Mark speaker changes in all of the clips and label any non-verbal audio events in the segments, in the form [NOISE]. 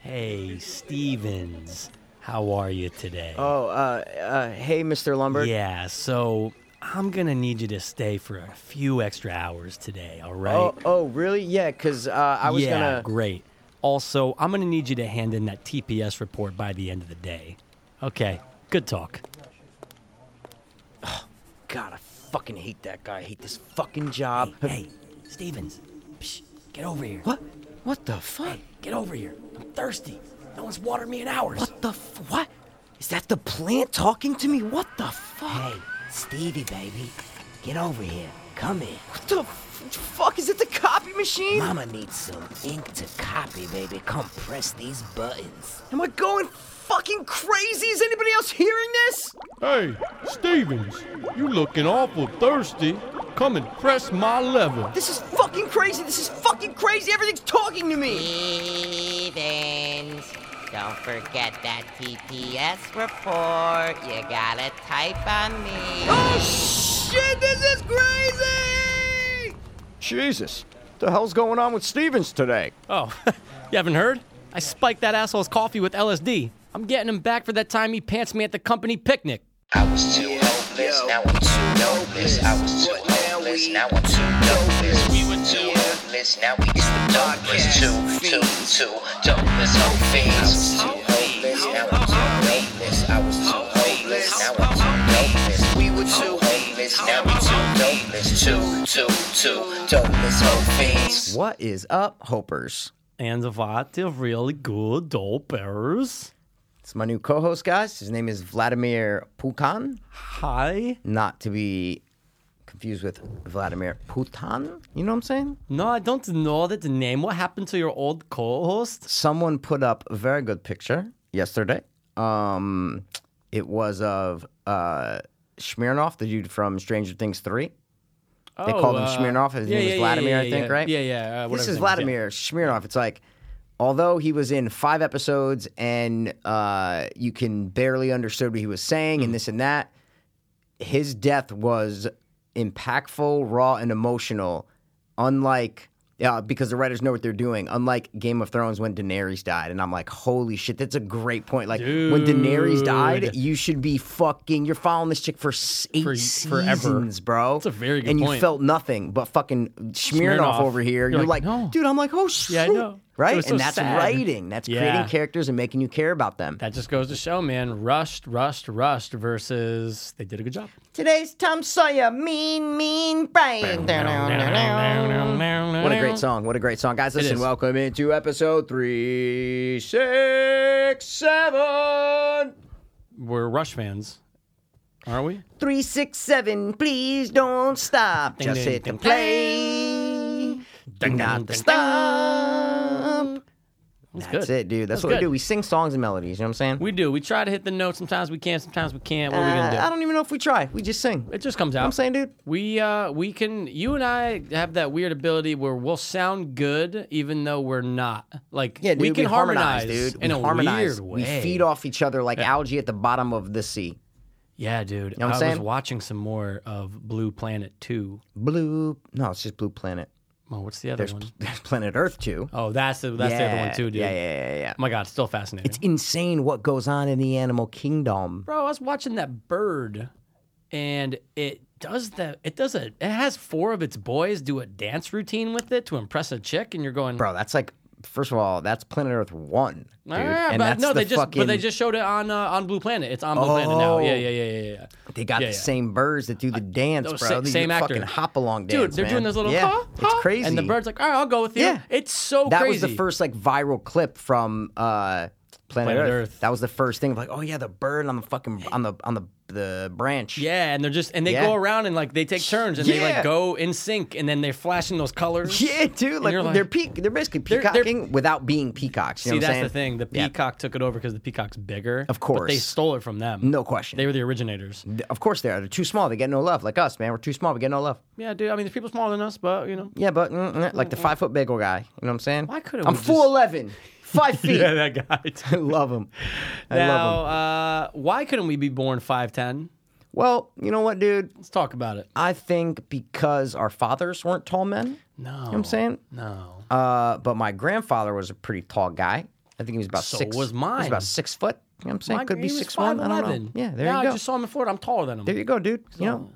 Speaker 1: Hey, Stevens, how are you today?
Speaker 2: Oh, uh, uh, hey, Mr. Lumber.
Speaker 1: yeah, so I'm gonna need you to stay for a few extra hours today, all right?
Speaker 2: Oh, oh, really? Yeah, because uh, I was
Speaker 1: yeah,
Speaker 2: gonna.
Speaker 1: great. Also, I'm gonna need you to hand in that TPS report by the end of the day. Okay, good talk.
Speaker 2: God, I fucking hate that guy. I hate this fucking job.
Speaker 1: Hey, Stevens, psh, get over here.
Speaker 2: What? What the fuck?
Speaker 1: Hey, get over here. I'm thirsty. No one's watered me in hours.
Speaker 2: What the f- What? Is that the plant talking to me? What the fuck?
Speaker 3: Stevie, baby, get over here. Come here.
Speaker 2: What the f- fuck? Is it the copy machine?
Speaker 3: Mama needs some ink to copy, baby. Come press these buttons.
Speaker 2: Am I going fucking crazy? Is anybody else hearing this?
Speaker 4: Hey, Stevens, you looking awful thirsty. Come and press my lever.
Speaker 2: This is fucking crazy. This is fucking crazy. Everything's talking to me.
Speaker 5: Stevens, don't forget that TPS report. You gotta type on me.
Speaker 2: Oh shit! This is crazy.
Speaker 6: Jesus, the hell's going on with Stevens today?
Speaker 1: Oh, [LAUGHS] you haven't heard? I spiked that asshole's coffee with LSD. I'm getting him back for that time he pants me at the company picnic.
Speaker 7: I was too hopeless, now I'm too hopeless. I was too hopeless, now I'm too hopeless. We were too hopeless, now we too hopeless. Two, two, two, dopeless, hope fiends. I was too hopeless, now I'm too hopeless. I was too hopeless, now I'm too hopeless. We were too hopeless, now we too hopeless. Two, two, two, dopeless, hope fiends.
Speaker 2: What is up, Hopers?
Speaker 1: And what a really good dopers.
Speaker 2: It's my new co-host, guys. His name is Vladimir Pukan,
Speaker 1: Hi.
Speaker 2: not to be confused with Vladimir Putin. You know what I'm saying?
Speaker 1: No, I don't know that name. What happened to your old co-host?
Speaker 2: Someone put up a very good picture yesterday. Um, it was of uh, Smirnoff, the dude from Stranger Things Three. They called
Speaker 1: Oh,
Speaker 2: him Smirnoff. His name was Vladimir, I think, right?
Speaker 1: uh, Yeah, yeah. uh, whatever
Speaker 2: this
Speaker 1: his
Speaker 2: is
Speaker 1: name
Speaker 2: Vladimir Smirnov. It's like, although he was in five episodes and uh, you can barely understood what he was saying
Speaker 1: Hmm.
Speaker 2: and this and that, his death was impactful, raw, and emotional. Unlike, yeah, because the writers know what they're doing. Unlike Game of Thrones when Daenerys died, and I'm like, holy shit, that's a great point. Like when Daenerys died, you should be fucking. You're following this chick for s- eight
Speaker 1: For- forever.
Speaker 2: seasons, bro.
Speaker 1: That's a very good
Speaker 2: and
Speaker 1: point.
Speaker 2: you felt nothing, but fucking Smirnoff,
Speaker 1: Smirnoff.
Speaker 2: over here.
Speaker 1: You're
Speaker 2: You're,
Speaker 1: like,
Speaker 2: like,
Speaker 1: "No."
Speaker 2: dude, I'm like, oh shit.
Speaker 1: Yeah, I know. It
Speaker 2: Right?
Speaker 1: was so
Speaker 2: and that's
Speaker 1: sad.
Speaker 2: writing. That's
Speaker 1: Yeah.
Speaker 2: creating characters and making you care about them.
Speaker 1: That just goes to show, man. Rushed, rushed, rushed versus they did a good job.
Speaker 2: Today's Tom Sawyer, mean, mean Brian. What
Speaker 1: What
Speaker 2: a great song. What a great song. Guys, listen,
Speaker 1: is.
Speaker 2: welcome into episode 367.
Speaker 1: We're Rush fans, aren't we?
Speaker 2: 367, please don't stop.
Speaker 1: Ding,
Speaker 2: Just
Speaker 1: ding,
Speaker 2: hit the
Speaker 1: ding,
Speaker 2: play. Do not the stop.
Speaker 1: That's,
Speaker 2: That's
Speaker 1: good.
Speaker 2: it, dude. That's
Speaker 1: That's
Speaker 2: what we
Speaker 1: good.
Speaker 2: do. We sing songs and melodies. You know what I'm saying?
Speaker 1: We do. We try to hit the note. Sometimes we can. Sometimes we can't. What are we
Speaker 2: Uh,
Speaker 1: gonna do?
Speaker 2: I don't even know if we try. We just sing.
Speaker 1: It just comes out.
Speaker 2: I'm saying, dude.
Speaker 1: We uh we can you and I have that weird ability where we'll sound good even though we're not. Like
Speaker 2: Yeah, dude,
Speaker 1: we can harmonize,
Speaker 2: dude.
Speaker 1: in
Speaker 2: we
Speaker 1: a
Speaker 2: harmonize.
Speaker 1: weird
Speaker 2: We
Speaker 1: way.
Speaker 2: feed off each other like algae at the bottom of the sea.
Speaker 1: Yeah, dude. I
Speaker 2: know what I'm
Speaker 1: was
Speaker 2: saying?
Speaker 1: watching some more of Blue Planet 2.
Speaker 2: Blue. No, it's just Blue Planet.
Speaker 1: Oh, what's the other
Speaker 2: There's,
Speaker 1: one?
Speaker 2: [LAUGHS] there's Planet Earth too.
Speaker 1: Oh, that's the that's the other one
Speaker 2: Yeah,
Speaker 1: too, dude.
Speaker 2: Yeah, yeah, yeah, yeah.
Speaker 1: Oh my god, it's still fascinating.
Speaker 2: It's e- insane what goes on in the animal kingdom.
Speaker 1: Bro, I was watching that bird and it does the it does a it has four of its boys do a dance routine with it to impress a chick and you're going
Speaker 2: Bro, that's like, first of all, that's Planet Earth 1. Dude.
Speaker 1: Ah,
Speaker 2: and
Speaker 1: but
Speaker 2: that's
Speaker 1: no,
Speaker 2: the
Speaker 1: they just
Speaker 2: fucking,
Speaker 1: but they just showed it on uh, on Blue Planet. It's on Blue Planet now. Yeah, yeah,
Speaker 2: Oh.
Speaker 1: yeah, yeah, yeah.
Speaker 2: They got
Speaker 1: Yeah,
Speaker 2: the
Speaker 1: yeah.
Speaker 2: same birds that do the dance,
Speaker 1: those
Speaker 2: bro.
Speaker 1: sa-
Speaker 2: They do
Speaker 1: same
Speaker 2: the
Speaker 1: actor.
Speaker 2: fucking hop along
Speaker 1: Dude,
Speaker 2: dance.
Speaker 1: they're doing
Speaker 2: man.
Speaker 1: those little
Speaker 2: yeah,
Speaker 1: ha,
Speaker 2: It's
Speaker 1: ha,
Speaker 2: crazy.
Speaker 1: And the bird's like, all right, I'll go with you.
Speaker 2: Yeah.
Speaker 1: It's so
Speaker 2: that
Speaker 1: Oh, crazy.
Speaker 2: was the first like viral clip from uh, Planet, Earth.
Speaker 1: Earth.
Speaker 2: That was the first thing of like, oh yeah, the bird on the fucking on the on the the branch.
Speaker 1: Yeah, and they're just and they
Speaker 2: Yeah.
Speaker 1: go around and like they take turns and they
Speaker 2: Yeah.
Speaker 1: like go in sync and then they're flashing those colors.
Speaker 2: [LAUGHS] yeah, dude. Like,
Speaker 1: you're like-
Speaker 2: they're peac They're basically
Speaker 1: They're-
Speaker 2: peacocking
Speaker 1: they're-
Speaker 2: without being peacocks.
Speaker 1: See,
Speaker 2: You know what
Speaker 1: that's
Speaker 2: I'm
Speaker 1: the
Speaker 2: saying?
Speaker 1: thing. The
Speaker 2: Yeah.
Speaker 1: peacock took it over because the peacock's bigger.
Speaker 2: Of
Speaker 1: but they
Speaker 2: course.
Speaker 1: stole it from them.
Speaker 2: No question.
Speaker 1: they were the originators.
Speaker 2: of course they are. They're too small. They get no love. Like us, man. We're too small. We get no love.
Speaker 1: Yeah, dude. I mean, there's people smaller than us, but you
Speaker 2: [LAUGHS]
Speaker 1: know.
Speaker 2: Yeah, but mm, mm, like the five foot bagel guy. You know what I'm saying?
Speaker 1: Why couldn't
Speaker 2: I'm
Speaker 1: we just-
Speaker 2: four eleven,
Speaker 1: [LAUGHS]
Speaker 2: five feet.
Speaker 1: Yeah, that guy.
Speaker 2: [LAUGHS] I
Speaker 1: Too.
Speaker 2: love him. I love him.
Speaker 1: now, uh, why couldn't we be born five ten?
Speaker 2: Well, you know what, dude?
Speaker 1: Let's talk about it.
Speaker 2: I think because our fathers weren't tall men.
Speaker 1: No,
Speaker 2: You know what I'm saying?
Speaker 1: no.
Speaker 2: Uh, but my grandfather was a pretty tall guy. I think he was about
Speaker 1: So
Speaker 2: six.
Speaker 1: was
Speaker 2: He was
Speaker 1: mine.
Speaker 2: about six foot. You know what I'm saying?
Speaker 1: Mine-
Speaker 2: Could be
Speaker 1: he was
Speaker 2: six one. I don't know.
Speaker 1: 5'11".
Speaker 2: Yeah, there
Speaker 1: yeah,
Speaker 2: you go.
Speaker 1: I just saw him in Florida. I'm taller than him.
Speaker 2: There you go, dude. You know.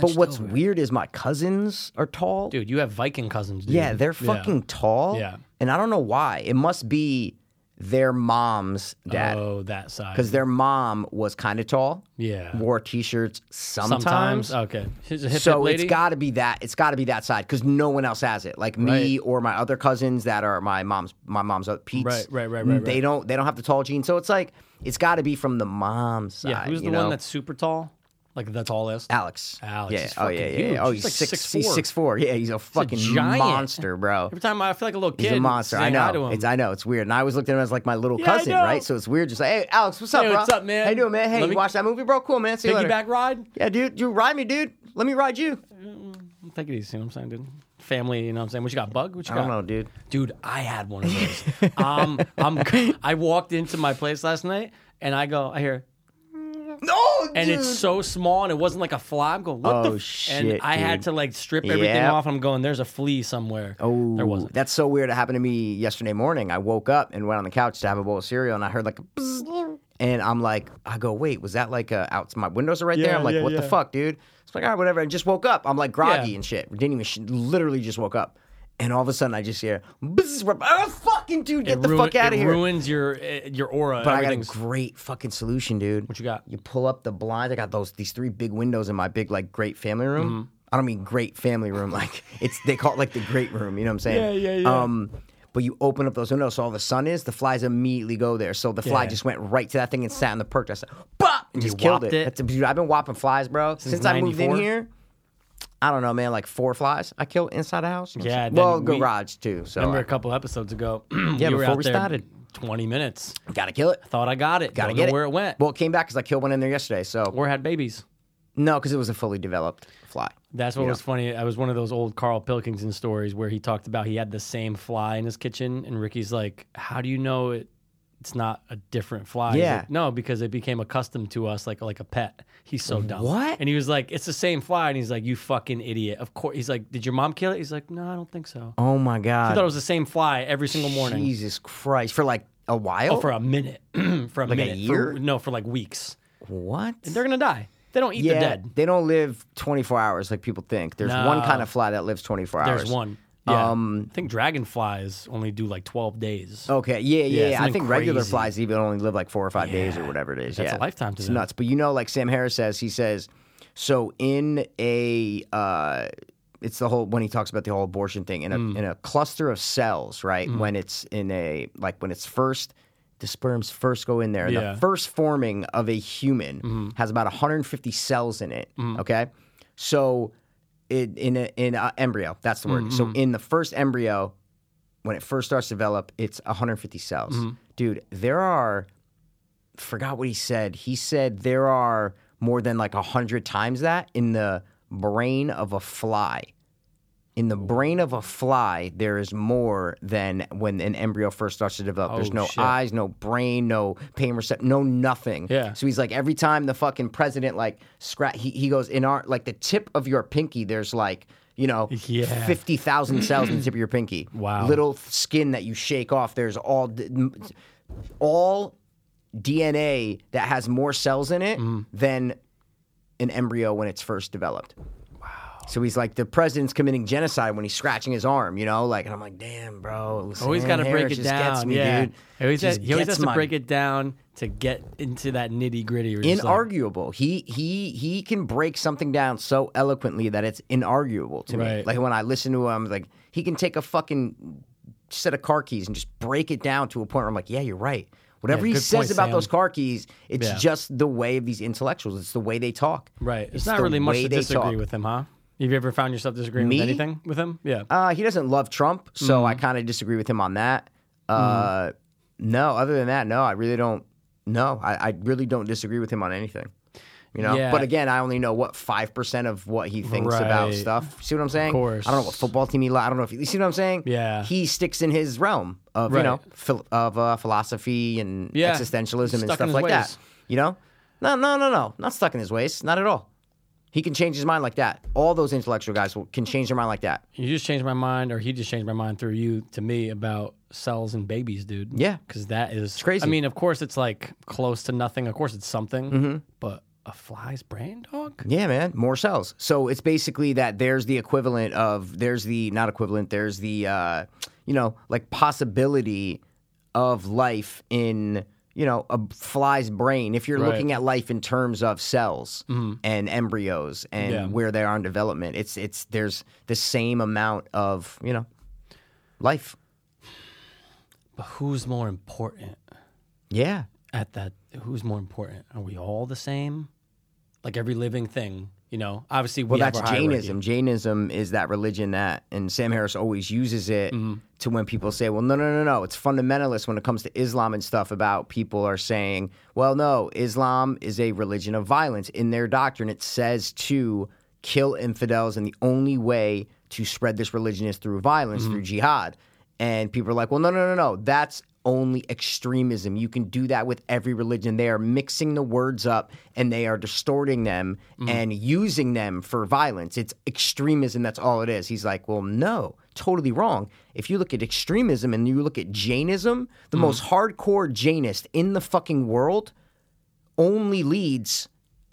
Speaker 2: But what's weird is my cousins are tall.
Speaker 1: Dude, you have Viking cousins, dude.
Speaker 2: Yeah, they're fucking tall.
Speaker 1: Yeah.
Speaker 2: And I don't know why. It must be their mom's dad.
Speaker 1: Oh, that side.
Speaker 2: Because their mom was kind of tall.
Speaker 1: Yeah.
Speaker 2: Wore t shirts sometimes.
Speaker 1: sometimes. Okay. Here's a hip hip
Speaker 2: so
Speaker 1: lady.
Speaker 2: it's got to be that. It's got to be that side because no one else has it. Like me or my other cousins that are my mom's my mom's other Pete's.
Speaker 1: Right, right, right, right,
Speaker 2: They
Speaker 1: right.
Speaker 2: don't they don't have the tall gene. So it's like it's got to be from the mom's side.
Speaker 1: yeah, who's the
Speaker 2: you know?
Speaker 1: one that's super tall? Like the tallest?
Speaker 2: Alex.
Speaker 1: Alex
Speaker 2: Yeah.
Speaker 1: is
Speaker 2: oh
Speaker 1: fucking
Speaker 2: yeah, yeah.
Speaker 1: huge.
Speaker 2: yeah. Oh,
Speaker 1: He's
Speaker 2: he's,
Speaker 1: like
Speaker 2: six,
Speaker 1: 6'4".
Speaker 2: He's six four. Yeah, he's a fucking
Speaker 1: giant.
Speaker 2: monster, bro.
Speaker 1: Every time I feel like a little kid.
Speaker 2: He's a monster. I
Speaker 1: saying hi to
Speaker 2: know.
Speaker 1: him.
Speaker 2: It's I know. It's weird. And I always looked at him as like my little
Speaker 1: Yeah, I
Speaker 2: cousin,
Speaker 1: know.
Speaker 2: right? So it's weird. Just like, hey, Alex, what's up,
Speaker 1: Hey,
Speaker 2: bro?
Speaker 1: what's up, man?
Speaker 2: How you doing, man? Hey,
Speaker 1: Let
Speaker 2: you
Speaker 1: me-
Speaker 2: watch that movie, bro? Cool, man. See you later.
Speaker 1: Piggyback ride?
Speaker 2: Yeah, dude. You ride me, dude. Let me ride you.
Speaker 1: Take it easy, you know what I'm saying, dude? Family, you know what I'm saying? What you got, bug? What you
Speaker 2: I
Speaker 1: got?
Speaker 2: don't know, dude.
Speaker 1: Dude, I had
Speaker 2: [LAUGHS]
Speaker 1: one of those. um, I'm, [LAUGHS] I walked into my place last night and I go, I hear,
Speaker 2: No,
Speaker 1: and it's so small and it wasn't like a fly. I'm going, what the?
Speaker 2: Oh,
Speaker 1: f-"
Speaker 2: shit,
Speaker 1: And I
Speaker 2: dude.
Speaker 1: had to like strip everything
Speaker 2: Yep.
Speaker 1: off. I'm going, there's a flea somewhere.
Speaker 2: Oh,
Speaker 1: there wasn't.
Speaker 2: That's so weird. It happened to me yesterday morning. I woke up and went on the couch to have a bowl of cereal, and I heard like, a bzzz, and I'm like, I go, wait, was that like a, out? My windows are right there.
Speaker 4: Yeah,
Speaker 2: I'm like,
Speaker 4: yeah,
Speaker 2: what the
Speaker 4: yeah.
Speaker 2: fuck, dude? It's like, all right, whatever. I just woke up. I'm like groggy
Speaker 1: Yeah.
Speaker 2: and shit. Didn't even sh- literally just woke up, and all of a sudden I just hear, bzzz, oh, fucking dude, get
Speaker 1: It
Speaker 2: the
Speaker 1: ruin-
Speaker 2: fuck out of
Speaker 1: it
Speaker 2: here.
Speaker 1: ruins your uh, your aura.
Speaker 2: But I got a
Speaker 1: everything's-
Speaker 2: great fucking solution, dude.
Speaker 1: What you got?
Speaker 2: You pull up the blind. I got those these three big windows in my big like great family room.
Speaker 1: Mm-hmm.
Speaker 2: I don't mean great family room. [LAUGHS] Like it's they call it like the great room. You know what I'm saying?
Speaker 1: Yeah, yeah, yeah.
Speaker 2: Um, but you open up those windows, so all the sun is the flies immediately go there. So the fly
Speaker 1: Yeah.
Speaker 2: just went right to that thing and sat on the perch. I said, "Bop!" and just killed
Speaker 1: whopped
Speaker 2: it.
Speaker 1: it?
Speaker 2: That's- dude, I've been whopping flies, bro, since, I moved in
Speaker 1: 94?
Speaker 2: here. I don't know, man. Like four flies I killed inside the house. You know what I'm
Speaker 1: Yeah,
Speaker 2: saying?
Speaker 1: then
Speaker 2: well,
Speaker 1: we-
Speaker 2: garage too. So
Speaker 1: remember
Speaker 2: I
Speaker 1: a couple episodes ago. [CLEARS THROAT]
Speaker 2: Yeah,
Speaker 1: we were
Speaker 2: before
Speaker 1: out
Speaker 2: we
Speaker 1: there
Speaker 2: started.
Speaker 1: twenty minutes.
Speaker 2: gotta kill it.
Speaker 1: Thought I got it.
Speaker 2: Gotta
Speaker 1: Don't
Speaker 2: get
Speaker 1: know
Speaker 2: it.
Speaker 1: where it went.
Speaker 2: Well, it came back because I killed one in there yesterday. So
Speaker 1: or had babies.
Speaker 2: No, because it was a fully developed fly.
Speaker 1: That's what was funny. I was one of those old Carl Pilkington stories where he talked about he had the same fly in his kitchen, and Ricky's like, "How do you know it? It's not a different fly." He's
Speaker 2: Yeah.
Speaker 1: like, no, because it became accustomed to us like like a pet. He's so dumb.
Speaker 2: What?
Speaker 1: And he was like, "It's the same fly," and he's like, "You fucking idiot!" Of course. He's like, "Did your mom kill it?" He's like, "No, I don't think so."
Speaker 2: Oh my god!
Speaker 1: I thought it was the same fly every single morning.
Speaker 2: Jesus Christ! For like a while.
Speaker 1: Oh, for a minute. [CLEARS THROAT] for a
Speaker 2: Like a
Speaker 1: minute.
Speaker 2: year?
Speaker 1: For, no, for like weeks.
Speaker 2: what?
Speaker 1: They're gonna die. They don't eat
Speaker 2: yeah,
Speaker 1: the dead.
Speaker 2: they don't live 24 hours like people think. There's one
Speaker 1: No.
Speaker 2: kind of fly that lives 24 hours.
Speaker 1: There's one. Yeah.
Speaker 2: Um,
Speaker 1: I think dragonflies only do like twelve days.
Speaker 2: Okay, yeah, yeah.
Speaker 1: Yeah,
Speaker 2: yeah. I
Speaker 1: something
Speaker 2: think regular
Speaker 1: crazy.
Speaker 2: flies even only live like four or five days or whatever it is.
Speaker 1: That's a
Speaker 2: yeah.
Speaker 1: lifetime to
Speaker 2: It's
Speaker 1: them.
Speaker 2: nuts. But you know, like Sam Harris says, he says, so in a, uh, it's the whole when he talks about the whole abortion thing in a
Speaker 1: Mm.
Speaker 2: in a cluster of cells, right? When it's in a like when it's first. The sperms first go in there.
Speaker 1: Yeah. Mm-hmm.
Speaker 2: The first forming of a human has about 150 cells in it. Okay, so it, in a, in a embryo, that's the word.
Speaker 1: Mm-hmm.
Speaker 2: So in the first embryo, when it first starts to develop, it's 150 cells.
Speaker 1: Mm-hmm.
Speaker 2: Dude, there are, forgot what he said. He said there are more than like 100 times that in the brain of a fly. In the brain of a fly, there is more than when an embryo first starts to develop. There's
Speaker 1: Oh,
Speaker 2: no
Speaker 1: shit.
Speaker 2: eyes, no brain, no pain receptor, no nothing.
Speaker 1: Yeah.
Speaker 2: So he's like, every time the fucking president like scratch, he, he goes in our like the tip of your pinky. There's like you know
Speaker 1: Yeah.
Speaker 2: fifty thousand cells in the tip of your pinky.
Speaker 1: [CLEARS THROAT] Wow.
Speaker 2: Little skin that you shake off. There's all d- m- all DNA that has more cells in it
Speaker 1: Mm.
Speaker 2: than an embryo when it's first developed. Wow. So he's like, the president's committing genocide when he's scratching his arm, you know? Like, and I'm like, damn, bro.
Speaker 1: Always
Speaker 2: Sam
Speaker 1: got to break
Speaker 2: Harris
Speaker 1: it
Speaker 2: just
Speaker 1: down.
Speaker 2: Gets me,
Speaker 1: yeah.
Speaker 2: dude.
Speaker 1: He always, has,
Speaker 2: Just
Speaker 1: he always
Speaker 2: gets
Speaker 1: has to
Speaker 2: my-
Speaker 1: break it down to get into that nitty gritty.
Speaker 2: inarguable. he he he can break something down so eloquently that it's inarguable to me.
Speaker 1: Right.
Speaker 2: Like when I listen to him, like he can take a fucking set of car keys and just break it down to a point where I'm like, yeah, you're right. Whatever
Speaker 1: Yeah,
Speaker 2: he
Speaker 1: good
Speaker 2: says
Speaker 1: point,
Speaker 2: about
Speaker 1: Sam.
Speaker 2: those car keys, it's
Speaker 1: Yeah.
Speaker 2: just the way of these intellectuals. It's the way they talk.
Speaker 1: right. It's,
Speaker 2: It's
Speaker 1: not
Speaker 2: the
Speaker 1: really much
Speaker 2: way
Speaker 1: to
Speaker 2: they
Speaker 1: disagree
Speaker 2: talk.
Speaker 1: with him, huh? Have you ever found yourself disagreeing
Speaker 2: Me?
Speaker 1: with anything with him? Yeah. Mm.
Speaker 2: Uh, he doesn't love Trump, so I kind of disagree with him on that. Uh, No, other than that, no, I really don't. No, I, I really don't disagree with him on anything. You know,
Speaker 1: Yeah.
Speaker 2: but again, I only know what five percent of what he thinks about
Speaker 1: Right.
Speaker 2: stuff. See what I'm saying?
Speaker 1: course.
Speaker 2: I don't know what football team he. Li- I don't know if you see what I'm saying.
Speaker 1: Yeah.
Speaker 2: he sticks in his realm of you
Speaker 1: Right.
Speaker 2: know phil- of uh, philosophy and
Speaker 1: Yeah.
Speaker 2: existentialism
Speaker 1: He's stuck
Speaker 2: and
Speaker 1: in
Speaker 2: stuff
Speaker 1: his
Speaker 2: like that.
Speaker 1: ways.
Speaker 2: You know, no, no, no, no, not stuck in his ways, not at all. He can change his mind like that. All those intellectual guys will, can change their mind like that.
Speaker 1: You just changed my mind, or he just changed my mind through you to me about cells and babies, dude.
Speaker 2: Yeah.
Speaker 1: because that is
Speaker 2: crazy.
Speaker 1: I mean, of course, it's like close to nothing. Of course, it's something,
Speaker 2: Mm-hmm.
Speaker 1: but a fly's brain, dog.
Speaker 2: Yeah, man, more cells. So it's basically that there's the equivalent of there's the not equivalent. There's the uh, you know like possibility of life in you know a fly's brain. If you're
Speaker 1: Right. Mm-hmm.
Speaker 2: looking at life in terms of cells and embryos and
Speaker 1: Yeah.
Speaker 2: where they are in development, it's it's there's the same amount of you know life.
Speaker 1: But who's more important
Speaker 2: Yeah,
Speaker 1: at that? Who's more important? Are we all the same? Like every living thing, you know. Obviously, we
Speaker 2: Well,
Speaker 1: have
Speaker 2: that's
Speaker 1: our hierarchy.
Speaker 2: Jainism. Jainism is that religion that, and Sam Harris always uses it to when people say, well, no, no, no, no. It's fundamentalist when it comes to Islam and stuff about people are saying, well, no, Islam is a religion of violence. In their doctrine, it says to kill infidels, and the only way to spread this religion is through violence, through jihad. And people are like, well, no, no, no, no. That's only extremism. You can do that with every religion. They are mixing the words up and they are distorting them and using them for violence. It's extremism. That's all it is. He's like, well, no, totally wrong. If you look at extremism and you look at Jainism, the most hardcore Jainist in the fucking world only leads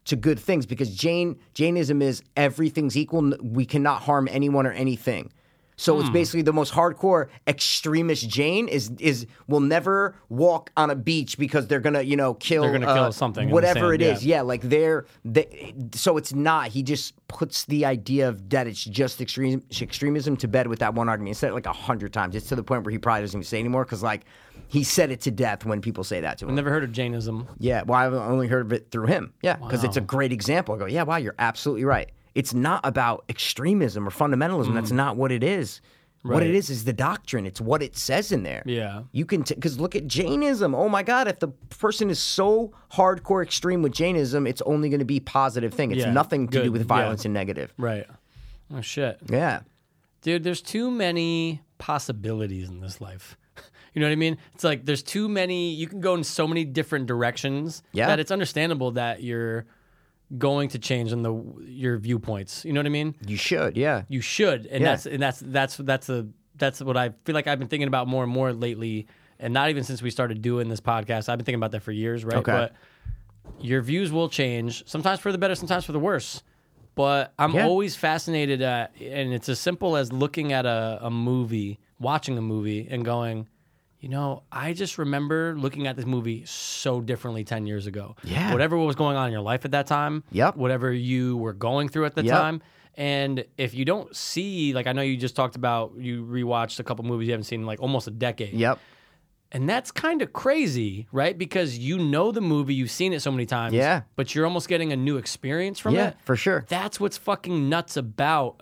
Speaker 2: to good things because Jain Jainism is everything's equal. n- We cannot harm anyone or anything. So
Speaker 1: Hmm.
Speaker 2: it's basically the most hardcore extremist Jain is is will never walk on a beach because they're gonna you know kill
Speaker 1: They're gonna
Speaker 2: uh,
Speaker 1: kill something in the
Speaker 2: whatever it
Speaker 1: sand,
Speaker 2: is
Speaker 1: yeah.
Speaker 2: yeah like they're they, so it's not he just puts the idea of that it's just extreme extremism to bed with that one argument he said it like a hundred times it's to the point where he probably doesn't even say anymore because like he said it to death when people say that to him
Speaker 1: Never heard of Jainism.
Speaker 2: yeah, well, I've only heard of it through him. Yeah, because it's a great example. I go, yeah, wow, you're absolutely right. It's not about extremism or fundamentalism. That's not what it is. What it
Speaker 1: Mm. Right.
Speaker 2: is is the doctrine. It's what it says in there.
Speaker 1: Yeah.
Speaker 2: you can because look at Jainism. Oh my God, if the person is so hardcore extreme with Jainism, it's only going to be positive thing. It's
Speaker 1: Yeah,
Speaker 2: nothing to do
Speaker 1: good,
Speaker 2: with
Speaker 1: yeah.
Speaker 2: violence and negative.
Speaker 1: Right. Oh shit.
Speaker 2: Yeah,
Speaker 1: dude there's too many possibilities in this life [LAUGHS] you know what i mean it's like there's too many you can go in so many different directions
Speaker 2: Yeah.
Speaker 1: that it's understandable that you're going to change in the your viewpoints you know what i mean
Speaker 2: you should. Yeah,
Speaker 1: you should and
Speaker 2: Yeah.
Speaker 1: that's and that's that's that's a that's what i feel like i've been thinking about more and more lately and not even since we started doing this podcast i've been thinking about that for years right
Speaker 2: Okay.
Speaker 1: but your views will change sometimes for the better sometimes for the worse but i'm
Speaker 2: Yeah.
Speaker 1: always fascinated at and it's as simple as looking at a, a movie watching a movie and going you know i just remember looking at this movie so differently 10 years ago
Speaker 2: Yeah.
Speaker 1: whatever was going on in your life at that time
Speaker 2: Yep.
Speaker 1: whatever you were going through at the
Speaker 2: Yep.
Speaker 1: time and if you don't see, like I know you just talked about, you rewatched a couple movies you haven't seen in like almost a decade.
Speaker 2: yep,
Speaker 1: And that's kind of crazy, right? Because you know the movie, you've seen it so many times.
Speaker 2: Yeah.
Speaker 1: But you're almost getting a new experience from
Speaker 2: yeah,
Speaker 1: it.
Speaker 2: for sure.
Speaker 1: That's what's fucking nuts about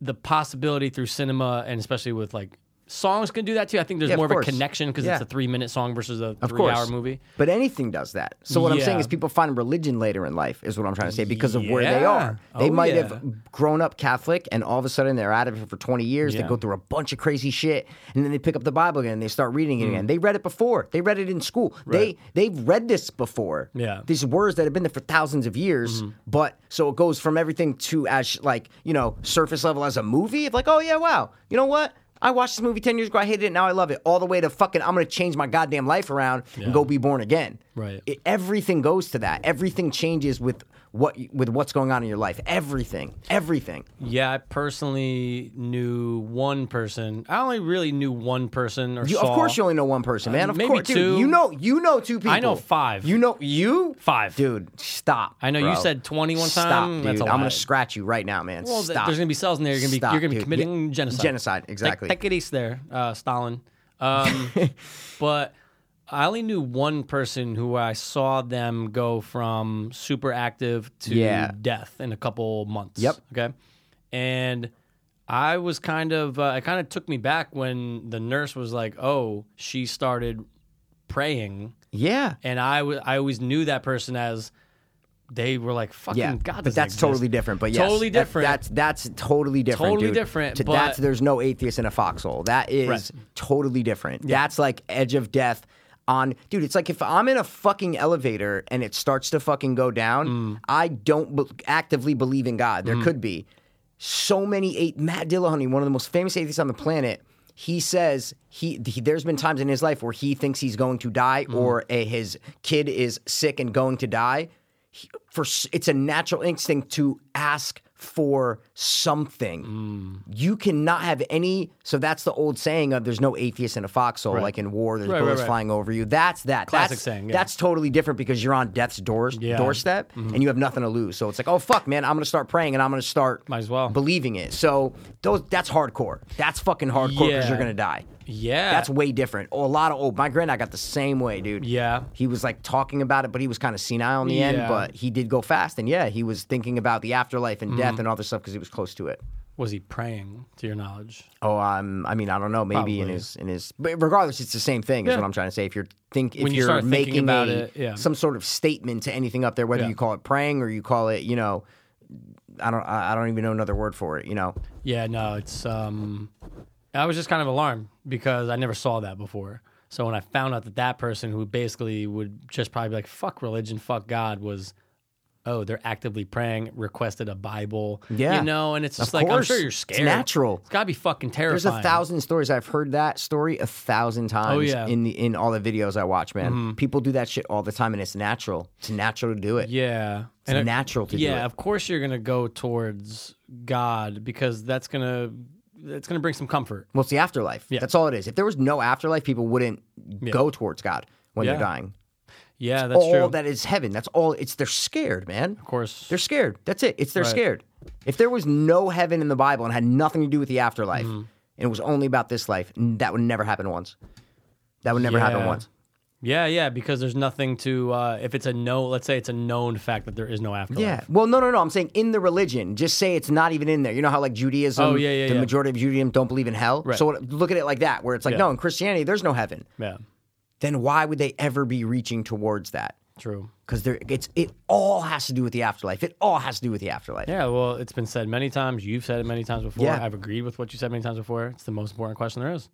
Speaker 1: the possibility through cinema and especially with like songs can do that too. I think there's
Speaker 2: Yeah, of
Speaker 1: more of, a
Speaker 2: course.
Speaker 1: connection because
Speaker 2: Yeah.
Speaker 1: it's a three minute song versus a
Speaker 2: Of
Speaker 1: three
Speaker 2: course.
Speaker 1: hour movie.
Speaker 2: But anything does that. So what I'm saying
Speaker 1: Yeah.
Speaker 2: is people find religion later in life is what I'm trying to say because of where they
Speaker 1: Yeah.
Speaker 2: are. They
Speaker 1: Oh,
Speaker 2: might
Speaker 1: yeah.
Speaker 2: have grown up Catholic and all of a sudden they're out of it for 20 years. They
Speaker 1: Yeah.
Speaker 2: go through a bunch of crazy shit and then they pick up the Bible again and they start reading it
Speaker 1: Hmm.
Speaker 2: again. They read it before. They read it in school. They they've read this before.
Speaker 1: Yeah. Hmm.
Speaker 2: These words that have been there for thousands of years. But so it goes from everything to as like, you know, surface level as a movie of like, oh yeah, wow. You know what? I watched this movie 10 years ago. I hated it. Now I love it. All the way to fucking, I'm going to change my goddamn life around and go be born again.
Speaker 1: Right.
Speaker 2: It, E, everything goes to that. Everything changes with what you- with what's going on in your life. Everything. Everything.
Speaker 1: Yeah, I personally knew one person. I only really knew one person or
Speaker 2: You,
Speaker 1: saw. Uh,
Speaker 2: of course, you only know one person, man. Of
Speaker 1: maybe
Speaker 2: course, dude.
Speaker 1: two.
Speaker 2: You know, you know two people.
Speaker 1: I know five.
Speaker 2: You know you
Speaker 1: Five.
Speaker 2: dude. Stop.
Speaker 1: I know you
Speaker 2: bro.
Speaker 1: said 20 one
Speaker 2: Stop,
Speaker 1: time.
Speaker 2: dude.
Speaker 1: That's a
Speaker 2: I'm gonna
Speaker 1: lie.
Speaker 2: scratch you right now, man.
Speaker 1: Well, th-
Speaker 2: Stop.
Speaker 1: there's gonna be cells in there. You're gonna be
Speaker 2: Stop,
Speaker 1: you're gonna be
Speaker 2: dude.
Speaker 1: committing
Speaker 2: Yeah.
Speaker 1: genocide.
Speaker 2: Genocide, exactly.
Speaker 1: Take, take it east there, uh, Stalin.
Speaker 2: [LAUGHS]
Speaker 1: Um, but I only knew one person who I saw them go from super active to
Speaker 2: Yeah.
Speaker 1: death in a couple months.
Speaker 2: Yep.
Speaker 1: Okay. And I was kind of uh, it kind of took me back when the nurse was like, "Oh, she started praying."
Speaker 2: Yeah.
Speaker 1: And I wa- I always knew that person as they were like fucking
Speaker 2: Yeah,
Speaker 1: god.
Speaker 2: but
Speaker 1: doesn't
Speaker 2: that's
Speaker 1: exist.
Speaker 2: totally different. But yes,
Speaker 1: Totally
Speaker 2: that-
Speaker 1: different.
Speaker 2: that's that's totally different.
Speaker 1: Totally
Speaker 2: dude.
Speaker 1: different,
Speaker 2: To-
Speaker 1: but-
Speaker 2: that's there's no atheist in a foxhole. That is
Speaker 1: Right.
Speaker 2: totally different. That's like edge of death. on dude it's like if i'm in a fucking elevator and it starts to fucking go down
Speaker 1: Mm.
Speaker 2: i don't be- actively believe in god there could be so many eight matt dillahunty one of the most famous atheists on the planet he says he, he there's been times in his life where he thinks he's going to die
Speaker 1: Mm-hmm.
Speaker 2: or a, his kid is sick and going to die He- for s- it's a natural instinct to ask for something
Speaker 1: Mm.
Speaker 2: you cannot have any. So that's the old saying of "there's no atheist in a foxhole." Like in war, there's
Speaker 1: Right, right,
Speaker 2: bullets
Speaker 1: right.
Speaker 2: flying over you. That's that
Speaker 1: Classic
Speaker 2: that's,
Speaker 1: saying, yeah.
Speaker 2: That's totally different because you're on death's door,
Speaker 1: Yeah. Mm-hmm.
Speaker 2: doorstep and you have nothing to lose. So it's like, oh fuck, man, I'm gonna start praying and I'm gonna start
Speaker 1: Might as well.
Speaker 2: believing it. So those that's hardcore. That's fucking hardcore because
Speaker 1: Yeah.
Speaker 2: you're gonna die.
Speaker 1: Yeah.
Speaker 2: That's way different. Oh, a lot of old. My granddad got the same way, dude.
Speaker 1: Yeah.
Speaker 2: He was like talking about it, but he was kind of senile in the
Speaker 1: Yeah.
Speaker 2: end. But he did go fast, and yeah, he was thinking about the afterlife and
Speaker 1: Mm-hmm.
Speaker 2: death and all this stuff because he was close to it.
Speaker 1: was he praying to your knowledge?
Speaker 2: Oh, um, I mean, I don't know. Maybe in
Speaker 1: Probably.
Speaker 2: his in his, but regardless, it's the same thing. Is
Speaker 1: Yeah.
Speaker 2: what I'm trying to say. If you're think if
Speaker 1: When you start
Speaker 2: are
Speaker 1: thinking
Speaker 2: making
Speaker 1: about
Speaker 2: a-
Speaker 1: it, yeah.
Speaker 2: some sort of statement to anything up there, whether
Speaker 1: Yeah.
Speaker 2: you call it praying or you call it, you know, I don't, I I don't even know another word for it. You know,
Speaker 1: Yeah, no, it's um I was just kind of alarmed because I never saw that before. So when I found out that that person who basically would just probably be like fuck religion, fuck God was oh, they're actively praying, requested a Bible.
Speaker 2: Yeah.
Speaker 1: You know, and it's just
Speaker 2: Of
Speaker 1: like I'm
Speaker 2: course.
Speaker 1: sure you're
Speaker 2: It's
Speaker 1: scared.
Speaker 2: natural.
Speaker 1: It's got to be fucking terrifying.
Speaker 2: there's a thousand stories. I've heard that story a thousand times
Speaker 1: Oh, yeah. Mm-hmm.
Speaker 2: in the in all the videos I watch. Man, people do that shit all the time, and it's natural. It's natural to do it.
Speaker 1: Yeah.
Speaker 2: It's
Speaker 1: And it-
Speaker 2: natural to
Speaker 1: yeah,
Speaker 2: do it.
Speaker 1: of course you're going to go towards God because that's going to it's going to bring some comfort.
Speaker 2: Well, it's the afterlife.
Speaker 1: Yeah.
Speaker 2: That's all it is. If there was no afterlife, people wouldn't go towards God when
Speaker 1: Yeah.
Speaker 2: they're dying.
Speaker 1: Yeah, that's
Speaker 2: all
Speaker 1: true.
Speaker 2: that is heaven. That's all. It's they're scared, man.
Speaker 1: of course.
Speaker 2: They're scared. That's it. It's they're
Speaker 1: Right.
Speaker 2: scared. If there was no heaven in the Bible and had nothing to do with the afterlife,
Speaker 1: Mm-hmm.
Speaker 2: and it was only about this life, n- that would never happen once. That would never happen
Speaker 1: Yeah.
Speaker 2: once.
Speaker 1: Yeah, yeah, because there's nothing to uh, if it's a no. Let's say it's a known fact that there is no afterlife.
Speaker 2: Yeah. Well, no, no, no. I'm saying in the religion, just say it's not even in there. You know how like Judaism,
Speaker 1: Oh, yeah, yeah,
Speaker 2: the
Speaker 1: yeah.
Speaker 2: majority of Judaism don't believe in hell.
Speaker 1: Right.
Speaker 2: So what, look at it like that, where it's like,
Speaker 1: Yeah.
Speaker 2: no, in Christianity, there's no heaven.
Speaker 1: yeah,
Speaker 2: Then why would they ever be reaching towards that?
Speaker 1: true.
Speaker 2: Because there, it's it all has to do with the afterlife. It all has to do with the afterlife.
Speaker 1: Yeah, well, it's been said many times. You've said it many times before.
Speaker 2: Yeah.
Speaker 1: I've agreed with what you said many times before. It's the most important question there is,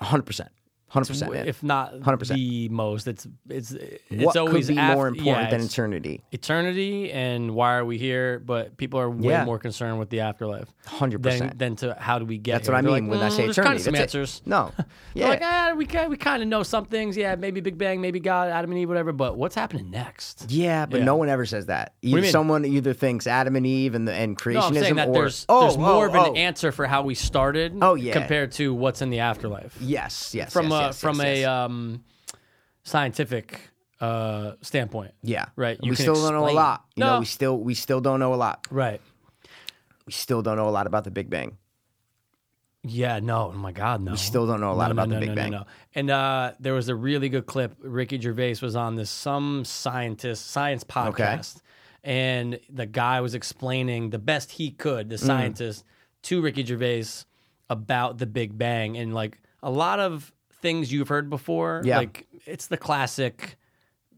Speaker 2: hundred percent, hundred percent.
Speaker 1: if not
Speaker 2: 100%.
Speaker 1: the most. It's it's it's
Speaker 2: what
Speaker 1: always
Speaker 2: could be
Speaker 1: af-
Speaker 2: more important
Speaker 1: yeah,
Speaker 2: than
Speaker 1: it's
Speaker 2: eternity?
Speaker 1: eternity and why are we here? But people are way
Speaker 2: Yeah.
Speaker 1: more concerned with the afterlife,
Speaker 2: 100%.
Speaker 1: than, than to how do we get.
Speaker 2: That's what
Speaker 1: here.
Speaker 2: I
Speaker 1: They're
Speaker 2: mean
Speaker 1: like,
Speaker 2: when I
Speaker 1: "Mm,
Speaker 2: say
Speaker 1: there's
Speaker 2: eternity.
Speaker 1: Kind of some
Speaker 2: That's it.
Speaker 1: answers.
Speaker 2: No,
Speaker 1: They're [LAUGHS]
Speaker 2: yeah,
Speaker 1: Like, ah, we, ki- we kind of know some things. Yeah, maybe Big Bang, maybe God, Adam and Eve, whatever. But what's happening next?
Speaker 2: yeah, but
Speaker 1: Yeah.
Speaker 2: no one ever says that. Either
Speaker 1: mean?
Speaker 2: someone either thinks Adam and Eve and the, and creationism,
Speaker 1: No, I'm saying that
Speaker 2: or
Speaker 1: there's,
Speaker 2: oh,
Speaker 1: there's more
Speaker 2: oh,
Speaker 1: of an
Speaker 2: oh.
Speaker 1: answer for how we started
Speaker 2: Oh, yeah.
Speaker 1: compared to what's in the afterlife.
Speaker 2: Yes, yes,
Speaker 1: From
Speaker 2: yes,
Speaker 1: a
Speaker 2: yes,
Speaker 1: from
Speaker 2: yes,
Speaker 1: a
Speaker 2: yes.
Speaker 1: um, scientific uh, standpoint.
Speaker 2: yeah,
Speaker 1: right, you
Speaker 2: we
Speaker 1: can
Speaker 2: still don't know a
Speaker 1: explain.
Speaker 2: lot. You
Speaker 1: No.
Speaker 2: know, we still we still don't know a lot.
Speaker 1: Right.
Speaker 2: We still don't know a lot about the Big Bang.
Speaker 1: Yeah, no. Oh my God, no. We
Speaker 2: still don't know a lot about the Big Bang.
Speaker 1: No, no. And uh, there was a really good clip. Ricky Gervais was on this some scientist science podcast, and the guy was explaining the best he could,
Speaker 2: Mm.
Speaker 1: the scientist, to Ricky Gervais about the Big Bang and like a lot of things you've heard before.
Speaker 2: Yeah.
Speaker 1: like it's the classic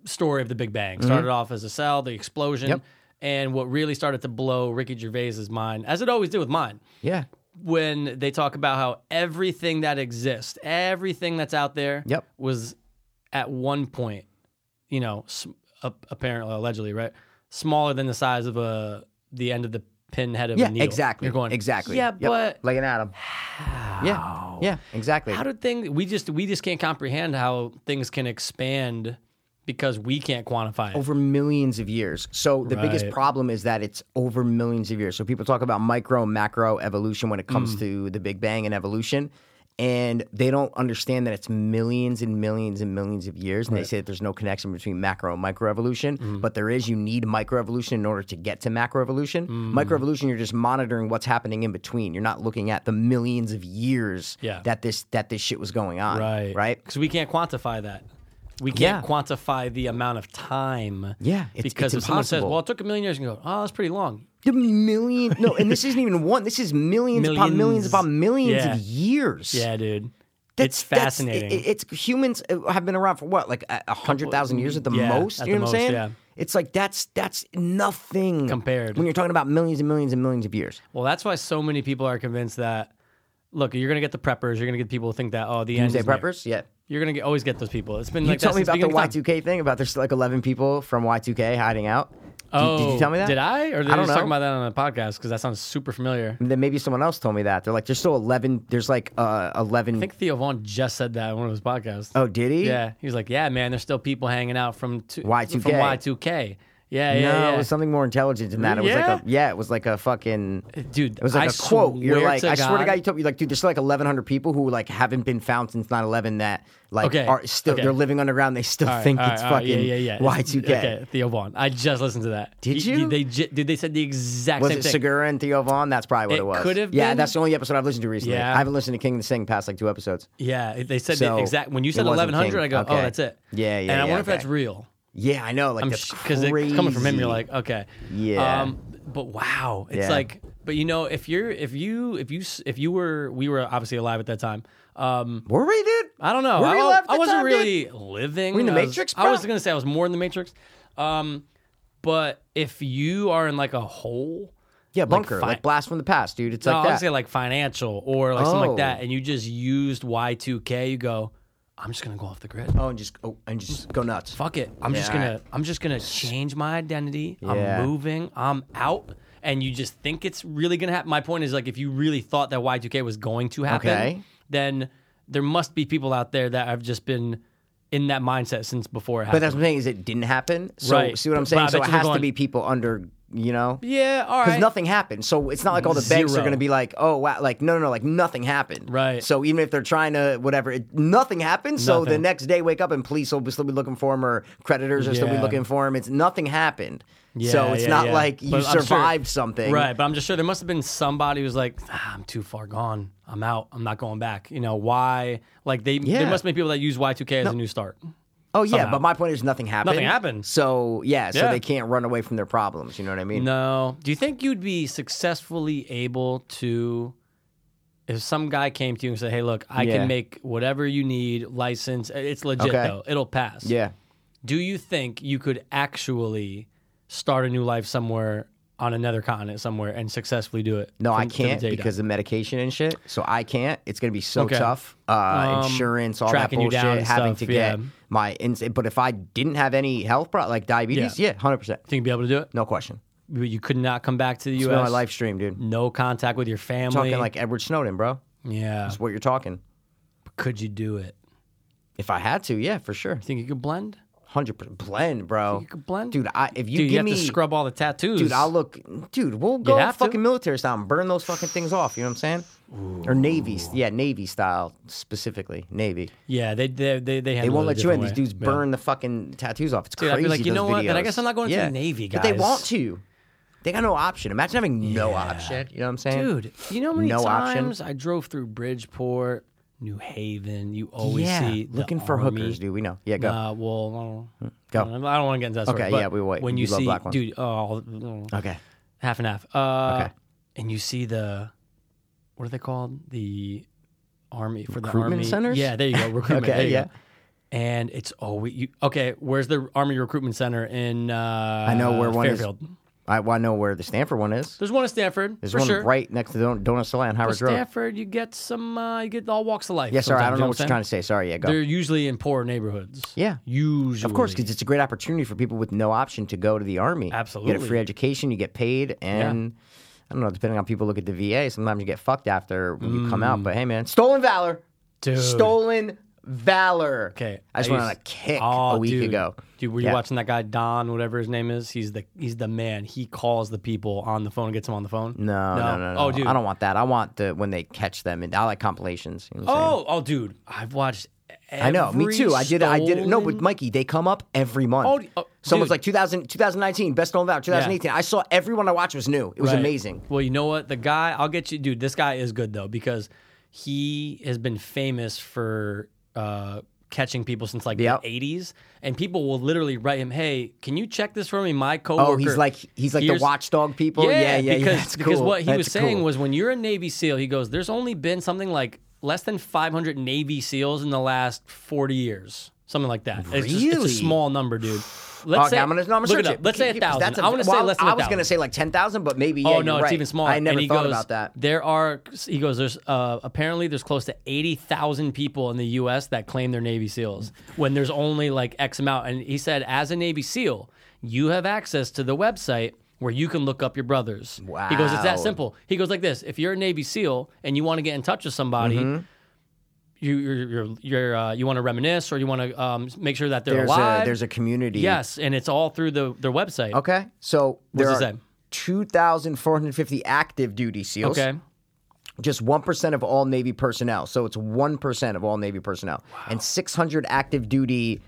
Speaker 1: story of the Big Bang. Started off as a cell, the explosion.
Speaker 2: Mm-hmm. Yep.
Speaker 1: And what really started to blow Ricky Gervais's mind, as it always did with mine,
Speaker 2: Yeah.
Speaker 1: when they talk about how everything that exists, everything that's out there,
Speaker 2: Yep.
Speaker 1: was at one point, you know, s- ap- apparently, allegedly, right, smaller than the size of a the end of the pinhead of
Speaker 2: Yeah,
Speaker 1: a needle.
Speaker 2: exactly.
Speaker 1: You're going
Speaker 2: exactly.
Speaker 1: Yeah,
Speaker 2: Yep,
Speaker 1: but
Speaker 2: like an atom. Yeah, yeah, exactly.
Speaker 1: how did things? We just we just can't comprehend how things can expand because we can't quantify it.
Speaker 2: over millions of years. So the biggest
Speaker 1: Right.
Speaker 2: problem is that it's over millions of years. So people talk about micro and macro evolution when it
Speaker 1: Mm.
Speaker 2: comes to the Big Bang and evolution. And they don't understand that it's millions and millions and millions of years. And they say that there's no connection between macro and microevolution,
Speaker 1: Mm.
Speaker 2: but there is. You need microevolution in order to get to macroevolution.
Speaker 1: Mm.
Speaker 2: Microevolution, you're just monitoring what's happening in between. You're not looking at the millions of years
Speaker 1: Yeah.
Speaker 2: that this that this shit was going on.
Speaker 1: right,
Speaker 2: Right.
Speaker 1: Because we can't quantify that. We can't
Speaker 2: Yeah.
Speaker 1: quantify the amount of time.
Speaker 2: Yeah, it's-
Speaker 1: because
Speaker 2: it's
Speaker 1: if someone says,
Speaker 2: impossible.
Speaker 1: "Well, it took a million years," and you go, "Oh, that's pretty long."
Speaker 2: The million no, and this isn't even one. This is millions, upon millions
Speaker 1: Millions.
Speaker 2: upon millions
Speaker 1: Yeah.
Speaker 2: of years.
Speaker 1: Yeah, dude.
Speaker 2: That's-
Speaker 1: it's
Speaker 2: that's-
Speaker 1: fascinating.
Speaker 2: it- it's humans uh, have been around for what, like a a hundred thousand years at the
Speaker 1: yeah,
Speaker 2: most.
Speaker 1: at
Speaker 2: you know
Speaker 1: the
Speaker 2: what I'm
Speaker 1: most,
Speaker 2: saying?
Speaker 1: yeah.
Speaker 2: It's like that's that's nothing
Speaker 1: Compared.
Speaker 2: when you're talking about millions and millions and millions of years.
Speaker 1: well, that's why so many people are convinced that look, you're gonna get the preppers, you're gonna get people who think that oh the end
Speaker 2: Doomsday
Speaker 1: is near.
Speaker 2: preppers, yeah.
Speaker 1: You're gonna get, always get those people. It's been
Speaker 2: You
Speaker 1: like
Speaker 2: told me
Speaker 1: that
Speaker 2: about
Speaker 1: two.
Speaker 2: the Y2K thing about there's like 11 people from Y2K hiding out.
Speaker 1: Oh,
Speaker 2: did, did you tell me that?
Speaker 1: Did I? Or did
Speaker 2: I
Speaker 1: I
Speaker 2: don't
Speaker 1: just talk
Speaker 2: know. Mm.
Speaker 1: about that on the podcast? Because that sounds super familiar.
Speaker 2: And then maybe someone else told me that. They're like, there's still 11. There's like uh, 11.
Speaker 1: I think Theo Vaughn just said that in one of his podcasts.
Speaker 2: oh, did he?
Speaker 1: Yeah, he was like, "Yeah, man, there's still people hanging out from two,
Speaker 2: Y2K.
Speaker 1: From Y2K. Yeah,
Speaker 2: No,
Speaker 1: yeah, yeah.
Speaker 2: it was something more intelligent than that. It was
Speaker 1: Yeah?
Speaker 2: like a yeah, it was like a fucking
Speaker 1: Dude,
Speaker 2: It was like
Speaker 1: I
Speaker 2: a quote. You're
Speaker 1: swear
Speaker 2: like,
Speaker 1: to
Speaker 2: I swear to
Speaker 1: God-
Speaker 2: God, you told me like, dude, there's still like 1,100 people who like haven't been found since 9/11 that like
Speaker 1: Okay,
Speaker 2: are still
Speaker 1: okay.
Speaker 2: they're living underground. They still
Speaker 1: All right,
Speaker 2: think
Speaker 1: all right,
Speaker 2: it's
Speaker 1: all right,
Speaker 2: fucking
Speaker 1: yeah, yeah, yeah.
Speaker 2: Y2K.
Speaker 1: Okay, Theo Vaughn. I just listened to that.
Speaker 2: Did
Speaker 1: He-
Speaker 2: you?
Speaker 1: They, ju- dude, they said the exact
Speaker 2: Was
Speaker 1: same
Speaker 2: it
Speaker 1: thing.
Speaker 2: Segura and Theo Vaughn? That's probably what
Speaker 1: It
Speaker 2: it, was.
Speaker 1: could have
Speaker 2: Yeah,
Speaker 1: been.
Speaker 2: that's the only episode I've listened to recently.
Speaker 1: Yeah.
Speaker 2: I haven't listened to King the Sing past like two episodes.
Speaker 1: Yeah, they said
Speaker 2: So,
Speaker 1: the exact. When you
Speaker 2: it
Speaker 1: said
Speaker 2: wasn't
Speaker 1: 1100,
Speaker 2: King.
Speaker 1: I go, oh,
Speaker 2: Okay.
Speaker 1: that's it.
Speaker 2: Yeah, yeah,
Speaker 1: And I
Speaker 2: yeah,
Speaker 1: wonder if
Speaker 2: okay.
Speaker 1: that's real.
Speaker 2: Yeah, I know. Like
Speaker 1: I'm
Speaker 2: that's
Speaker 1: because it's coming from him. You're
Speaker 2: crazy.
Speaker 1: like, okay, Um,
Speaker 2: Yeah.
Speaker 1: but wow, it's
Speaker 2: Yeah.
Speaker 1: like, but you know, if you're, if you, if you, s- if you were, we were obviously alive at that time. Um,
Speaker 2: were we, dude?
Speaker 1: I don't know.
Speaker 2: Were
Speaker 1: I,
Speaker 2: we
Speaker 1: wa-
Speaker 2: alive at
Speaker 1: I
Speaker 2: the
Speaker 1: wasn't
Speaker 2: time, dude?
Speaker 1: really living.
Speaker 2: We in the
Speaker 1: I was-
Speaker 2: Matrix,
Speaker 1: I was
Speaker 2: bro?
Speaker 1: gonna say I was more in the Matrix. Um, but if you are in like a hole,
Speaker 2: Yeah, bunker,
Speaker 1: fi-
Speaker 2: like, blast from the past, dude. It's
Speaker 1: no, I
Speaker 2: like
Speaker 1: was
Speaker 2: that.
Speaker 1: say like financial or like something like
Speaker 2: Oh.
Speaker 1: that, and you just used Y2K, you go, I'm just gonna go off the grid.
Speaker 2: oh, and just oh, and just go nuts.
Speaker 1: fuck it. I'm just
Speaker 2: Yeah,
Speaker 1: gonna I'm just gonna change my identity.
Speaker 2: Yeah.
Speaker 1: I'm moving. I'm out. And you just think it's really gonna happen. My point is like if you really thought that Y2K was going to happen,
Speaker 2: Okay.
Speaker 1: then there must be people out there that have just been in that mindset since before it
Speaker 2: But
Speaker 1: happened.
Speaker 2: that's what I'm saying is it didn't happen. So
Speaker 1: Right.
Speaker 2: see what I'm
Speaker 1: But I
Speaker 2: saying?
Speaker 1: bet
Speaker 2: So it
Speaker 1: you they're
Speaker 2: has
Speaker 1: going-
Speaker 2: to be people under, you know, because
Speaker 1: yeah, all right.
Speaker 2: nothing happened. So it's not like all the banks
Speaker 1: Zero.
Speaker 2: are going to be like, oh wow, like no, no, no, like nothing happened.
Speaker 1: Right.
Speaker 2: So even if they're trying to whatever, it, nothing happened. So the
Speaker 1: Nothing.
Speaker 2: next day, wake up and police will still be looking for him, or creditors are still be
Speaker 1: Yeah.
Speaker 2: looking for him. It's nothing happened.
Speaker 1: Yeah,
Speaker 2: so it's
Speaker 1: yeah,
Speaker 2: not
Speaker 1: yeah.
Speaker 2: like you
Speaker 1: But I'm sure-
Speaker 2: survived something.
Speaker 1: Right, but I'm just sure there must have been somebody who's like, ah, I'm too far gone. I'm out. I'm not going back. You know why? Like they, there
Speaker 2: Yeah.
Speaker 1: must be people that use Y2K as a new start.
Speaker 2: Oh yeah,
Speaker 1: Somehow.
Speaker 2: but my point is nothing happened.
Speaker 1: Nothing happened.
Speaker 2: So yeah, so
Speaker 1: Yeah.
Speaker 2: they can't run away from their problems. You know what I mean?
Speaker 1: No. Do you think you'd be successfully able to, if some guy came to you and said, "Hey, look, I
Speaker 2: Yeah.
Speaker 1: can make whatever you need, license. eh, It's legit
Speaker 2: Okay.
Speaker 1: though. It'll pass."
Speaker 2: Yeah.
Speaker 1: Do you think you could actually start a new life somewhere on another continent somewhere and successfully do it?
Speaker 2: No,
Speaker 1: from-
Speaker 2: I
Speaker 1: to the
Speaker 2: can't
Speaker 1: day dot?
Speaker 2: because of medication and shit. So I can't. It's gonna be so
Speaker 1: Okay. Um,
Speaker 2: tough. Uh, insurance, all that
Speaker 1: tracking you
Speaker 2: bullshit.
Speaker 1: down and
Speaker 2: having
Speaker 1: stuff,
Speaker 2: to get
Speaker 1: yeah.
Speaker 2: my ins. But if I didn't have any health problem, like diabetes,
Speaker 1: Yeah.
Speaker 2: yeah, hundred percent,
Speaker 1: think you'd be able to do it.
Speaker 2: no question.
Speaker 1: No. You could not come back to the
Speaker 2: It's
Speaker 1: U.S.
Speaker 2: been my live stream, dude.
Speaker 1: No contact with your family.
Speaker 2: Talking like Edward Snowden, bro.
Speaker 1: yeah.
Speaker 2: That's what you're talking.
Speaker 1: Could you do it?
Speaker 2: If I had to, yeah, for sure,
Speaker 1: Think you could blend?
Speaker 2: hundred percent blend, bro.
Speaker 1: You could blend,
Speaker 2: dude. I if you
Speaker 1: Dude,
Speaker 2: give
Speaker 1: you have
Speaker 2: me
Speaker 1: to scrub all the tattoos.
Speaker 2: dude, I'll look. Dude, we'll go
Speaker 1: have to.
Speaker 2: fucking military style and burn those fucking things off. You know what I'm saying? Or navy, yeah, navy style specifically, navy.
Speaker 1: Yeah, they they they they,
Speaker 2: They
Speaker 1: handle
Speaker 2: won't
Speaker 1: it a
Speaker 2: let you in.
Speaker 1: different
Speaker 2: These dudes
Speaker 1: way. Yeah.
Speaker 2: burn the fucking tattoos off. It's
Speaker 1: Dude, I'd
Speaker 2: crazy.
Speaker 1: be like, you
Speaker 2: those
Speaker 1: know what? Then I
Speaker 2: videos.
Speaker 1: guess I'm not going to the Navy,
Speaker 2: But they
Speaker 1: guys.
Speaker 2: want to. They got no option. Imagine having no option. You know what I'm saying,
Speaker 1: Dude, you know how many
Speaker 2: No option.
Speaker 1: times I drove through Bridgeport, New Haven. You always
Speaker 2: Yeah,
Speaker 1: see the
Speaker 2: looking for
Speaker 1: army.
Speaker 2: hookers, dude. We know. Yeah, go.
Speaker 1: Uh, well, I don't,
Speaker 2: Go.
Speaker 1: I don't, want to get into that. Story,
Speaker 2: Okay,
Speaker 1: but
Speaker 2: yeah, we wait.
Speaker 1: When you,
Speaker 2: You love
Speaker 1: see,
Speaker 2: black ones.
Speaker 1: dude, oh,
Speaker 2: okay.
Speaker 1: half and half. Uh,
Speaker 2: Okay.
Speaker 1: And you see the, what are they called? The army for the
Speaker 2: Recruitment
Speaker 1: army
Speaker 2: centers?
Speaker 1: Yeah, there you
Speaker 2: [LAUGHS]
Speaker 1: go. Recruitment.
Speaker 2: Okay,
Speaker 1: there you
Speaker 2: yeah.
Speaker 1: Go. And it's always you. Okay, where's the army recruitment center in? Uh,
Speaker 2: know where one is.
Speaker 1: Fairfield.
Speaker 2: I, well, I know where the Stanford one is.
Speaker 1: There's one at Stanford.
Speaker 2: There's
Speaker 1: for
Speaker 2: one
Speaker 1: sure.
Speaker 2: right next to Don- Donut Soleil on
Speaker 1: But
Speaker 2: Howard Road.
Speaker 1: Stanford, you get some, uh, you get all walks of life.
Speaker 2: Yeah, sorry, I don't
Speaker 1: sometimes,
Speaker 2: know what
Speaker 1: you
Speaker 2: you're trying to say. Sorry, yeah, go.
Speaker 1: They're usually in poor neighborhoods.
Speaker 2: Yeah.
Speaker 1: usually.
Speaker 2: Of course, because it's a great opportunity for people with no option to go to the army. You get
Speaker 1: Absolutely.
Speaker 2: a free education, you get paid, and I don't know, depending on how people look at the VA, sometimes you get fucked after when you come out. But hey, man, stolen valor.
Speaker 1: Mm. Dude.
Speaker 2: Stolen valor.
Speaker 1: Okay,
Speaker 2: I just went on a
Speaker 1: used-
Speaker 2: kick
Speaker 1: Oh,
Speaker 2: a week
Speaker 1: dude.
Speaker 2: ago.
Speaker 1: Dude, were you
Speaker 2: Yeah.
Speaker 1: watching that guy Don, whatever his name is? He's the he's the man. He calls the people on the phone, gets them on the phone.
Speaker 2: No, no, no, no.
Speaker 1: Oh, dude.
Speaker 2: I don't want that. I want the when they catch them, and I like compilations. You know what I'm saying?
Speaker 1: Oh, oh, dude. I've watched. Every
Speaker 2: I know, me too. I did. I did. No, but
Speaker 1: stolen-
Speaker 2: Mikey, they come up every month.
Speaker 1: Oh, d- oh,
Speaker 2: Someone's
Speaker 1: dude.
Speaker 2: like 2000, 2019, best stolen valor, 2018. I saw everyone I watched was new. It was
Speaker 1: Right.
Speaker 2: amazing.
Speaker 1: Well, you know what? The guy, I'll get you, dude. This guy is good though because he has been famous for uh, catching people since like
Speaker 2: Yep.
Speaker 1: the '80s, and people will literally write him, "Hey, can you check this for me?" My coworker.
Speaker 2: Oh, he's like he's like
Speaker 1: Here's-
Speaker 2: the watchdog people. Yeah, yeah, yeah.
Speaker 1: because,
Speaker 2: That's
Speaker 1: because
Speaker 2: cool.
Speaker 1: what he
Speaker 2: That's
Speaker 1: was saying
Speaker 2: cool.
Speaker 1: was when you're a Navy SEAL, he goes, "There's only been something like less than 500 Navy SEALs in the last 40 years." Something like that. It's, just, it's
Speaker 2: Really? [SIGHS]
Speaker 1: a small number, dude. Let's
Speaker 2: okay,
Speaker 1: say-
Speaker 2: I'm gonna, no, I'm gonna
Speaker 1: look
Speaker 2: search
Speaker 1: it up. Let's say
Speaker 2: 'cause
Speaker 1: 1,000.
Speaker 2: that's a-
Speaker 1: I wanna say
Speaker 2: well,
Speaker 1: less than
Speaker 2: I was
Speaker 1: 1,000.
Speaker 2: gonna say like ten thousand, but maybe. Yeah,
Speaker 1: oh no,
Speaker 2: you're
Speaker 1: it's
Speaker 2: right.
Speaker 1: even smaller.
Speaker 2: I never
Speaker 1: and he
Speaker 2: thought
Speaker 1: goes,
Speaker 2: about that.
Speaker 1: There are he goes. There's uh, apparently there's close to eighty thousand people in the U.S. that claim they're Navy SEALs when there's only like X amount. And he said, as a Navy SEAL, you have access to the website where you can look up your brothers. He goes, it's that
Speaker 2: Wow.
Speaker 1: simple. He goes like this: If you're a Navy SEAL and you want to get in touch with somebody.
Speaker 2: Mm-hmm.
Speaker 1: You you're, you're, you're uh, you want to reminisce or you want to um, make sure that they're
Speaker 2: There's
Speaker 1: alive.
Speaker 2: a there's a community.
Speaker 1: yes, and it's all through the their website.
Speaker 2: Okay. So there
Speaker 1: What's it
Speaker 2: are
Speaker 1: say?
Speaker 2: two thousand four hundred fifty active duty SEALs.
Speaker 1: Okay.
Speaker 2: just 1% of all Navy personnel. So it's 1% of all Navy personnel and 600 active duty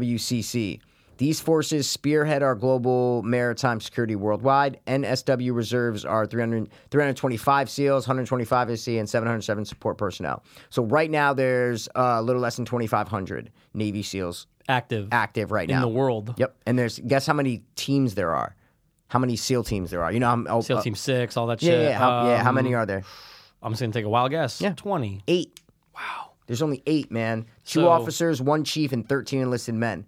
Speaker 2: SWCC. These forces spearhead our global maritime security worldwide. NSW reserves are 300, 325 SEALs, 125 SC, E and 707 support personnel. So right now there's uh, a little less than 2,500 Navy SEALs
Speaker 1: Active.
Speaker 2: active right
Speaker 1: In
Speaker 2: now
Speaker 1: the world.
Speaker 2: Yep. And there's guess how many teams there are? How many SEAL teams there are? You know, I'm oh,
Speaker 1: SEAL
Speaker 2: uh,
Speaker 1: Team Six, all that
Speaker 2: Yeah,
Speaker 1: shit.
Speaker 2: yeah, how, yeah. How
Speaker 1: Um,
Speaker 2: many are there?
Speaker 1: I'm just gonna take a wild guess. Yeah, twenty.
Speaker 2: eight. Wow. There's only eight, man. Two
Speaker 1: So-
Speaker 2: officers, one chief, and 13 enlisted men.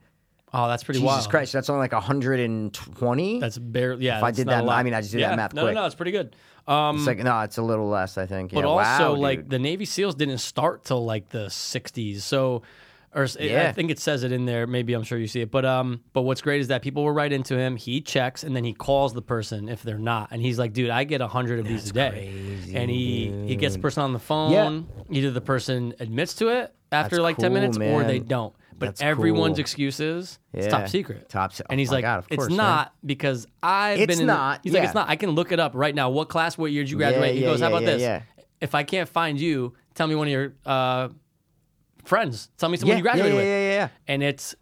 Speaker 1: Oh, that's pretty
Speaker 2: Jesus
Speaker 1: wild.
Speaker 2: Christ, that's only like 120?
Speaker 1: That's barely. Yeah,
Speaker 2: If I
Speaker 1: that's
Speaker 2: did
Speaker 1: not
Speaker 2: that
Speaker 1: a
Speaker 2: ma-
Speaker 1: lot.
Speaker 2: I mean, I just did that
Speaker 1: Yeah.
Speaker 2: math
Speaker 1: No,
Speaker 2: quick.
Speaker 1: no, no, it's pretty good. Um,
Speaker 2: it's like, no, it's a little less, I think.
Speaker 1: but
Speaker 2: Yeah,
Speaker 1: also
Speaker 2: wow,
Speaker 1: like
Speaker 2: dude.
Speaker 1: the Navy SEALs didn't start till like the '60s, so. Or s- I
Speaker 2: Yeah.
Speaker 1: think it says it in there. Maybe I'm sure you see it, but um, but what's great is that people were right into him. He checks and then he calls the person if they're not, and he's like, "Dude, I get a hundred of these a day," and he he gets the person on the phone. Either the person admits to it after
Speaker 2: That's
Speaker 1: like ten
Speaker 2: cool,
Speaker 1: minutes, or they
Speaker 2: man.
Speaker 1: don't. But
Speaker 2: That's
Speaker 1: everyone's
Speaker 2: cool.
Speaker 1: excuses. It's
Speaker 2: Yeah.
Speaker 1: top secret.
Speaker 2: Top se-
Speaker 1: And
Speaker 2: oh
Speaker 1: he's
Speaker 2: my
Speaker 1: like,
Speaker 2: God, of course,
Speaker 1: it's
Speaker 2: man."
Speaker 1: not because I've
Speaker 2: It's
Speaker 1: been. in the-"
Speaker 2: not,
Speaker 1: He's like, it's
Speaker 2: yeah.
Speaker 1: not. I can look it up right now. What class? What year did you
Speaker 2: Yeah,
Speaker 1: graduate? he
Speaker 2: yeah,
Speaker 1: goes, how
Speaker 2: yeah,
Speaker 1: about
Speaker 2: yeah,
Speaker 1: this?
Speaker 2: yeah.
Speaker 1: If I can't find you, tell me one of your uh, friends. Tell me someone
Speaker 2: yeah,
Speaker 1: you
Speaker 2: yeah,
Speaker 1: graduated
Speaker 2: yeah,
Speaker 1: with.
Speaker 2: yeah, yeah.
Speaker 1: And it's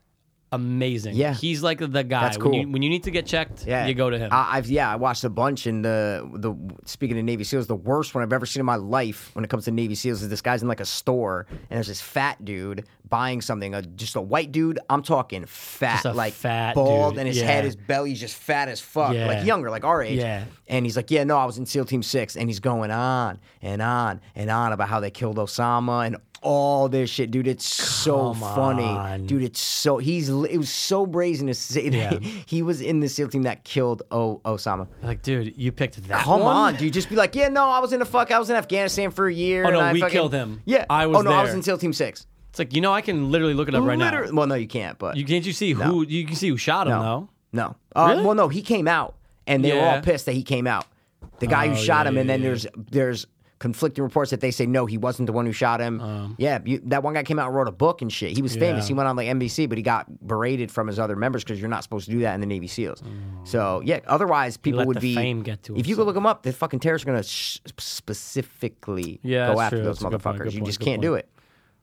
Speaker 1: amazing.
Speaker 2: Yeah.
Speaker 1: He's like the guy.
Speaker 2: That's
Speaker 1: When you,
Speaker 2: cool.
Speaker 1: when you need to get checked,
Speaker 2: Yeah. Uh,
Speaker 1: you go to him.
Speaker 2: I, I've yeah, I watched a bunch, and the the speaking of Navy SEALs, the worst one I've ever seen in my life when it comes to Navy SEALs is this guy's in like a store, and there's this fat dude buying something, a, just a white dude. I'm talking fat,
Speaker 1: Just a
Speaker 2: like
Speaker 1: fat
Speaker 2: bald,
Speaker 1: dude,
Speaker 2: and his
Speaker 1: yeah.
Speaker 2: head, his belly's just fat as fuck,
Speaker 1: Yeah.
Speaker 2: like younger, like our age.
Speaker 1: Yeah.
Speaker 2: And he's like, yeah, no, I was in SEAL Team Six, and he's going on and on and on about how they killed Osama and. All this shit, dude. It's so
Speaker 1: Come on.
Speaker 2: funny, dude. It's so he's li- it was so brazen to say
Speaker 1: Yeah.
Speaker 2: that [LAUGHS] he was in the SEAL team that killed o- Osama.
Speaker 1: like, dude, you picked that
Speaker 2: Come
Speaker 1: one?
Speaker 2: on, dude. Just be like, yeah, no, I was in the fuck. I was in Afghanistan for a year.
Speaker 1: Oh, no,
Speaker 2: and I
Speaker 1: we
Speaker 2: fucking-
Speaker 1: killed him.
Speaker 2: Yeah,
Speaker 1: I was
Speaker 2: Oh no, I was
Speaker 1: there.
Speaker 2: in SEAL Team Six.
Speaker 1: It's like, you know, I can literally look it up right
Speaker 2: Literally-
Speaker 1: now.
Speaker 2: Well, no, you can't. But
Speaker 1: You can't you see who you can see who shot him
Speaker 2: no,
Speaker 1: though.
Speaker 2: no. Uh,
Speaker 1: Really?
Speaker 2: Well, no, he came out, and they were
Speaker 1: Yeah.
Speaker 2: all pissed that he came out. The guy
Speaker 1: Oh,
Speaker 2: who shot
Speaker 1: yeah,
Speaker 2: him, and
Speaker 1: yeah,
Speaker 2: then
Speaker 1: yeah.
Speaker 2: there's there's conflicting reports that they say no, he wasn't the one who shot him. yeah, you, that one guy came out and wrote a book and shit. He was famous.
Speaker 1: Um. Yeah.
Speaker 2: He went on like NBC, but he got berated from his other members because you're not supposed to do that in the Navy SEALs. So yeah, otherwise people
Speaker 1: Mm. let
Speaker 2: would
Speaker 1: the
Speaker 2: be.
Speaker 1: fame get to him,
Speaker 2: if you
Speaker 1: so.
Speaker 2: go look them up, the fucking terrorists are gonna sh- specifically
Speaker 1: Yeah,
Speaker 2: go
Speaker 1: that's
Speaker 2: after
Speaker 1: true.
Speaker 2: those
Speaker 1: That's a good
Speaker 2: motherfuckers.
Speaker 1: point, good
Speaker 2: you
Speaker 1: point,
Speaker 2: just
Speaker 1: good
Speaker 2: can't do
Speaker 1: point.
Speaker 2: it.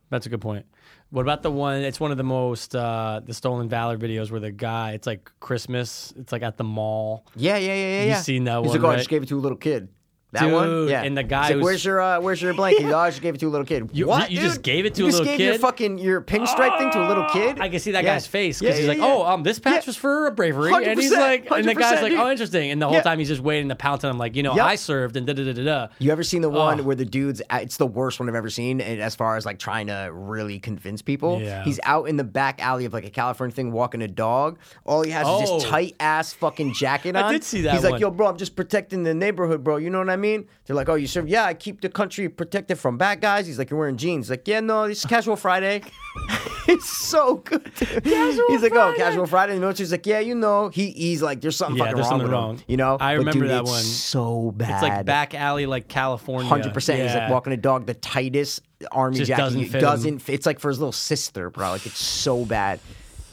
Speaker 1: That's a good point. What about the one? It's one of the most uh, the stolen valor videos where the guy. It's like Christmas. It's like at the mall.
Speaker 2: Yeah, yeah, yeah, yeah.
Speaker 1: You've
Speaker 2: yeah.
Speaker 1: seen that
Speaker 2: He's
Speaker 1: one,
Speaker 2: like, oh,
Speaker 1: right?
Speaker 2: I just gave it to a little kid. That
Speaker 1: Dude,
Speaker 2: one, yeah.
Speaker 1: and the guy
Speaker 2: He's like,
Speaker 1: who's-
Speaker 2: where's your uh, where's your blanket? He's like, oh, I just gave it to a little kid.
Speaker 1: You-
Speaker 2: what?
Speaker 1: you just
Speaker 2: dude?
Speaker 1: gave it to
Speaker 2: you
Speaker 1: a
Speaker 2: just
Speaker 1: little
Speaker 2: gave your
Speaker 1: kid? Ah,
Speaker 2: fucking your pinstripe thing to a little kid.
Speaker 1: I can see that
Speaker 2: Yeah.
Speaker 1: guy's face because
Speaker 2: Yeah,
Speaker 1: he's
Speaker 2: yeah,
Speaker 1: like,
Speaker 2: yeah.
Speaker 1: "Oh, um, this patch
Speaker 2: Yeah.
Speaker 1: was for bravery," and he's
Speaker 2: 100%,
Speaker 1: like, and the guy's
Speaker 2: 100%,
Speaker 1: like, "Oh,
Speaker 2: dude.
Speaker 1: interesting." And the whole
Speaker 2: Yeah.
Speaker 1: time he's just waiting to pounce, and I'm like, "You know,
Speaker 2: Yep.
Speaker 1: I served," and da da da da da.
Speaker 2: You ever seen the one
Speaker 1: Ugh.
Speaker 2: where the dude's? It's the worst one I've ever seen. And as far as like trying to really convince people,
Speaker 1: Yeah.
Speaker 2: he's out in the back alley of like a California thing, walking a dog. All he has is
Speaker 1: Oh.
Speaker 2: this tight ass fucking jacket
Speaker 1: I
Speaker 2: on.
Speaker 1: did see that
Speaker 2: He's
Speaker 1: one.
Speaker 2: like, "Yo, bro, I'm just protecting the neighborhood, bro. You know what I mean?" They're like, "Oh, you serve? Yeah, I keep the country protected from bad guys." He's like, "You're wearing jeans." He's like, "Yeah, no, it's casual Friday." [LAUGHS] it's so good. dude. he's like, "Oh, casual Friday." You know, she's like, "Yeah, you know." He, he's like, "There's something
Speaker 1: Yeah,
Speaker 2: fucking
Speaker 1: there's
Speaker 2: wrong
Speaker 1: something
Speaker 2: with him,
Speaker 1: wrong.
Speaker 2: You know?
Speaker 1: I
Speaker 2: But,
Speaker 1: remember
Speaker 2: dude,
Speaker 1: that
Speaker 2: it's
Speaker 1: one.
Speaker 2: So bad.
Speaker 1: It's like back alley, like California.
Speaker 2: Hundred percent. He's
Speaker 1: Yeah.
Speaker 2: like walking a dog. The tightest army
Speaker 1: Just
Speaker 2: jacket
Speaker 1: doesn't
Speaker 2: you-
Speaker 1: fit him.
Speaker 2: doesn't fit- It's like for his little sister, bro. Like it's so bad.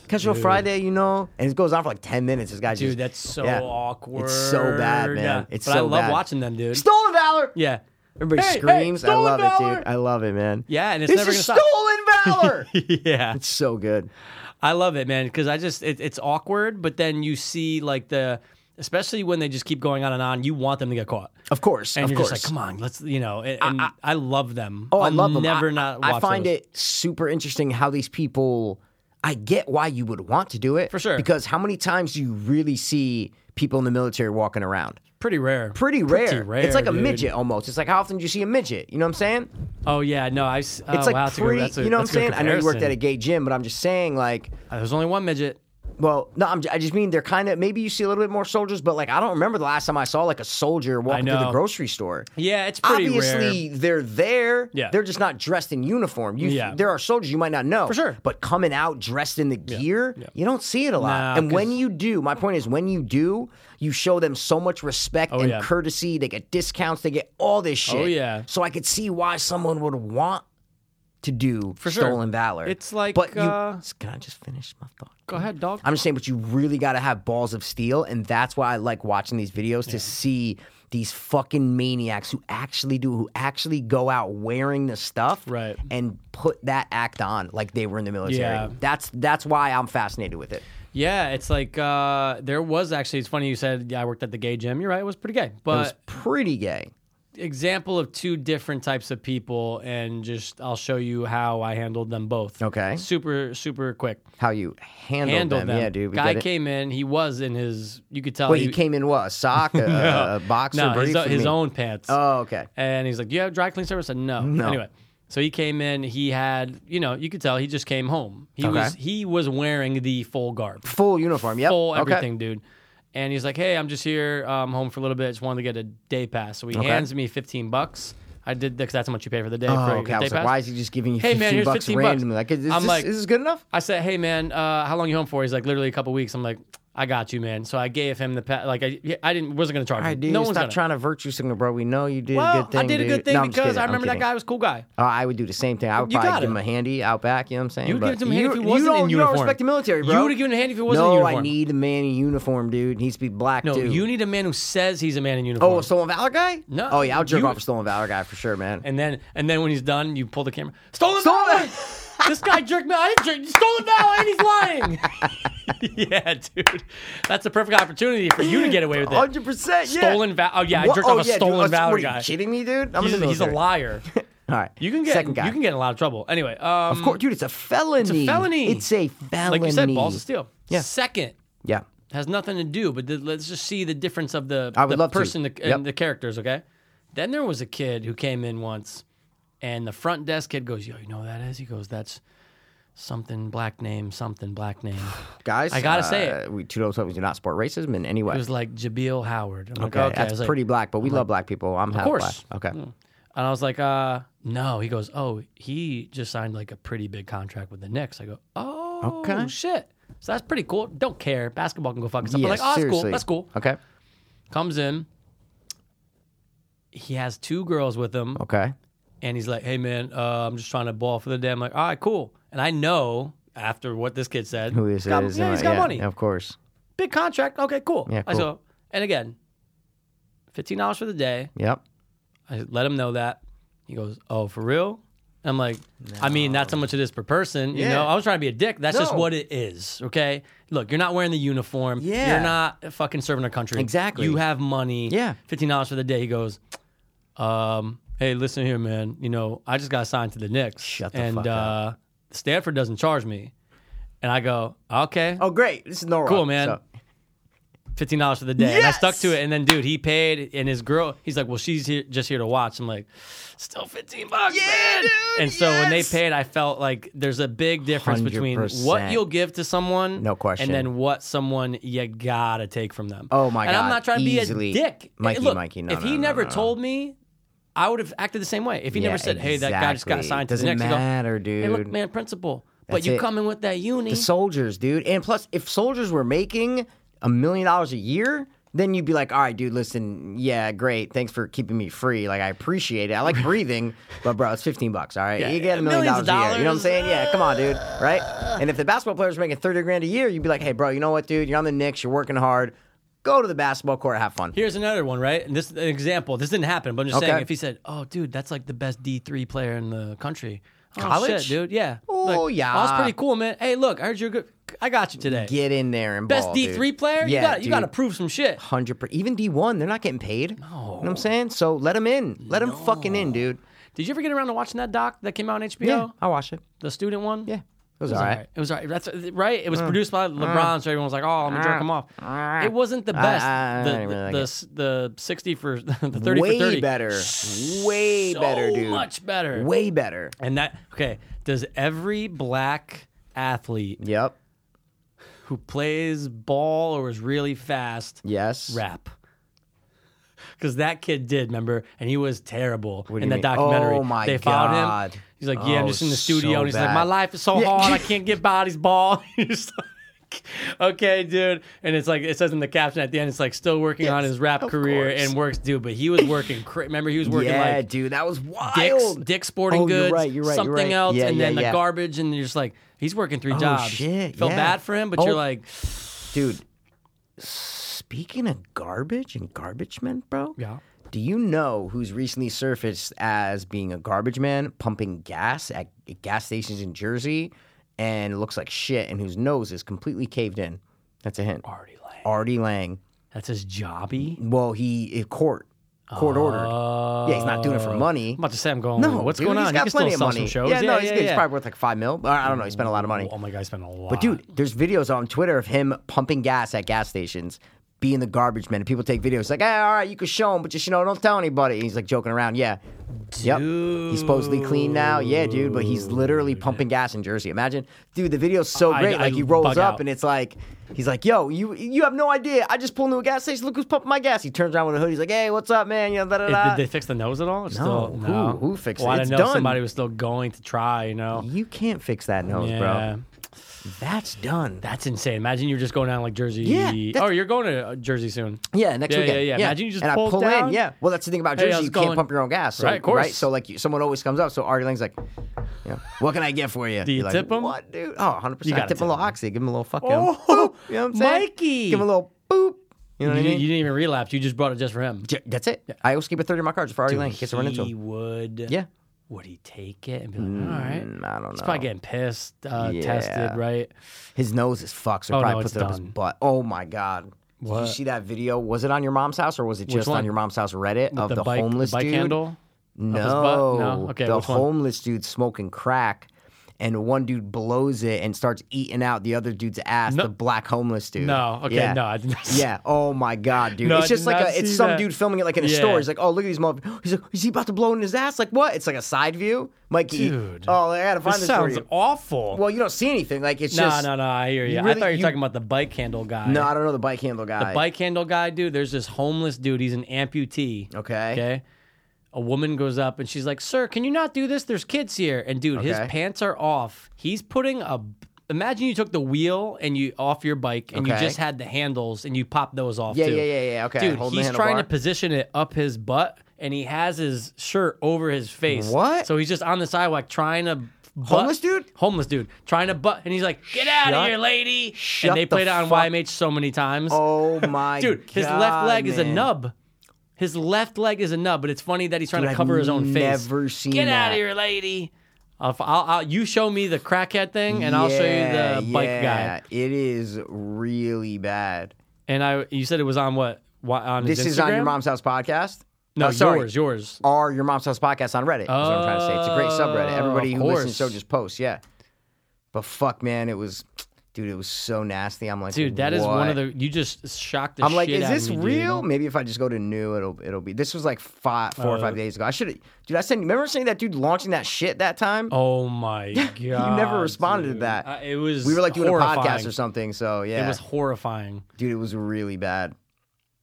Speaker 2: Casual Friday, you know, and it goes on for like ten minutes. This guy's
Speaker 1: Dude,
Speaker 2: just-
Speaker 1: that's so
Speaker 2: yeah.
Speaker 1: awkward.
Speaker 2: It's so bad,
Speaker 1: Yeah.
Speaker 2: man. It's
Speaker 1: but
Speaker 2: so
Speaker 1: I love
Speaker 2: bad.
Speaker 1: watching them, dude.
Speaker 2: Stolen valor.
Speaker 1: yeah,
Speaker 2: Everybody
Speaker 1: Hey, hey,
Speaker 2: screams. I
Speaker 1: stolen
Speaker 2: love it,
Speaker 1: valor!
Speaker 2: dude. I love it, man.
Speaker 1: Yeah, and it's
Speaker 2: this
Speaker 1: never
Speaker 2: is
Speaker 1: gonna
Speaker 2: stolen valor.
Speaker 1: [LAUGHS] yeah.
Speaker 2: it's so good.
Speaker 1: I love it, man, because I just it, it's awkward, but then you see like the. Especially when they just keep going on and on, you want them to get caught.
Speaker 2: Of course,
Speaker 1: and
Speaker 2: of
Speaker 1: you're
Speaker 2: course.
Speaker 1: just like, come on, let's you know. And, and I, love them.
Speaker 2: Oh, I
Speaker 1: I'll
Speaker 2: love them.
Speaker 1: Never
Speaker 2: I,
Speaker 1: not.
Speaker 2: I
Speaker 1: watch
Speaker 2: find
Speaker 1: those.
Speaker 2: it super interesting how these people. I get why you would want to do it
Speaker 1: For sure.
Speaker 2: Because how many times do you really see people in the military walking around?
Speaker 1: pretty rare.
Speaker 2: Pretty rare.
Speaker 1: rare,
Speaker 2: It's like a
Speaker 1: dude.
Speaker 2: midget almost. It's like how often do you see a midget? You know what I'm saying?
Speaker 1: Oh yeah, no, I. It's oh,
Speaker 2: It's like
Speaker 1: wow, that's a good-
Speaker 2: pretty.
Speaker 1: that's a-
Speaker 2: you know what I'm
Speaker 1: that's a good
Speaker 2: saying? I know you worked at a
Speaker 1: comparison.
Speaker 2: gay gym, but I'm just saying like
Speaker 1: Uh, There's only one midget.
Speaker 2: Well, no, I'm, ji just mean they're kind of maybe you see a little bit more soldiers, but like I don't remember the last time I saw like a soldier walking through the
Speaker 1: know.
Speaker 2: grocery store.
Speaker 1: Yeah, it's pretty
Speaker 2: Obviously,
Speaker 1: rare.
Speaker 2: they're there.
Speaker 1: Yeah.
Speaker 2: they're just not dressed in uniform. You,
Speaker 1: Yeah.
Speaker 2: there are soldiers you might not know
Speaker 1: For sure.
Speaker 2: but coming out dressed in the gear, you don't see it a lot.
Speaker 1: Nah,
Speaker 2: and when
Speaker 1: 'cause-
Speaker 2: you do, my point is, when you do, you show them so much respect and
Speaker 1: Oh, yeah.
Speaker 2: courtesy. They get discounts. They get all this shit.
Speaker 1: Oh, yeah.
Speaker 2: So I could see why someone would want to do
Speaker 1: For sure.
Speaker 2: stolen valor.
Speaker 1: It's like,
Speaker 2: but you,
Speaker 1: uh,
Speaker 2: can I just finish my thought?
Speaker 1: Go ahead, dog.
Speaker 2: I'm just saying, but you really got to have balls of steel, and that's why I like watching these videos to see these fucking maniacs who actually do, who actually go out wearing the stuff,
Speaker 1: Right.
Speaker 2: and put that act on like they were in the military.
Speaker 1: Yeah.
Speaker 2: That's that's why I'm fascinated with it.
Speaker 1: Yeah, it's like uh, there was actually. It's funny you said. Yeah, I worked at the gay gym. You're right. It was pretty gay,
Speaker 2: It
Speaker 1: but
Speaker 2: was pretty gay.
Speaker 1: example of two different types of people, and just I'll show you how I handled them both.
Speaker 2: Okay.
Speaker 1: Super, super quick.
Speaker 2: How you handled,
Speaker 1: Handled
Speaker 2: them.
Speaker 1: them.
Speaker 2: yeah, dude. we
Speaker 1: Guy
Speaker 2: get it.
Speaker 1: came in. He was in his. You could tell.
Speaker 2: Wait, he, came in what?
Speaker 1: [LAUGHS]
Speaker 2: A sock, a, a boxer
Speaker 1: Oh. No,
Speaker 2: brief?
Speaker 1: his,
Speaker 2: I
Speaker 1: his
Speaker 2: mean-
Speaker 1: own pants.
Speaker 2: Oh, okay.
Speaker 1: And he's like, "Do you have dry clean service?" I said, "No." Anyway, so he came in. He had, you know, you could tell he just came home. He
Speaker 2: Okay.
Speaker 1: was he was wearing the full garb,
Speaker 2: Full uniform. Yep.
Speaker 1: full
Speaker 2: okay.
Speaker 1: everything, dude. And he's like, "Hey, I'm just here. um home for a little bit. Just wanted to get a day pass." So he hands me 15 bucks. I did because that's how much you pay for the day.
Speaker 2: Oh,
Speaker 1: for
Speaker 2: okay.
Speaker 1: your
Speaker 2: I
Speaker 1: day
Speaker 2: was like,
Speaker 1: pass.
Speaker 2: why is he just giving you
Speaker 1: Hey,
Speaker 2: 15
Speaker 1: man, here's
Speaker 2: bucks
Speaker 1: 15 bucks.
Speaker 2: randomly? Like, is, is
Speaker 1: I'm
Speaker 2: this,
Speaker 1: like-
Speaker 2: is this good enough?
Speaker 1: I said, "Hey man, uh, how long you home for?" He's like, "Literally a couple weeks." I'm like, "I got you, man." So I gave him the pa- like I, I didn't wasn't gonna charge
Speaker 2: All right,
Speaker 1: him.
Speaker 2: dude.
Speaker 1: no
Speaker 2: stop
Speaker 1: one's gonna.
Speaker 2: trying to virtue signal, bro. We know you did a
Speaker 1: well,
Speaker 2: good thing.
Speaker 1: I did a
Speaker 2: dude.
Speaker 1: good thing
Speaker 2: No, I'm just
Speaker 1: because
Speaker 2: kidding.
Speaker 1: I
Speaker 2: I'm
Speaker 1: remember that
Speaker 2: kidding.
Speaker 1: guy was a cool guy.
Speaker 2: Uh, I would do the same thing. I would
Speaker 1: You
Speaker 2: probably
Speaker 1: got
Speaker 2: give him
Speaker 1: him.
Speaker 2: a handy out back. You know what I'm saying?
Speaker 1: You would
Speaker 2: But
Speaker 1: give it to him a hand if he
Speaker 2: you
Speaker 1: wasn't
Speaker 2: don't,
Speaker 1: in
Speaker 2: you don't
Speaker 1: uniform.
Speaker 2: respect the military, bro.
Speaker 1: You would've given him a hand if he wasn't
Speaker 2: no,
Speaker 1: in
Speaker 2: I
Speaker 1: uniform.
Speaker 2: need a man in uniform, dude. He needs to be black,
Speaker 1: No,
Speaker 2: dude.
Speaker 1: you need a man who says he's a man in uniform.
Speaker 2: oh, a stolen valor guy?
Speaker 1: No,
Speaker 2: Oh yeah, I'll jerk
Speaker 1: you-
Speaker 2: off a stolen valor guy for sure, man.
Speaker 1: And then and then when he's done, you pull the camera. Stolen
Speaker 2: Stolen- [LAUGHS]
Speaker 1: valor. this guy jerked me. I didn't jerk. Stolen valor, and he's lying.
Speaker 2: [LAUGHS]
Speaker 1: yeah, dude, that's a perfect opportunity for you to get away with it.
Speaker 2: Hundred percent. Oh, Yeah.
Speaker 1: Stolen valor. Oh yeah, I
Speaker 2: What?
Speaker 1: jerked
Speaker 2: oh,
Speaker 1: off a
Speaker 2: yeah, dude.
Speaker 1: stolen
Speaker 2: What-
Speaker 1: valor
Speaker 2: what, are you
Speaker 1: guy.
Speaker 2: Kidding me, dude? I'm
Speaker 1: He's,
Speaker 2: in the
Speaker 1: he's a
Speaker 2: military. [LAUGHS]
Speaker 1: liar.
Speaker 2: All right,
Speaker 1: You can get
Speaker 2: second guy.
Speaker 1: You can get in a lot of trouble. Anyway, um,
Speaker 2: of course, dude. It's a felony. It's
Speaker 1: felony.
Speaker 2: It's a felony.
Speaker 1: like you said, balls of steel.
Speaker 2: Yeah.
Speaker 1: Second
Speaker 2: Yeah.
Speaker 1: has nothing to do, but th- let's just see the difference of the,
Speaker 2: I would
Speaker 1: the
Speaker 2: love to.
Speaker 1: person the-
Speaker 2: Yep.
Speaker 1: and the characters, okay? Then there was a kid who came in once, and the front desk kid goes, Yo, you know who that is? He goes, That's something black name, something black
Speaker 2: [SIGHS]
Speaker 1: name.
Speaker 2: Guys,
Speaker 1: I gotta
Speaker 2: uh,
Speaker 1: say it.
Speaker 2: We two we do not support racism in any way.
Speaker 1: It was like Jabil Howard. I'm
Speaker 2: okay,
Speaker 1: like, okay. I
Speaker 2: that's
Speaker 1: was like-
Speaker 2: pretty black, but we love black people. I'm half
Speaker 1: course. Mm.
Speaker 2: black. Okay.
Speaker 1: And I was like, uh, no. He goes, oh, he just signed like a pretty big contract with the Knicks. I go, oh,
Speaker 2: Okay.
Speaker 1: shit. So that's pretty cool. Don't care. Basketball can go fuck itself.
Speaker 2: Yeah,
Speaker 1: I'm like, oh, that's cool.
Speaker 2: seriously.
Speaker 1: That's cool.
Speaker 2: Okay.
Speaker 1: Comes in. He has two girls with him.
Speaker 2: Okay.
Speaker 1: And he's like, hey, man, uh, I'm just trying to ball for the day. I'm like, all right, cool. And I know after what this kid said,
Speaker 2: Who is
Speaker 1: he's got,
Speaker 2: it? Is
Speaker 1: yeah,
Speaker 2: it-
Speaker 1: he's got money.
Speaker 2: Of course.
Speaker 1: Big contract. Okay, cool.
Speaker 2: Yeah,
Speaker 1: I
Speaker 2: cool.
Speaker 1: saw, and again, $15 for the day.
Speaker 2: Yep.
Speaker 1: I let him know that. He goes, "Oh, for real?" I'm like, "I mean, that's how much it is per person." You know, I was trying to be a dick. That's just
Speaker 2: No.
Speaker 1: what it is. Okay, look, you're not wearing the uniform.
Speaker 2: Yeah.
Speaker 1: you're not fucking serving our country.
Speaker 2: Exactly.
Speaker 1: You have money.
Speaker 2: Yeah.
Speaker 1: fifteen dollars for the day. He goes, um, "Hey, listen here, man. You know, I just got signed to the Knicks,
Speaker 2: Shut the
Speaker 1: and
Speaker 2: fuck
Speaker 1: uh,
Speaker 2: up.
Speaker 1: Stanford doesn't charge me." And I go, "Okay,
Speaker 2: Oh, great. This is normal.
Speaker 1: Cool, man. fifteen dollars for the day. And I stuck to
Speaker 2: Yes!
Speaker 1: it, and then dude, he paid, and his girl, he's like, "Well, she's here, just here to watch." I'm like, "Still fifteen bucks,
Speaker 2: Yeah,
Speaker 1: man."
Speaker 2: dude,
Speaker 1: and so when they
Speaker 2: yes!
Speaker 1: paid, I felt like there's a big difference between
Speaker 2: 100%.
Speaker 1: what you'll give to someone,
Speaker 2: No question.
Speaker 1: and then what someone you gotta take from them.
Speaker 2: Oh, my
Speaker 1: and
Speaker 2: God,
Speaker 1: I'm not trying to
Speaker 2: easily.
Speaker 1: be a dick,
Speaker 2: Mikey,
Speaker 1: Look,
Speaker 2: Mikey, no,
Speaker 1: if
Speaker 2: no,
Speaker 1: he
Speaker 2: no,
Speaker 1: never
Speaker 2: no, no.
Speaker 1: told me. I would have acted the same way if he
Speaker 2: Yeah,
Speaker 1: never said, "Hey, that guy just got
Speaker 2: exactly.
Speaker 1: signed to
Speaker 2: Doesn't
Speaker 1: the next."
Speaker 2: matter,
Speaker 1: Hey, look,
Speaker 2: dude.
Speaker 1: man, principal.
Speaker 2: That's
Speaker 1: but you
Speaker 2: it.
Speaker 1: come in with that uni.
Speaker 2: The soldiers, dude. And plus, if soldiers were making a million dollars a year, then you'd be like, all right, dude, listen, yeah, great. Thanks for keeping me free. Like, I appreciate it.
Speaker 1: [LAUGHS]
Speaker 2: I like breathing, but bro, it's 15 bucks, all right? you get a million
Speaker 1: millions of
Speaker 2: dollars a year. You know what I'm
Speaker 1: dollars.
Speaker 2: saying? Yeah, come on, dude,
Speaker 1: Uh,
Speaker 2: right? And if the basketball player's making 30 grand a year, you'd be like, hey, bro, you know what, dude? You're on the Knicks, you're working hard. Go to the basketball court, have fun.
Speaker 1: Here's another one, right? And this is an example. This didn't happen, but I'm just
Speaker 2: Okay.
Speaker 1: saying if he said, "Oh, dude, that's like the best D3 player in the country." Oh,
Speaker 2: College?
Speaker 1: shit, dude. Yeah.
Speaker 2: Oh, yeah.
Speaker 1: That's pretty cool, man. Hey, look, I heard you're good. I got you today.
Speaker 2: Get in there and
Speaker 1: best
Speaker 2: ball, dude.
Speaker 1: D3 player?
Speaker 2: Yeah,
Speaker 1: you got you got to
Speaker 2: dude.
Speaker 1: prove some shit.
Speaker 2: hundred percent. Even D one, they're not getting paid. No, you know what I'm saying. So let them in. Let them fucking in, dude.
Speaker 1: Did you ever get around to watching that doc that came out on HBO?
Speaker 2: Yeah, I watch it.
Speaker 1: The student one?
Speaker 2: Yeah, it
Speaker 1: It was
Speaker 2: was, all
Speaker 1: all
Speaker 2: right. Mm.
Speaker 1: right. It was all right. That's right. It was produced by LeBron, so everyone was like, "Oh, I'm gonna jerk him off." It wasn't the best.
Speaker 2: I- I
Speaker 1: the,
Speaker 2: didn't really like
Speaker 1: the,
Speaker 2: it.
Speaker 1: s- the sixty for [LAUGHS] the thirty
Speaker 2: Way
Speaker 1: for thirty
Speaker 2: better. Way
Speaker 1: So
Speaker 2: better, dude.
Speaker 1: much better.
Speaker 2: Way better.
Speaker 1: And that okay, does every black athlete
Speaker 2: Yep.
Speaker 1: who plays ball or was really fast
Speaker 2: Yes.
Speaker 1: rap. Because that kid did, remember? And he was terrible
Speaker 2: do
Speaker 1: in
Speaker 2: you
Speaker 1: that
Speaker 2: mean?
Speaker 1: documentary.
Speaker 2: Oh, my
Speaker 1: they found
Speaker 2: God.
Speaker 1: him. He's like, yeah, I'm
Speaker 2: Oh,
Speaker 1: just in the studio.
Speaker 2: so
Speaker 1: and he's like,
Speaker 2: bad.
Speaker 1: my life is so
Speaker 2: Yeah. [LAUGHS]
Speaker 1: hard. I can't get bodies ball. [LAUGHS] he's like, okay, dude. And it's like, it says in the caption at the end, it's like, still working on his rap career
Speaker 2: course.
Speaker 1: and works, dude. But he was working, cra- remember, he was working
Speaker 2: yeah,
Speaker 1: like
Speaker 2: dude, that was wild.
Speaker 1: Dick's, Dick's Sporting
Speaker 2: Oh, you're
Speaker 1: Goods,
Speaker 2: right, you're right, you're
Speaker 1: something
Speaker 2: right.
Speaker 1: else,
Speaker 2: Yeah,
Speaker 1: and
Speaker 2: yeah,
Speaker 1: then the
Speaker 2: yeah. Oh,
Speaker 1: garbage, and you're just like, he's working three jobs.
Speaker 2: shit,
Speaker 1: Felt
Speaker 2: yeah.
Speaker 1: bad for him, but you're
Speaker 2: Oh.
Speaker 1: like,
Speaker 2: Dude, speaking of garbage and garbage men, bro.
Speaker 1: Yeah.
Speaker 2: Do you know who's recently surfaced as being a garbage man pumping gas at gas stations in Jersey and looks like shit and whose nose is completely caved in? That's a hint.
Speaker 1: Artie Lang.
Speaker 2: Artie Lang.
Speaker 1: That's his jobby.
Speaker 2: Well, he eh, court court ordered. Yeah, he's not doing it for money.
Speaker 1: I'm about to say I'm going.
Speaker 2: No,
Speaker 1: what's
Speaker 2: dude,
Speaker 1: going on?
Speaker 2: He's
Speaker 1: He
Speaker 2: got
Speaker 1: can
Speaker 2: plenty
Speaker 1: still
Speaker 2: of
Speaker 1: sell
Speaker 2: money.
Speaker 1: some shows.
Speaker 2: Yeah, no,
Speaker 1: yeah,
Speaker 2: he's,
Speaker 1: yeah.
Speaker 2: he's probably worth like five mil. I don't know. He spent a lot of money.
Speaker 1: Oh my god, he spent a lot.
Speaker 2: But dude, there's videos on Twitter of him pumping gas at gas stations, being the garbage man. And people take videos like, "Hey, all right, you can show him, but just you know, don't tell anybody." And he's like joking around. Yeah, yep. He's supposedly clean now. Yeah, dude, but he's literally pumping gas in Jersey. Imagine, dude, the video's so
Speaker 1: I-
Speaker 2: great.
Speaker 1: I
Speaker 2: like he
Speaker 1: bug
Speaker 2: rolls up
Speaker 1: out.
Speaker 2: and it's like. He's like, yo, you you have no idea. I just pulled into a gas station. Look who's pumping my gas. He turns around with a hood. He's like, hey, what's up, man? You know, da da
Speaker 1: It-
Speaker 2: da.
Speaker 1: did they fix the nose at all? It's
Speaker 2: uh, No,
Speaker 1: still,
Speaker 2: who-
Speaker 1: no.
Speaker 2: who fixed it?
Speaker 1: well, I
Speaker 2: It's
Speaker 1: didn't know
Speaker 2: done.
Speaker 1: somebody was still going to try. You know,
Speaker 2: You can't fix that nose,
Speaker 1: yeah,
Speaker 2: bro. That's done.
Speaker 1: that's insane. Imagine you're just going down like Jersey.
Speaker 2: Yeah, that's-
Speaker 1: oh, you're going to uh, Jersey soon.
Speaker 2: Yeah, next
Speaker 1: yeah,
Speaker 2: weekend.
Speaker 1: Yeah, yeah, Imagine you just
Speaker 2: and
Speaker 1: pull,
Speaker 2: I pull
Speaker 1: down.
Speaker 2: in. Yeah. Well, that's the thing about
Speaker 1: Hey,
Speaker 2: Jersey.
Speaker 1: how's
Speaker 2: you
Speaker 1: it
Speaker 2: can't
Speaker 1: going?
Speaker 2: pump your own gas. So,
Speaker 1: Right, of course.
Speaker 2: So like, you, someone always comes up. So Artie Lang's like, yeah, what can I get for you? Do
Speaker 1: you
Speaker 2: like,
Speaker 1: tip 'em?
Speaker 2: What, dude? Oh, 100
Speaker 1: You
Speaker 2: percent.
Speaker 1: gotta
Speaker 2: Tip, him a
Speaker 1: tip
Speaker 2: little oxy. Give him a little fuck.
Speaker 1: Oh,
Speaker 2: him. Boop. [LAUGHS] you know what I'm saying?
Speaker 1: Mikey.
Speaker 2: Give him a little boop. You know what
Speaker 1: You,
Speaker 2: I mean?
Speaker 1: you didn't even relapse. You just brought it just for him.
Speaker 2: J- that's it. I always keep a 30 in my car just for Artie Lang in case I run into
Speaker 1: he
Speaker 2: him.
Speaker 1: would.
Speaker 2: Yeah.
Speaker 1: Would he take it and be like, all right?
Speaker 2: Mm, I don't
Speaker 1: He's
Speaker 2: know.
Speaker 1: probably getting pissed, uh,
Speaker 2: Yeah.
Speaker 1: tested, right?
Speaker 2: His nose is fucked, so
Speaker 1: Oh,
Speaker 2: he
Speaker 1: no,
Speaker 2: probably
Speaker 1: it's
Speaker 2: puts it up his
Speaker 1: done.
Speaker 2: butt. Oh my god. Did
Speaker 1: What?
Speaker 2: you see that video? Was it on your mom's house or was it just
Speaker 1: one?
Speaker 2: on your mom's house Reddit of the,
Speaker 1: bike,
Speaker 2: homeless
Speaker 1: bike
Speaker 2: dude?
Speaker 1: handle.
Speaker 2: No,
Speaker 1: his butt? No? Okay,
Speaker 2: the
Speaker 1: which one?
Speaker 2: homeless dude smoking crack, and one dude blows it and starts eating out the other dude's ass.
Speaker 1: No.
Speaker 2: The black homeless dude.
Speaker 1: No, okay,
Speaker 2: Yeah.
Speaker 1: no, I did not see-
Speaker 2: [LAUGHS] yeah. Oh my god, dude.
Speaker 1: No, I
Speaker 2: it's just
Speaker 1: did
Speaker 2: like
Speaker 1: not
Speaker 2: a, it's
Speaker 1: see
Speaker 2: some
Speaker 1: that.
Speaker 2: dude filming it like in a
Speaker 1: Yeah.
Speaker 2: store. He's like, oh look at these motherfuckers. He's like, is he about to blow in his ass? Like what? It's like a side view, Mikey.
Speaker 1: Dude.
Speaker 2: Oh, I gotta find
Speaker 1: This
Speaker 2: this,
Speaker 1: sounds
Speaker 2: for you.
Speaker 1: awful.
Speaker 2: Well, you don't see anything. Like it's
Speaker 1: no,
Speaker 2: just
Speaker 1: no, no. I hear you.
Speaker 2: you
Speaker 1: I
Speaker 2: really-
Speaker 1: thought you were
Speaker 2: you-
Speaker 1: talking about the bike handle guy.
Speaker 2: No, I don't know the bike handle guy.
Speaker 1: the bike handle guy, dude. There's this homeless dude. He's an amputee.
Speaker 2: Okay.
Speaker 1: Okay. A woman goes up and she's like, "Sir, can you not do this? There's kids here." And dude, his
Speaker 2: Okay.
Speaker 1: pants are off. He's putting a. Imagine you took the wheel and you off your bike and you
Speaker 2: Okay.
Speaker 1: just had the handles and you popped those off.
Speaker 2: Yeah,
Speaker 1: too.
Speaker 2: yeah, yeah, yeah, okay.
Speaker 1: Dude,
Speaker 2: Holding the
Speaker 1: he's trying to
Speaker 2: handlebar.
Speaker 1: position it up his butt and he has his shirt over his face.
Speaker 2: What?
Speaker 1: So he's just on the sidewalk trying to. butt-
Speaker 2: Homeless dude?
Speaker 1: Homeless dude trying to butt, and he's like, "Get out of
Speaker 2: Shut-
Speaker 1: here, lady!"
Speaker 2: shut
Speaker 1: and they
Speaker 2: the
Speaker 1: played it on
Speaker 2: fuck-
Speaker 1: YMH so many times.
Speaker 2: Oh
Speaker 1: [LAUGHS]
Speaker 2: my
Speaker 1: Dude, his left
Speaker 2: God,
Speaker 1: leg is a
Speaker 2: man.
Speaker 1: nub. His left leg is a nub, but it's funny that he's trying
Speaker 2: Dude,
Speaker 1: to
Speaker 2: I've
Speaker 1: cover his own face.
Speaker 2: never seen
Speaker 1: Get out
Speaker 2: that.
Speaker 1: of here, lady. I'll, I'll, I'll, you show me the crackhead thing, and I'll show you the bike guy.
Speaker 2: It is really bad.
Speaker 1: And I, you said it was on what? Why, on his
Speaker 2: This is on your
Speaker 1: Instagram?
Speaker 2: mom's house podcast.
Speaker 1: No,
Speaker 2: Oh, sorry.
Speaker 1: yours, yours.
Speaker 2: Or your mom's house podcast on Reddit. Is what I'm trying to say. It's a great subreddit.
Speaker 1: Oh,
Speaker 2: Everybody
Speaker 1: of
Speaker 2: who listens to the
Speaker 1: course.
Speaker 2: show just posts. Yeah. But fuck, man, it was, dude, it was so nasty. I'm like,
Speaker 1: Dude, that is
Speaker 2: what?
Speaker 1: one of the. You just shocked the
Speaker 2: I'm like,
Speaker 1: shit
Speaker 2: is
Speaker 1: out of
Speaker 2: this
Speaker 1: me, dude.
Speaker 2: real? Maybe if I just go to new, it'll it'll be. This was like five, four or
Speaker 1: Oh.
Speaker 2: five days ago. I should have, dude. I sent. Remember saying that dude launching that shit that time?
Speaker 1: [LAUGHS] Oh my god!
Speaker 2: [LAUGHS] You never responded to
Speaker 1: dude.
Speaker 2: that.
Speaker 1: I- it was.
Speaker 2: we were like doing a
Speaker 1: horrifying.
Speaker 2: podcast or something. So yeah,
Speaker 1: It was horrifying.
Speaker 2: dude, it was really bad.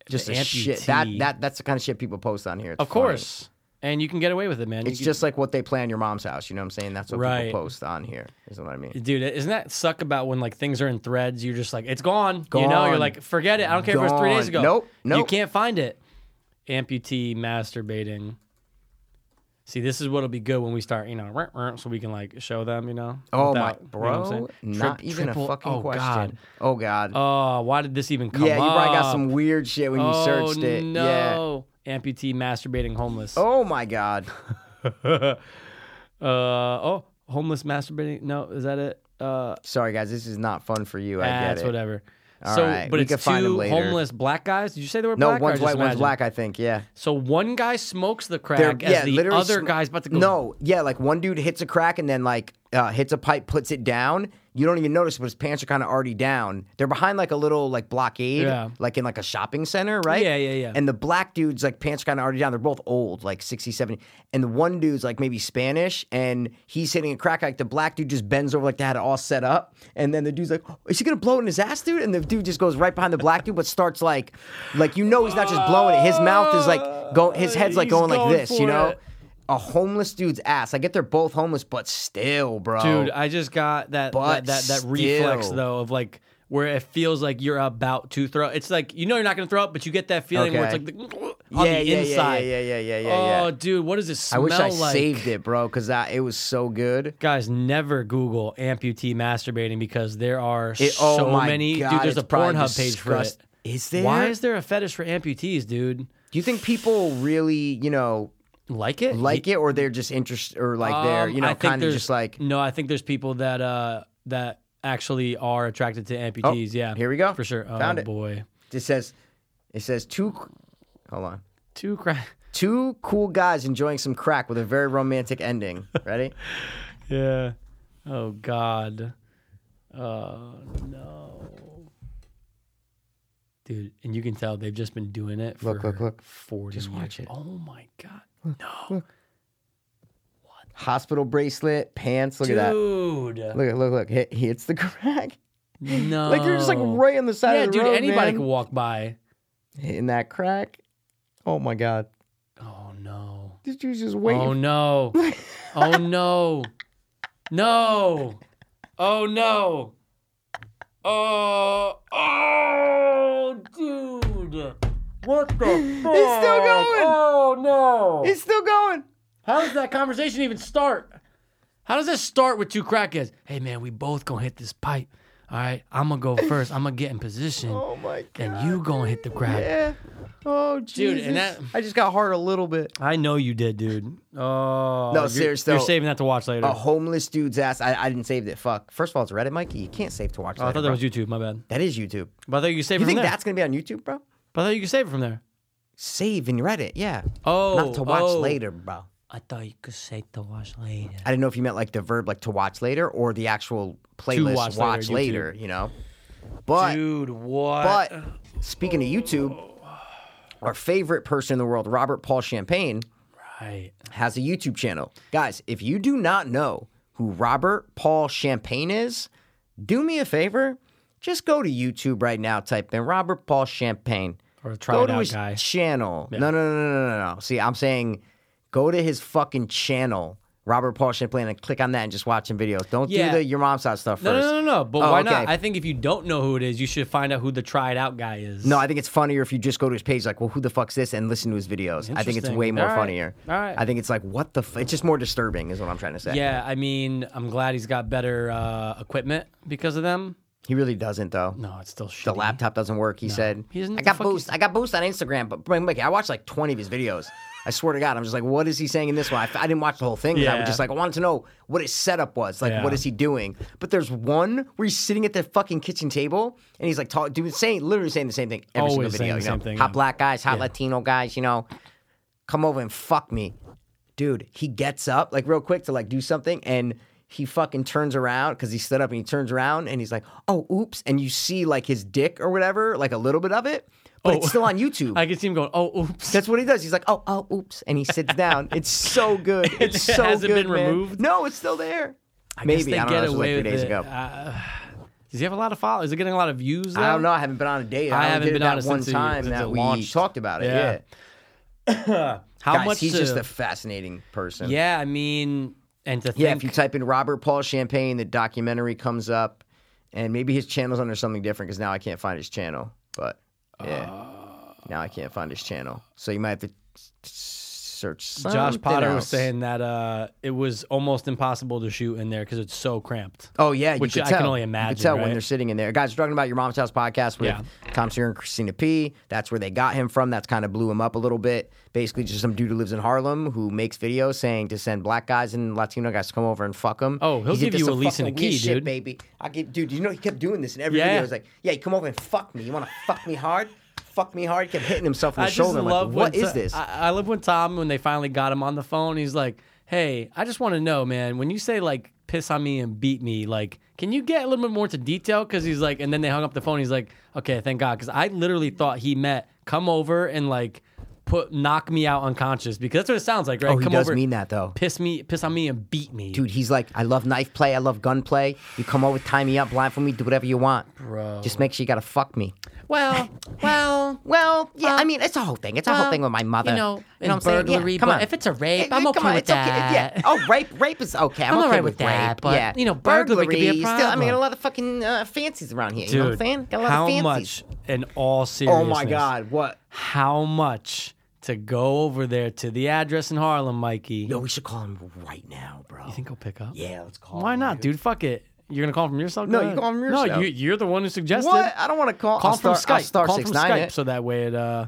Speaker 2: Just
Speaker 1: The
Speaker 2: a shit. That
Speaker 1: amputee.
Speaker 2: that that's the kind of shit people post on here. It's
Speaker 1: Of
Speaker 2: funny.
Speaker 1: course, and you can get away with it, man. You
Speaker 2: It's
Speaker 1: can-
Speaker 2: just like what they play on your mom's house. You know what I'm saying? That's what
Speaker 1: Right.
Speaker 2: people post on here. Is what I mean.
Speaker 1: Dude, isn't that suck about when like things are in threads? You're just like, it's gone. You know, you're
Speaker 2: Gone.
Speaker 1: like, forget it. I don't care if it was three days
Speaker 2: Gone.
Speaker 1: ago.
Speaker 2: Nope,
Speaker 1: You
Speaker 2: nope.
Speaker 1: can't find it. Amputee masturbating. See, this is what'll be good when we start, you know, rah, rah, so we can like show them, you know.
Speaker 2: Oh
Speaker 1: without- you
Speaker 2: my
Speaker 1: know what I'm
Speaker 2: bro,
Speaker 1: saying? Tri-
Speaker 2: not even
Speaker 1: triple-
Speaker 2: a fucking
Speaker 1: oh,
Speaker 2: question.
Speaker 1: God.
Speaker 2: Oh god.
Speaker 1: Oh, why did this even come
Speaker 2: yeah, you probably got
Speaker 1: up?
Speaker 2: some weird shit when you
Speaker 1: oh,
Speaker 2: searched it. Yeah.
Speaker 1: No. Amputee masturbating homeless.
Speaker 2: Oh my god.
Speaker 1: Uh, oh, homeless masturbating. No, is that it? Uh,
Speaker 2: Sorry guys, this is not fun for you. I
Speaker 1: ah,
Speaker 2: get
Speaker 1: it's
Speaker 2: it.
Speaker 1: whatever.
Speaker 2: All
Speaker 1: so,
Speaker 2: right,
Speaker 1: but
Speaker 2: we
Speaker 1: it's
Speaker 2: can find 'em
Speaker 1: two
Speaker 2: later.
Speaker 1: homeless black guys. Did you say they were
Speaker 2: No,
Speaker 1: black? or I
Speaker 2: one's
Speaker 1: just
Speaker 2: white, one's
Speaker 1: imagined?
Speaker 2: black. I think. Yeah.
Speaker 1: So one guy smokes the
Speaker 2: They're-
Speaker 1: crack as the other
Speaker 2: sm-
Speaker 1: guy's about to go.
Speaker 2: No, yeah, like one dude hits a crack and then like uh, hits a pipe, puts it down. you don't even notice, but his pants are kind of already down. They're behind like a little like blockade,
Speaker 1: Yeah.
Speaker 2: like in like a shopping center, right?
Speaker 1: Yeah, yeah, yeah.
Speaker 2: And the black dude's like pants are kind of already down. They're both old, like 60, 70. And the one dude's like maybe Spanish, and he's hitting a crack. Like the black dude just bends over like they had it all set up, and then the dude's like, "Oh, "Is he gonna blow it in his ass, dude?" And the dude just goes right behind the black dude, but starts like, like you know he's not just blowing it. His mouth is like go, his head's like
Speaker 1: He's
Speaker 2: going,
Speaker 1: going
Speaker 2: like this,
Speaker 1: for
Speaker 2: you know.
Speaker 1: it.
Speaker 2: A homeless dude's ass. I get they're both homeless, but still, bro.
Speaker 1: Dude, I just got that that
Speaker 2: But
Speaker 1: that, that reflex
Speaker 2: still.
Speaker 1: though of like where it feels like you're about to throw. It's like you know you're not gonna throw up, but you get that feeling where it's
Speaker 2: Okay.
Speaker 1: like the, [SNIFFS] on the inside.
Speaker 2: Yeah, yeah, yeah, yeah, yeah.
Speaker 1: Oh,
Speaker 2: yeah.
Speaker 1: dude, what does it
Speaker 2: I
Speaker 1: smell
Speaker 2: wish I
Speaker 1: like?
Speaker 2: saved it, bro, because it was so good.
Speaker 1: Guys, never Google amputee masturbating because there are
Speaker 2: It, oh
Speaker 1: so
Speaker 2: my
Speaker 1: many.
Speaker 2: God,
Speaker 1: dude, there's a
Speaker 2: it's probably
Speaker 1: Pornhub page for it.
Speaker 2: disgust- Is there?
Speaker 1: Why is there a fetish for amputees, dude?
Speaker 2: Do you think people really, you know,
Speaker 1: Like it?
Speaker 2: like it, or they're just interested, or like they're,
Speaker 1: Um,
Speaker 2: you
Speaker 1: I
Speaker 2: know,
Speaker 1: think
Speaker 2: kind of
Speaker 1: there's-
Speaker 2: just like,
Speaker 1: No, I think there's people that uh that actually are attracted to amputees. yeah.
Speaker 2: Oh, here we go.
Speaker 1: For sure. Oh
Speaker 2: Found it.
Speaker 1: boy.
Speaker 2: it says, it says two, hold on,
Speaker 1: Two cry.
Speaker 2: two cool guys enjoying some crack with a very romantic ending.
Speaker 1: [LAUGHS]
Speaker 2: Ready?
Speaker 1: [LAUGHS] Yeah. Oh god. Oh no. Dude, and you can tell they've just been doing it for
Speaker 2: Look, look, look.
Speaker 1: 40
Speaker 2: Just watch
Speaker 1: years.
Speaker 2: it.
Speaker 1: Oh my god.
Speaker 2: Hospital bracelet, pants. Look at that.
Speaker 1: Dude.
Speaker 2: Look, look, look. Hit, hits the [LAUGHS] crack.
Speaker 1: No.
Speaker 2: [LAUGHS] Like you're just like right on the side
Speaker 1: Oh. Yeah,
Speaker 2: of the
Speaker 1: dude,
Speaker 2: road,
Speaker 1: anybody
Speaker 2: man.
Speaker 1: could walk by.
Speaker 2: hitting that crack. Oh my god.
Speaker 1: Oh no.
Speaker 2: Did you just wait?
Speaker 1: Oh
Speaker 2: [LAUGHS]
Speaker 1: no. Oh no. No. Oh no. Oh. Oh, dude. What the fuck? It's still
Speaker 2: going.
Speaker 1: Oh no.
Speaker 2: It's still going.
Speaker 1: How does that conversation even start? How does this start with two crackheads? Hey man, we both gonna hit this pipe. All right, I'm gonna go
Speaker 2: [LAUGHS]
Speaker 1: first. I'm gonna get in position,
Speaker 2: Oh my god.
Speaker 1: and you gonna hit the crack.
Speaker 2: Yeah. Oh Jesus.
Speaker 1: and that-
Speaker 2: I just got hard a little bit.
Speaker 1: I know you did, dude. Oh,
Speaker 2: No,
Speaker 1: you're-
Speaker 2: serious,
Speaker 1: You're
Speaker 2: though. Oh.
Speaker 1: saving that to watch later.
Speaker 2: A homeless dude's ass. I, I didn't save it. Fuck. First of all, it's Reddit, Mikey. You can't save to watch.
Speaker 1: Oh, I
Speaker 2: later,
Speaker 1: thought that
Speaker 2: bro.
Speaker 1: was YouTube. My bad.
Speaker 2: That is YouTube.
Speaker 1: But I thought you could save it
Speaker 2: You
Speaker 1: from
Speaker 2: think
Speaker 1: there.
Speaker 2: that's gonna be on YouTube, bro?
Speaker 1: But I thought you could save it from there.
Speaker 2: Save in Reddit, yeah.
Speaker 1: Oh,
Speaker 2: Not to watch
Speaker 1: oh.
Speaker 2: later, bro.
Speaker 1: I thought you could save the watch later.
Speaker 2: I didn't know if you meant like the verb, like to watch later, or the actual playlist
Speaker 1: watch
Speaker 2: watch,
Speaker 1: later,
Speaker 2: later, You know. But
Speaker 1: Dude, what?
Speaker 2: But speaking of YouTube, our favorite person in the world, Robert Paul Champagne,
Speaker 1: right.
Speaker 2: has a YouTube channel. Guys, if you do not know who Robert Paul Champagne is, do me a favor. Just go to YouTube right now, type in Robert Paul Champagne.
Speaker 1: Or try
Speaker 2: go
Speaker 1: it
Speaker 2: to
Speaker 1: out,
Speaker 2: his
Speaker 1: guy.
Speaker 2: channel. No, no, no, no, no, no, no. See, I'm saying go to his fucking channel, Robert Paul Champagne, and click on that and just watch some videos. Don't
Speaker 1: Yeah.
Speaker 2: do the your mom's house stuff
Speaker 1: No, no,
Speaker 2: first.
Speaker 1: no, no, no. But
Speaker 2: Oh,
Speaker 1: why not?
Speaker 2: okay.
Speaker 1: I think if you don't know who it is, you should find out who the tried out guy is.
Speaker 2: No, I think it's funnier if you just go to his page, like, well, who the fuck's this, and listen to his videos. I think it's
Speaker 1: Interesting.
Speaker 2: way more
Speaker 1: All right.
Speaker 2: funnier.
Speaker 1: All right.
Speaker 2: I think it's like, what the? F-? It's just more disturbing, is what I'm trying to say.
Speaker 1: Yeah, I mean, I'm glad he's got better uh, equipment because of them.
Speaker 2: He really doesn't though.
Speaker 1: No, it's still shitty.
Speaker 2: The laptop doesn't work. He said.
Speaker 1: He doesn't know
Speaker 2: I
Speaker 1: what
Speaker 2: got
Speaker 1: the fuck
Speaker 2: boost. I got boost on Instagram, but but Mickey, I watched like 20 of his videos. I swear to God, I'm just like, what is he saying in this one? I, f- I didn't watch the whole thing. 'cause I
Speaker 1: Yeah.
Speaker 2: was just like, I wanted to know what his setup was. Like, what
Speaker 1: Yeah.
Speaker 2: is he doing? But there's one where he's sitting at the fucking kitchen table and he's like, talk, dude, saying literally saying the same thing every
Speaker 1: Always
Speaker 2: single
Speaker 1: saying
Speaker 2: video.
Speaker 1: the
Speaker 2: you know?
Speaker 1: same thing,
Speaker 2: hot
Speaker 1: yeah.
Speaker 2: black guys, hot Latino guys, you know, come over and fuck me, dude. He gets up like real quick to like do something and. He fucking turns around because he stood up and he turns around and he's like, "Oh, oops!" And you see like his dick or whatever, like a little bit of it, but it's
Speaker 1: [LAUGHS]
Speaker 2: still on YouTube.
Speaker 1: Oh. I can see him going, oh, oops.
Speaker 2: That's what he does. He's like, oh, oh, oops, and he sits
Speaker 1: [LAUGHS]
Speaker 2: down. It's so good. It's so
Speaker 1: Has it
Speaker 2: good.
Speaker 1: been
Speaker 2: man.
Speaker 1: removed?
Speaker 2: No, it's still there.
Speaker 1: guess
Speaker 2: [LAUGHS] Maybe
Speaker 1: they
Speaker 2: I don't
Speaker 1: get
Speaker 2: know. This was
Speaker 1: away
Speaker 2: like
Speaker 1: with
Speaker 2: three days
Speaker 1: it. Uh,
Speaker 2: ago.
Speaker 1: Does he have a lot of followers? Is he getting a lot of views?
Speaker 2: I don't
Speaker 1: though?
Speaker 2: know. I haven't been on a date.
Speaker 1: I
Speaker 2: only
Speaker 1: haven't
Speaker 2: did it
Speaker 1: been
Speaker 2: that
Speaker 1: on it
Speaker 2: one
Speaker 1: since it-
Speaker 2: time
Speaker 1: since
Speaker 2: that
Speaker 1: it
Speaker 2: we
Speaker 1: launched.
Speaker 2: talked about it.
Speaker 1: Yeah.
Speaker 2: Yeah,
Speaker 1: How
Speaker 2: guys,
Speaker 1: much?
Speaker 2: he's
Speaker 1: to-
Speaker 2: just a fascinating person.
Speaker 1: yeah, I mean, and to think,
Speaker 2: yeah. If you type in Robert Paul Champagne, the documentary comes up, and maybe his channel's under something different because now I can't find his channel. But yeah, now I can't find his channel. So you might have to s- search.
Speaker 1: Josh
Speaker 2: something
Speaker 1: Potter was
Speaker 2: else.
Speaker 1: saying that uh, it was almost impossible to shoot in there because it's so cramped.
Speaker 2: Oh yeah, you
Speaker 1: Which
Speaker 2: could
Speaker 1: I can
Speaker 2: tell.
Speaker 1: only
Speaker 2: You
Speaker 1: imagine,
Speaker 2: could tell
Speaker 1: right?
Speaker 2: when they're sitting in there. Guys, we're talking about your mom's house podcast with
Speaker 1: Yeah.
Speaker 2: Tom Sear and Christina P. That's where they got him from. That's kind of blew him up a little bit. Basically, just some dude who lives in Harlem who makes videos saying to send black guys and Latino guys to come over and fuck him.
Speaker 1: Oh, he'll
Speaker 2: He's
Speaker 1: give
Speaker 2: like, "This
Speaker 1: you
Speaker 2: is
Speaker 1: a lease and a
Speaker 2: fucking weird
Speaker 1: key,
Speaker 2: shit,
Speaker 1: dude."
Speaker 2: baby. I give, dude. You know he kept doing this in every
Speaker 1: Yeah.
Speaker 2: video. He's like, yeah, you come over and fuck me. You want to fuck me hard? fuck me hard. Kept hitting himself in
Speaker 1: I
Speaker 2: the
Speaker 1: just
Speaker 2: shoulder. I'm like,
Speaker 1: love
Speaker 2: what
Speaker 1: when
Speaker 2: is
Speaker 1: To-
Speaker 2: this?
Speaker 1: I, I love when Tom, when they finally got him on the phone, he's like, "Hey, I just want to know, man. When you say like piss on me and beat me, like, can you get a little bit more to detail?" Because he's like, and then they hung up the phone. He's like, "Okay, thank God," because I literally thought he meant come over and like put knock me out unconscious because that's what it sounds like, right?
Speaker 2: oh, he
Speaker 1: come
Speaker 2: does
Speaker 1: over,
Speaker 2: mean that though.
Speaker 1: Piss me, piss on me and beat me,
Speaker 2: Dude, he's like, I love knife play. I love gun play. You come over, tie me up, blindfold me, do whatever you want. Bro. Just make sure you gotta fuck me.
Speaker 1: Well, well.
Speaker 2: Well, yeah,
Speaker 1: Well, um,
Speaker 2: I mean, it's a whole thing. It's a whole
Speaker 1: well,
Speaker 2: thing with my mother.
Speaker 1: you know,
Speaker 2: Oh,
Speaker 1: in
Speaker 2: you know what I'm saying?
Speaker 1: burglary,
Speaker 2: Yeah, come
Speaker 1: but
Speaker 2: on.
Speaker 1: if it's a rape,
Speaker 2: Yeah,
Speaker 1: I'm
Speaker 2: come
Speaker 1: okay
Speaker 2: on,
Speaker 1: with
Speaker 2: it's okay. Yeah.
Speaker 1: that.
Speaker 2: Oh, rape, rape is okay. I'm,
Speaker 1: I'm all
Speaker 2: okay
Speaker 1: right
Speaker 2: with
Speaker 1: with that,
Speaker 2: rape.
Speaker 1: but,
Speaker 2: yeah.
Speaker 1: you know, burglary could be a
Speaker 2: Still, I mean, I got a
Speaker 1: problem.
Speaker 2: lot of fucking uh, fancies around here. You
Speaker 1: Dude,
Speaker 2: know what I'm saying? Got a lot
Speaker 1: how
Speaker 2: of fancies.
Speaker 1: much? In all
Speaker 2: Oh
Speaker 1: seriousness,
Speaker 2: my God, what?
Speaker 1: how much to go over there to the address in Harlem, Mikey.
Speaker 2: Yo, we should call him right now, bro.
Speaker 1: You think he'll pick up?
Speaker 2: yeah, let's call
Speaker 1: Why
Speaker 2: him.
Speaker 1: not, dude? Fuck it. You're gonna call from your cell? Go
Speaker 2: No, you
Speaker 1: ahead.
Speaker 2: call from your
Speaker 1: No,
Speaker 2: cell.
Speaker 1: you, you're the one who suggested.
Speaker 2: What? I don't want to call.
Speaker 1: Call
Speaker 2: I'll
Speaker 1: him from
Speaker 2: start- I'll
Speaker 1: Skype.
Speaker 2: start
Speaker 1: call him
Speaker 2: 6
Speaker 1: from
Speaker 2: 9
Speaker 1: Skype
Speaker 2: it.
Speaker 1: so that way it. Uh,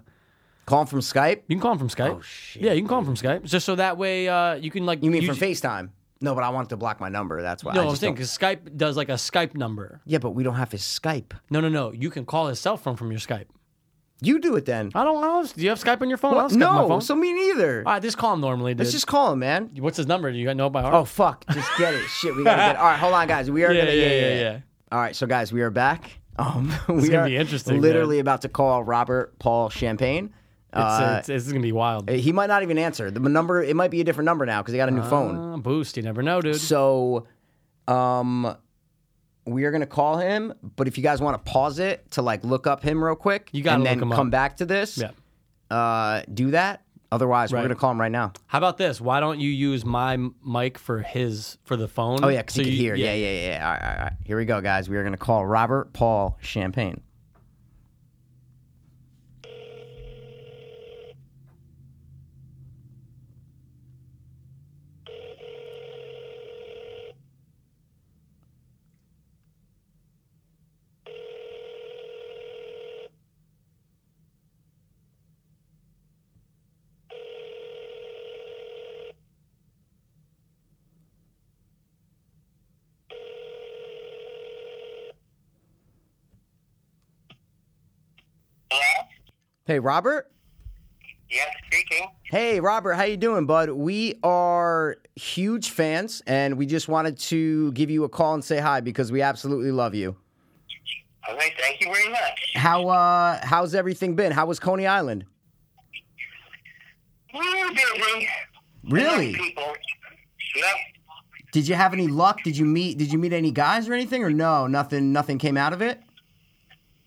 Speaker 2: Call him from Skype.
Speaker 1: you can call him from Skype. Oh
Speaker 2: shit.
Speaker 1: Yeah, you can call him from Skype. Just so that way uh, you can like.
Speaker 2: You mean from
Speaker 1: ju-
Speaker 2: FaceTime? No, but I want to block my number. That's why. I
Speaker 1: No, I'm
Speaker 2: just
Speaker 1: saying
Speaker 2: don't-
Speaker 1: because Skype does like a Skype number.
Speaker 2: Yeah, but we don't have his Skype.
Speaker 1: No, no, no. You can call his cell phone from your Skype.
Speaker 2: You do it then.
Speaker 1: I don't know. Do you have Skype on your phone? I
Speaker 2: What?
Speaker 1: don't Skype on my
Speaker 2: No,
Speaker 1: phone.
Speaker 2: so me neither.
Speaker 1: All right, just call him normally, dude.
Speaker 2: Let's just call him, man.
Speaker 1: What's his number? Do you know it by heart?
Speaker 2: Oh fuck! Just get it. Shit, we gotta get. All right, hold on, guys. We are
Speaker 1: [LAUGHS] yeah,
Speaker 2: gonna.
Speaker 1: yeah, yeah, yeah.
Speaker 2: All right, so guys, we are back. [LAUGHS] Um, we
Speaker 1: gonna
Speaker 2: are
Speaker 1: be interesting,
Speaker 2: Literally about to call Robert Paul Champagne.
Speaker 1: It's,
Speaker 2: Uh,
Speaker 1: it's, it's gonna be wild.
Speaker 2: he might not even answer the number. It might be a different number now because he got a new phone.
Speaker 1: Uh, boost, you never know, dude.
Speaker 2: So, um, we are gonna call him. But if you guys want to pause it to like look up him real quick,
Speaker 1: You gotta
Speaker 2: and
Speaker 1: look
Speaker 2: then
Speaker 1: him up.
Speaker 2: come back to this.
Speaker 1: yeah.
Speaker 2: Uh, do that. Otherwise, we're
Speaker 1: Right.
Speaker 2: gonna call him right now.
Speaker 1: How about this? Why don't you use my m- mic for his for the phone?
Speaker 2: Oh yeah, because
Speaker 1: So
Speaker 2: he could
Speaker 1: you-
Speaker 2: hear. Yeah. yeah, yeah, yeah. All right, all right, all right. Here we go, guys. We are gonna call Robert Paul Champagne. Hey, Robert.
Speaker 8: Yes, speaking.
Speaker 2: Hey, Robert. How you doing, bud? We are huge fans, and we just wanted to give you a call and say hi because we absolutely love you.
Speaker 8: All right, thank you very much.
Speaker 2: How uh, how's everything been? How was Coney Island?
Speaker 8: We were busy.
Speaker 2: Really?
Speaker 8: People. Yep.
Speaker 2: Did you have any luck? Did you meet? Did you meet any guys or anything? Or no, nothing. Nothing came out of it.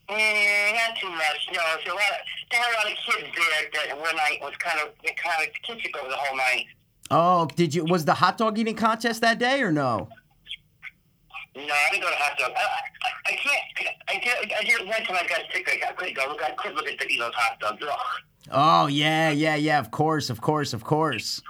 Speaker 8: Mm, not too much. No, it's a lot of, there were a lot of kids there that one night was kind of, it kind of kids took over the whole night.
Speaker 2: Oh, did you? Was the hot dog eating contest that day or no?
Speaker 8: No, I didn't go to hot dog. I, I, I can't, I did, I did one time I got sick. I got- I couldn't go. I couldn't look at the, you know, hot dogs. Ugh.
Speaker 2: Oh yeah, yeah, yeah. Of course, of course, of course.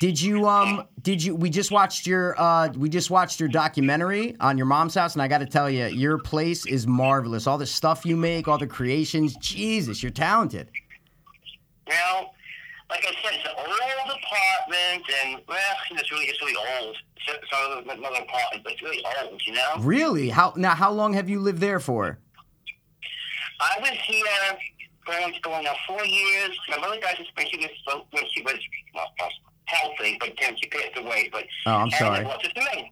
Speaker 2: Did you um? Did you? We just watched your uh. We just watched your documentary on your mom's house, and I got to tell you, your place is marvelous. All the stuff you make, all the creations. Jesus, you're talented.
Speaker 8: Now, like I said, it's an old apartment and, well, it's really, it's really old. So, so another apartment, but it's really old, you know?
Speaker 2: Really? How now? How long have you lived there for?
Speaker 8: I was here going going on four years. My mother died just when she was so- when she was well, healthy, but then she passed away. But
Speaker 2: Oh, I'm
Speaker 8: and
Speaker 2: sorry.
Speaker 8: It was his name.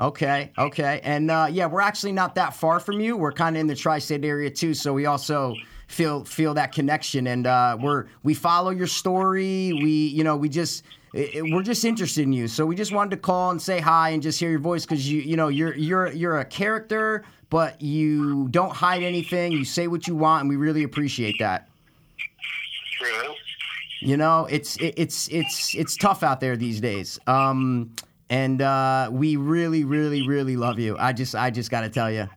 Speaker 2: Okay, okay, and uh, yeah, we're actually not that far from you. We're kind of in the tri-state area too, so we also feel feel that connection, and uh, we're we follow your story. We you know we just i- i- we're just interested in you, so we just wanted to call and say hi and just hear your voice because you you know you're you're you're a character, but you don't hide anything. You say what you want, and we really appreciate that.
Speaker 8: True.
Speaker 2: You know, it's it, it's it's it's tough out there these days. Um, and uh, we really, really, really love you. I just I just got to tell you.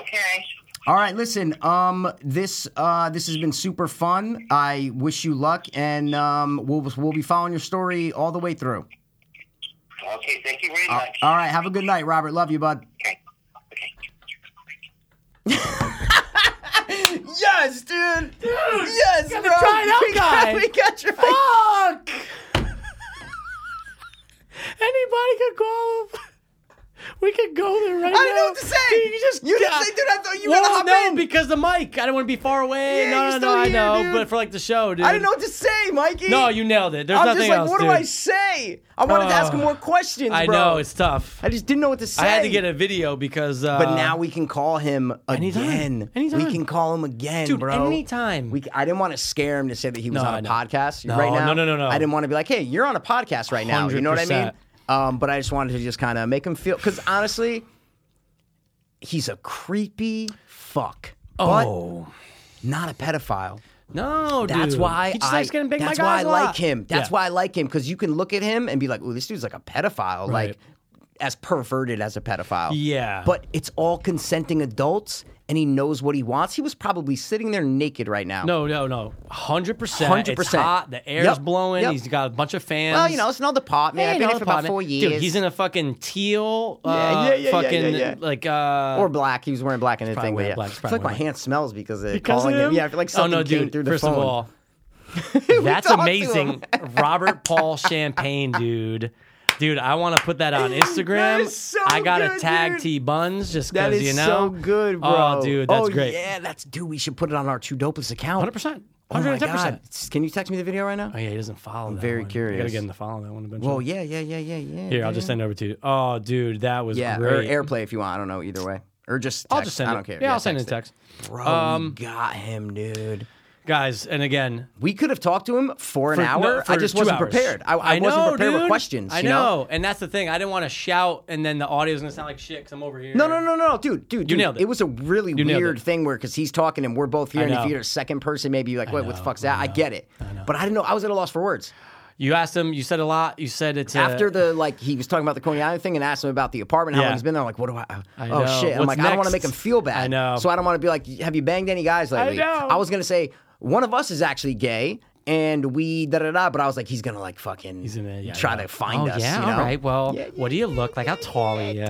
Speaker 8: Okay.
Speaker 2: All right, listen. Um, this uh, this has been super fun. I wish you luck, and um, we'll we'll be following your story all the way through.
Speaker 8: Okay. Thank you very much.
Speaker 2: All right, have a good night, Robert. Love
Speaker 1: [LAUGHS]
Speaker 2: you, bud.
Speaker 8: okay. Okay.
Speaker 2: Yes, dude. Dude, yes, bro.
Speaker 1: try it out,
Speaker 2: [LAUGHS] we got-
Speaker 1: guy.
Speaker 2: we got your
Speaker 1: Fuck! [LAUGHS] Anybody could call him. [LAUGHS] We could go there right now.
Speaker 2: I didn't know what to say.
Speaker 1: Dude, you just
Speaker 2: You didn't
Speaker 1: Yeah.
Speaker 2: say, dude, I thought you were
Speaker 1: well,
Speaker 2: gonna hop
Speaker 1: no,
Speaker 2: in.
Speaker 1: because the mic. I don't want to be far away.
Speaker 2: Yeah,
Speaker 1: no,
Speaker 2: you're
Speaker 1: no,
Speaker 2: still
Speaker 1: no,
Speaker 2: here,
Speaker 1: I know.
Speaker 2: dude.
Speaker 1: But for like the show, dude.
Speaker 2: I didn't know what to say, Mikey.
Speaker 1: No, you nailed it. There's
Speaker 2: I'm
Speaker 1: nothing
Speaker 2: just like,
Speaker 1: else,
Speaker 2: what
Speaker 1: dude.
Speaker 2: do I say? I wanted to ask him
Speaker 1: Oh.
Speaker 2: more questions,
Speaker 1: I
Speaker 2: bro.
Speaker 1: know it's tough.
Speaker 2: I just didn't know what to say.
Speaker 1: I had to get a video because. Uh,
Speaker 2: But now we can call him
Speaker 1: Anytime.
Speaker 2: again.
Speaker 1: Anytime.
Speaker 2: We can call him again,
Speaker 1: Dude,
Speaker 2: bro.
Speaker 1: anytime.
Speaker 2: We, I didn't want to scare him to say that he was
Speaker 1: No, I
Speaker 2: on a
Speaker 1: know.
Speaker 2: podcast
Speaker 1: No,
Speaker 2: right now.
Speaker 1: no, no, no, no.
Speaker 2: I didn't want to be like, hey, you're on a podcast right now. You know what I mean?
Speaker 1: 100%.
Speaker 2: Um, but I just wanted to just kind of make him feel because honestly, he's a creepy fuck,
Speaker 1: Oh
Speaker 2: but not a pedophile.
Speaker 1: no, dude.
Speaker 2: That's why
Speaker 1: he just
Speaker 2: I,
Speaker 1: likes getting big.
Speaker 2: that's
Speaker 1: my
Speaker 2: why I
Speaker 1: guys a
Speaker 2: like
Speaker 1: lot.
Speaker 2: him. That's
Speaker 1: Yeah.
Speaker 2: why I like him because you can look at him and be like, "Ooh, this dude's like a pedophile." Like
Speaker 1: Right.
Speaker 2: as perverted as a pedophile.
Speaker 1: Yeah.
Speaker 2: But it's all consenting adults and he knows what he wants. He was probably sitting there naked right now.
Speaker 1: No, no, no. Hundred percent.
Speaker 2: 100%.
Speaker 1: It's hot. The air's
Speaker 2: Yep.
Speaker 1: blowing.
Speaker 2: Yep.
Speaker 1: He's got a bunch of fans.
Speaker 2: Well, you know, it's not the pot, man.
Speaker 1: Hey,
Speaker 2: I've been
Speaker 1: no,
Speaker 2: here for about
Speaker 1: apartment.
Speaker 2: four years.
Speaker 1: Dude, he's in a fucking teal, uh,
Speaker 2: Yeah, yeah, yeah, yeah,
Speaker 1: fucking
Speaker 2: yeah, yeah.
Speaker 1: like uh,
Speaker 2: or black. He was wearing black in the
Speaker 1: probably
Speaker 2: thing. But
Speaker 1: wearing
Speaker 2: yeah.
Speaker 1: black.
Speaker 2: I
Speaker 1: He's
Speaker 2: feel
Speaker 1: probably
Speaker 2: like my
Speaker 1: wearing
Speaker 2: hand smells because of
Speaker 1: because
Speaker 2: calling
Speaker 1: of
Speaker 2: him. Yeah, I feel like something
Speaker 1: oh, no,
Speaker 2: came
Speaker 1: dude,
Speaker 2: through the
Speaker 1: first
Speaker 2: phone.
Speaker 1: of
Speaker 2: [LAUGHS]
Speaker 1: all, that's
Speaker 2: talked to
Speaker 1: amazing,
Speaker 2: [LAUGHS]
Speaker 1: Robert Paul Champagne, dude. Dude, I want to put that on Instagram.
Speaker 2: is so
Speaker 1: I gotta
Speaker 2: good,
Speaker 1: tag
Speaker 2: dude.
Speaker 1: T Buns just
Speaker 2: that
Speaker 1: because
Speaker 2: is
Speaker 1: you
Speaker 2: so
Speaker 1: know.
Speaker 2: good, bro.
Speaker 1: Oh, dude, that's
Speaker 2: Oh,
Speaker 1: great.
Speaker 2: Yeah, that's dude. We should put it on our two dopeless account.
Speaker 1: Hundred percent,
Speaker 2: Oh my
Speaker 1: hundred ten
Speaker 2: god!
Speaker 1: percent.
Speaker 2: Can you text me the video right now?
Speaker 1: Oh yeah, he doesn't follow. that
Speaker 2: very
Speaker 1: one. I
Speaker 2: curious.
Speaker 1: gotta get him to follow that one eventually.
Speaker 2: Well, yeah, yeah, yeah, yeah, yeah.
Speaker 1: Here, I'll just send it over to you. Oh, dude, that was
Speaker 2: yeah,
Speaker 1: great.
Speaker 2: or AirPlay if you want. I don't know either way, or just text.
Speaker 1: I'll just send
Speaker 2: I
Speaker 1: it.
Speaker 2: don't care.
Speaker 1: Yeah, I'll send it a text.
Speaker 2: Bro,
Speaker 1: Um,
Speaker 2: we got him, dude.
Speaker 1: Guys, and again,
Speaker 2: We could have talked to him for an
Speaker 1: for-
Speaker 2: hour.
Speaker 1: no, for
Speaker 2: I just
Speaker 1: two
Speaker 2: wasn't
Speaker 1: hours.
Speaker 2: prepared. I, I, wasn't
Speaker 1: know,
Speaker 2: prepared with
Speaker 1: dude.
Speaker 2: questions.
Speaker 1: I
Speaker 2: you know.
Speaker 1: and that's the thing. I didn't want to shout, and then the audio's gonna sound like shit because I'm over here.
Speaker 2: No, no, no, no, dude, dude, dude.
Speaker 1: nailed it.
Speaker 2: was a really
Speaker 1: You nailed
Speaker 2: weird
Speaker 1: it.
Speaker 2: thing where because he's talking and we're both here,
Speaker 1: I
Speaker 2: and if
Speaker 1: know.
Speaker 2: you're a second person, maybe you're like, wait, what the
Speaker 1: know,
Speaker 2: fuck's that? I, get it, but I didn't know. I was at a loss for words
Speaker 1: You asked him. You said a lot. You said it's
Speaker 2: after the like he was talking about the Coney Island thing and asked him about the apartment, how
Speaker 1: Yeah.
Speaker 2: long he's been there. I'm like, what do I?
Speaker 1: I
Speaker 2: oh
Speaker 1: know.
Speaker 2: shit! I'm
Speaker 1: What's
Speaker 2: like, I don't want to make
Speaker 1: next?
Speaker 2: him feel bad.
Speaker 1: I know.
Speaker 2: So I don't want to be like, have you banged any guys lately?
Speaker 1: know.
Speaker 2: was gonna say one of us is actually gay. And we da da da, but I was like, he's gonna like fucking
Speaker 1: He's gonna, yeah,
Speaker 2: try
Speaker 1: yeah.
Speaker 2: to find
Speaker 1: oh,
Speaker 2: us.
Speaker 1: Yeah,
Speaker 2: you know?
Speaker 1: all right. Well, what do you look like? How tall are you?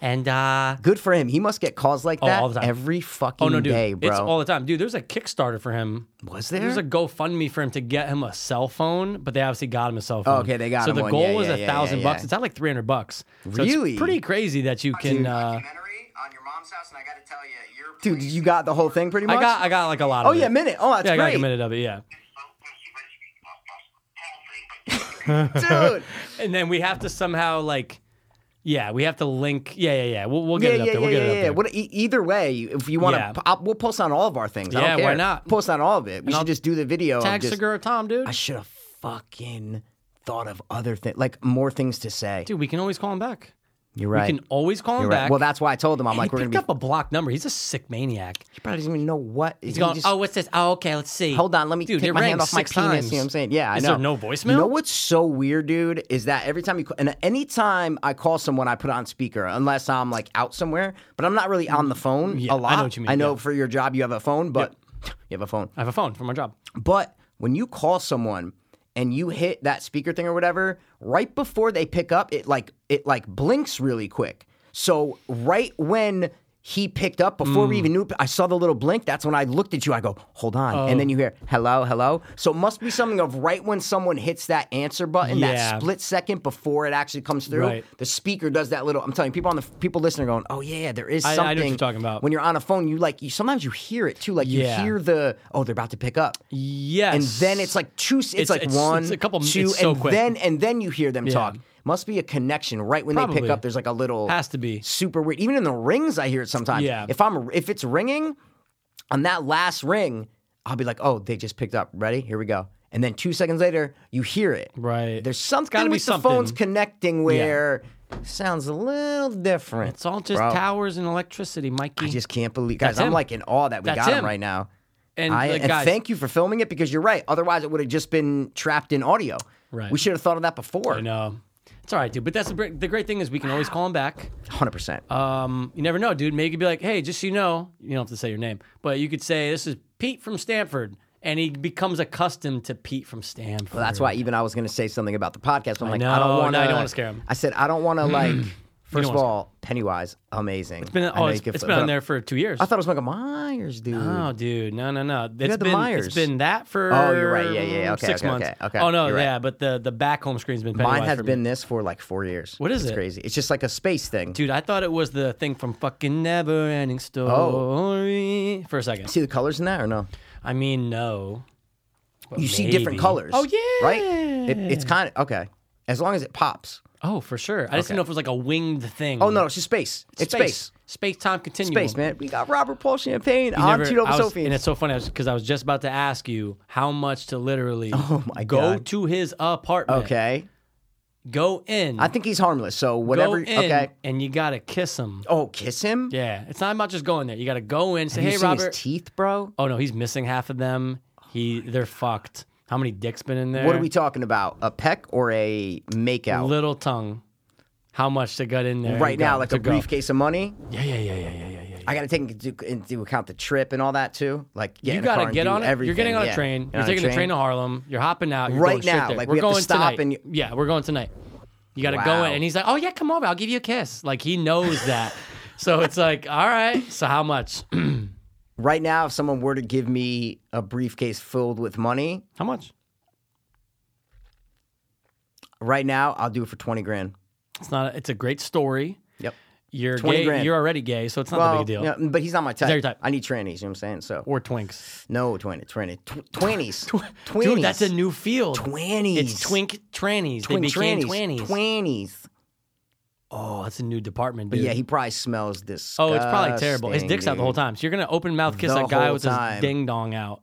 Speaker 1: And uh,
Speaker 2: Good for him. He must get calls like
Speaker 1: Oh,
Speaker 2: that
Speaker 1: all the time.
Speaker 2: every fucking
Speaker 1: oh no, dude,
Speaker 2: day, bro.
Speaker 1: it's all the time, dude. There's a Kickstarter for him.
Speaker 2: was there?
Speaker 1: There's a GoFundMe for him to get him a cell phone, but they obviously got him a cell phone.
Speaker 2: Oh, Okay, they got
Speaker 1: so
Speaker 2: him
Speaker 1: the
Speaker 2: one.
Speaker 1: goal
Speaker 2: Yeah,
Speaker 1: was
Speaker 2: yeah,
Speaker 1: a
Speaker 2: yeah,
Speaker 1: thousand
Speaker 2: yeah,
Speaker 1: bucks.
Speaker 2: yeah.
Speaker 1: It's not like three hundred bucks. So it's
Speaker 2: Really?
Speaker 1: pretty crazy that you can. Uh,
Speaker 8: documentary on your mom's house, and I gotta tell you, you're
Speaker 2: Dude, you got the whole thing pretty much.
Speaker 1: I got, I got like a lot.
Speaker 2: Oh
Speaker 1: of
Speaker 2: yeah,
Speaker 1: it.
Speaker 2: minute. Oh, that's
Speaker 1: Yeah, I got like
Speaker 2: great,
Speaker 1: a minute of it. Yeah. [LAUGHS]
Speaker 2: dude.
Speaker 1: and then we have to somehow like, yeah, we have to link. Yeah, yeah, yeah. We'll, we'll
Speaker 2: yeah,
Speaker 1: get it up
Speaker 2: yeah,
Speaker 1: there.
Speaker 2: yeah,
Speaker 1: We'll get it
Speaker 2: yeah,
Speaker 1: up
Speaker 2: yeah.
Speaker 1: there.
Speaker 2: What, e- either way, if you want to,
Speaker 1: Yeah.
Speaker 2: I'll we'll post on all of our things. I
Speaker 1: Yeah,
Speaker 2: don't care.
Speaker 1: why not?
Speaker 2: Post on all of it. We should just do the video. of
Speaker 1: Tag
Speaker 2: just,
Speaker 1: Segura Tom, dude.
Speaker 2: I should have fucking thought of other things, like more things to say.
Speaker 1: dude, we can always call him back.
Speaker 2: You're right.
Speaker 1: We can always call him
Speaker 2: You're right.
Speaker 1: back.
Speaker 2: Well, that's why I told him. I'm
Speaker 1: And
Speaker 2: like,
Speaker 1: he
Speaker 2: we're gonna
Speaker 1: picked
Speaker 2: be.
Speaker 1: up a block number. He's a sick maniac.
Speaker 2: he probably doesn't even know what. He's
Speaker 1: He's going, oh, what's this? Oh, okay, let's see.
Speaker 2: Hold on, let me
Speaker 1: dude,
Speaker 2: take
Speaker 1: it
Speaker 2: my hand
Speaker 1: rang
Speaker 2: off my
Speaker 1: six
Speaker 2: penis.
Speaker 1: Times.
Speaker 2: You know what I'm saying? Yeah, I
Speaker 1: Is
Speaker 2: know.
Speaker 1: there no voicemail?
Speaker 2: You know what's so weird, dude, is that every time you call, and anytime I call someone, I put on speaker unless I'm like out somewhere. But I'm not really on the phone
Speaker 1: Mm, Yeah,
Speaker 2: a
Speaker 1: I
Speaker 2: lot.
Speaker 1: know what you mean,
Speaker 2: I know
Speaker 1: yeah.
Speaker 2: for your job you have a phone, but you have a phone.
Speaker 1: I have a phone for my job.
Speaker 2: But when you call someone and you hit that speaker thing or whatever, right before they pick up, it like it like blinks really quick. So right when he picked up before
Speaker 1: Mm.
Speaker 2: we even knew I saw the little blink. That's when I looked at you. I go, "Hold on." And
Speaker 1: Oh.
Speaker 2: then you hear, "Hello, hello." So it must be something of right when someone hits that answer button, that
Speaker 1: Yeah.
Speaker 2: split second before it actually comes through.
Speaker 1: Right.
Speaker 2: The speaker does that little I'm telling you, people on the people listening are going, "Oh yeah, yeah, there is
Speaker 1: I- I
Speaker 2: something."
Speaker 1: know what you're talking about.
Speaker 2: When you're on a phone, you like you sometimes you hear it too. Like
Speaker 1: Yeah.
Speaker 2: you hear the, "Oh, they're about to pick up."
Speaker 1: Yes.
Speaker 2: and then it's like two. It's,
Speaker 1: It's-
Speaker 2: like
Speaker 1: it's-
Speaker 2: one,
Speaker 1: it's a couple-
Speaker 2: two,
Speaker 1: it's so
Speaker 2: and
Speaker 1: quick.
Speaker 2: then and then you hear them
Speaker 1: Yeah.
Speaker 2: talk. Must be a connection right when they pick
Speaker 1: Probably.
Speaker 2: up. There's like a little
Speaker 1: Has to be.
Speaker 2: super weird. Even in the rings, I hear it sometimes.
Speaker 1: Yeah.
Speaker 2: If I'm if it's ringing on that last ring, I'll be like, oh, they just picked up. Ready? Here we go. And then two seconds later, you hear it.
Speaker 1: Right.
Speaker 2: There's
Speaker 1: gotta
Speaker 2: something
Speaker 1: be
Speaker 2: with the phones
Speaker 1: something.
Speaker 2: connecting where sounds a little different.
Speaker 1: It's all just
Speaker 2: bro.
Speaker 1: towers and electricity, Mikey.
Speaker 2: I just can't believe, guys.
Speaker 1: That's
Speaker 2: I'm
Speaker 1: him.
Speaker 2: like in awe that we
Speaker 1: That's
Speaker 2: got him.
Speaker 1: him.
Speaker 2: right now.
Speaker 1: and,
Speaker 2: I,
Speaker 1: like,
Speaker 2: and
Speaker 1: guys,
Speaker 2: thank you for filming it because you're right. Otherwise, it would have just been trapped in audio.
Speaker 1: Right.
Speaker 2: We should have thought of that before.
Speaker 1: I know. It's all right, dude. But that's the, br- the great thing is we can always call him back.
Speaker 2: Hundred percent.
Speaker 1: Um, you never know, dude. Maybe you could be like, hey, just so you know, you don't have to say your name, but you could say, this is Pete from Stanford. And he becomes accustomed to Pete from Stanford.
Speaker 2: Well, that's why even I was going to say something about the podcast. But I'm like,
Speaker 1: know.
Speaker 2: I don't want
Speaker 1: No, I don't wanna scare him. [CLEARS THROAT]
Speaker 2: I said I don't want to like First
Speaker 1: know
Speaker 2: of
Speaker 1: what's-
Speaker 2: all, Pennywise, amazing.
Speaker 1: It's been,
Speaker 2: I know
Speaker 1: oh,
Speaker 2: you
Speaker 1: it's,
Speaker 2: can
Speaker 1: it's
Speaker 2: flip-
Speaker 1: been on
Speaker 2: but
Speaker 1: there for two years.
Speaker 2: I thought it was Michael Myers, dude.
Speaker 1: Oh, dude, no, no, no. It's
Speaker 2: got the
Speaker 1: been
Speaker 2: Myers.
Speaker 1: it's been that for
Speaker 2: Oh, you're right. Yeah, yeah, yeah. Okay,
Speaker 1: six
Speaker 2: okay,
Speaker 1: months.
Speaker 2: okay, okay.
Speaker 1: Oh no,
Speaker 2: You're right.
Speaker 1: yeah, but the the back home screen's been Pennywise
Speaker 2: Mine has
Speaker 1: for me.
Speaker 2: been this for like four years.
Speaker 1: What is
Speaker 2: it's
Speaker 1: it?
Speaker 2: Crazy. It's just like a space thing.
Speaker 1: Dude, I thought it was the thing from fucking Never Ending
Speaker 2: Oh.
Speaker 1: Story. For a second,
Speaker 2: See the colors in that or no?
Speaker 1: I mean no. But
Speaker 2: You see different
Speaker 1: maybe.
Speaker 2: colors.
Speaker 1: Oh yeah,
Speaker 2: Right. It, it's kind of okay. As long as it pops.
Speaker 1: oh for sure. I just didn't know if it was like a winged thing.
Speaker 2: Oh no, it's just space. It's space.
Speaker 1: space time continuum.
Speaker 2: Space, man. We got Robert Paul Champagne
Speaker 1: You
Speaker 2: on
Speaker 1: never-
Speaker 2: Tito
Speaker 1: I was-
Speaker 2: Sophie.
Speaker 1: And it's so funny because I was just about to ask you how much to
Speaker 2: [LAUGHS]
Speaker 1: literally
Speaker 2: Oh my
Speaker 1: go
Speaker 2: God.
Speaker 1: to his apartment.
Speaker 2: okay.
Speaker 1: Go in.
Speaker 2: I think he's harmless. So
Speaker 1: go
Speaker 2: whatever.
Speaker 1: in,
Speaker 2: Okay.
Speaker 1: And you got to kiss him.
Speaker 2: Oh, kiss him.
Speaker 1: Yeah. It's not about just going there. You got to go in, say,
Speaker 2: Have you
Speaker 1: hey,
Speaker 2: seen
Speaker 1: Robert.
Speaker 2: his teeth, bro.
Speaker 1: oh, no, he's missing half of them. He, They're fucked. How many dicks been in there?
Speaker 2: What are we talking about? A peck or a makeout?
Speaker 1: Little tongue. How much to get in there?
Speaker 2: right
Speaker 1: and go-
Speaker 2: now, like
Speaker 1: to
Speaker 2: a
Speaker 1: go.
Speaker 2: briefcase of money.
Speaker 1: Yeah, yeah, yeah, yeah, yeah, yeah, yeah.
Speaker 2: I got to take into, into account the trip and all that too. Like
Speaker 1: You
Speaker 2: got
Speaker 1: gotta
Speaker 2: to
Speaker 1: get on it.
Speaker 2: Everything.
Speaker 1: You're getting on
Speaker 2: yeah.
Speaker 1: a train.
Speaker 2: Get
Speaker 1: You're
Speaker 2: on
Speaker 1: taking a train to Harlem. You're hopping out. You're
Speaker 2: Right
Speaker 1: going straight
Speaker 2: now,
Speaker 1: there.
Speaker 2: like,
Speaker 1: we're
Speaker 2: we have to
Speaker 1: going
Speaker 2: stop
Speaker 1: tonight.
Speaker 2: and you-
Speaker 1: yeah, we're going tonight. You gotta go
Speaker 2: Wow.
Speaker 1: in, and he's like, "Oh yeah, come over. I'll give you a kiss." Like he knows
Speaker 2: [LAUGHS]
Speaker 1: that. so it's like, all right. So how
Speaker 2: [CLEARS THROAT]
Speaker 1: much?
Speaker 2: Right now, if someone were to give me a briefcase filled with money,
Speaker 1: how much?
Speaker 2: right now I'll do it for twenty grand.
Speaker 1: It's not. It's a great story.
Speaker 2: Yep.
Speaker 1: You're
Speaker 2: 20
Speaker 1: gay.
Speaker 2: grand.
Speaker 1: You're already gay, so it's not a
Speaker 2: Well,
Speaker 1: big deal.
Speaker 2: yeah, but he's not my type.
Speaker 1: not your type.
Speaker 2: I need trannies. You know what I'm saying? So
Speaker 1: Or twinks.
Speaker 2: no, twenty, twenty, tw-
Speaker 1: [LAUGHS]
Speaker 2: twenties, twenties.
Speaker 1: Dude, that's a new field.
Speaker 2: twenties.
Speaker 1: It's twink trannies.
Speaker 2: Twin
Speaker 1: they became
Speaker 2: trannies.
Speaker 1: twenties.
Speaker 2: Twenties.
Speaker 1: oh, that's a new department,
Speaker 2: But
Speaker 1: dude.
Speaker 2: yeah, he probably smells this.
Speaker 1: Oh, it's probably terrible. His dick's out the whole time. So you're gonna open mouth kiss
Speaker 2: The
Speaker 1: that guy
Speaker 2: whole
Speaker 1: with
Speaker 2: time.
Speaker 1: his ding dong out.
Speaker 2: Well,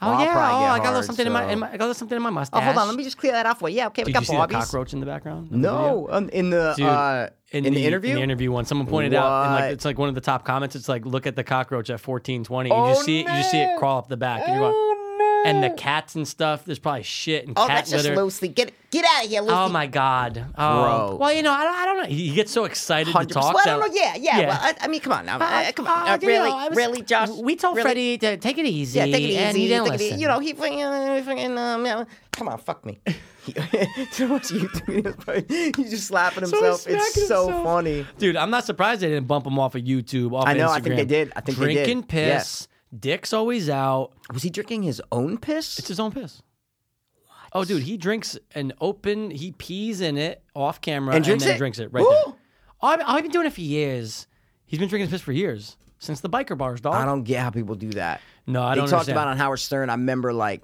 Speaker 1: Oh
Speaker 2: I'll
Speaker 1: yeah, oh,
Speaker 2: probably get
Speaker 1: I got a little
Speaker 2: hard,
Speaker 1: something in my, in
Speaker 2: so-
Speaker 1: my, I got a little something in my
Speaker 2: Oh,
Speaker 1: mustache.
Speaker 2: hold on. Let me just clear that off for you. Yeah, okay, we
Speaker 1: Did you
Speaker 2: got
Speaker 1: see the
Speaker 2: Bobby's.
Speaker 1: cockroach in the background? in the video?
Speaker 2: No, um, in the
Speaker 1: Dude,
Speaker 2: uh, in, the, interview.
Speaker 1: in the interview one, someone pointed out, and
Speaker 2: What?
Speaker 1: like it's like one of the top comments. It's like, look at the cockroach at fourteen twenty. You just
Speaker 2: Oh,
Speaker 1: see it, you just see
Speaker 2: no.
Speaker 1: it crawl up the back, and you're like, and the cats and stuff. There's probably shit and
Speaker 2: Oh,
Speaker 1: cat
Speaker 2: that's just
Speaker 1: litter.
Speaker 2: loosely. Get get out of here, Lucy.
Speaker 1: Oh my god, oh.
Speaker 2: Bro.
Speaker 1: Well, you know, I don't, I don't know. He gets so excited to talk.
Speaker 2: Well, I
Speaker 1: that-
Speaker 2: don't know. Yeah, yeah. Well, I, I mean, come
Speaker 1: [LAUGHS]
Speaker 2: on now. Uh, come on.
Speaker 1: Oh,
Speaker 2: Uh,
Speaker 1: you
Speaker 2: really,
Speaker 1: know, I was-
Speaker 2: really, Josh.
Speaker 1: We told
Speaker 2: really?
Speaker 1: Freddie to take it easy.
Speaker 2: Yeah, take it easy.
Speaker 1: And he didn't
Speaker 2: take it
Speaker 1: listen.
Speaker 2: easy. You know, he fucking, uh, fucking um, yeah. come on, fuck me. [LAUGHS] so much YouTube. He's just slapping
Speaker 1: So he's
Speaker 2: himself.
Speaker 1: smacking
Speaker 2: it's so
Speaker 1: himself.
Speaker 2: funny.
Speaker 1: Dude, I'm not surprised they didn't bump him off of YouTube. Off
Speaker 2: I know,
Speaker 1: Of
Speaker 2: I think they
Speaker 1: Instagram.
Speaker 2: did. I think they
Speaker 1: Drink
Speaker 2: did.
Speaker 1: and piss. Dick's always out.
Speaker 2: Was he drinking his own piss?
Speaker 1: It's his own piss. Oh, dude, he drinks an open. He pees in it off camera
Speaker 2: And drinks
Speaker 1: then
Speaker 2: it?
Speaker 1: drinks it right
Speaker 2: Ooh.
Speaker 1: there. Oh, I've, I've been doing it for years. He's been drinking his piss for years since the biker bars, dog.
Speaker 2: I don't get how people do that.
Speaker 1: No, I
Speaker 2: they
Speaker 1: don't
Speaker 2: talked
Speaker 1: understand. Uh,
Speaker 2: about it on Howard Stern. I remember like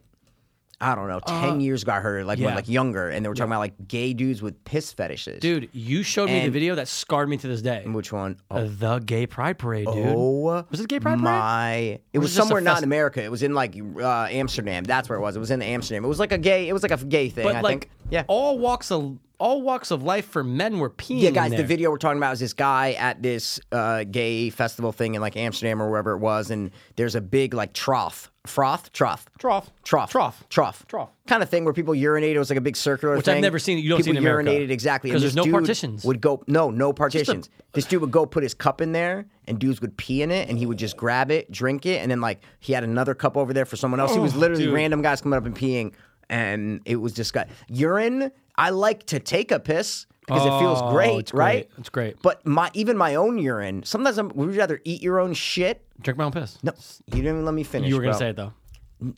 Speaker 2: I don't know, ten years ago I heard it, like when
Speaker 1: yeah.
Speaker 2: like younger, and they were talking about like gay dudes with piss fetishes.
Speaker 1: dude, you showed me the
Speaker 2: And-
Speaker 1: video that scarred me to this day.
Speaker 2: which one?
Speaker 1: Uh, the gay pride parade, dude.
Speaker 2: Oh,
Speaker 1: Was it Gay Pride Parade?
Speaker 2: My, it was
Speaker 1: it just a
Speaker 2: somewhere not in
Speaker 1: fest-
Speaker 2: America. It was in like uh, Amsterdam. That's where it was. It was in Amsterdam. It was like a gay. It was like a gay thing.
Speaker 1: but
Speaker 2: I
Speaker 1: like,
Speaker 2: think. Yeah.
Speaker 1: all walks of all walks of life for men were peeing.
Speaker 2: Yeah,
Speaker 1: in
Speaker 2: guys, the
Speaker 1: there.
Speaker 2: video we're talking about is this guy at this uh, gay festival thing in like Amsterdam or wherever it was, and there's a big like trough, froth, trough,
Speaker 1: Trough.
Speaker 2: trough,
Speaker 1: Trough.
Speaker 2: trough,
Speaker 1: Trough.
Speaker 2: kind of thing where people urinate. It was like a big circular
Speaker 1: Which I've
Speaker 2: thing.
Speaker 1: never seen- you don't see
Speaker 2: people
Speaker 1: in America.
Speaker 2: urinated exactly
Speaker 1: 'Cause
Speaker 2: and
Speaker 1: there's
Speaker 2: this
Speaker 1: no
Speaker 2: dude
Speaker 1: partitions.
Speaker 2: Would go no, no partitions. This dude would go put his cup in there, and dudes would pee in it, and he would just grab it, drink it, and then like he had another cup over there for someone else. he
Speaker 1: Oh,
Speaker 2: was literally random guys coming up and peeing, and it was just got urine. I like to take a piss. Because it feels
Speaker 1: Oh,
Speaker 2: great,
Speaker 1: it's
Speaker 2: right?
Speaker 1: great. It's great.
Speaker 2: But my even my own urine. Sometimes I'm, would you rather eat your own shit?
Speaker 1: Drink my own piss.
Speaker 2: No, you didn't even let me finish.
Speaker 1: you were gonna
Speaker 2: bro.
Speaker 1: say it though.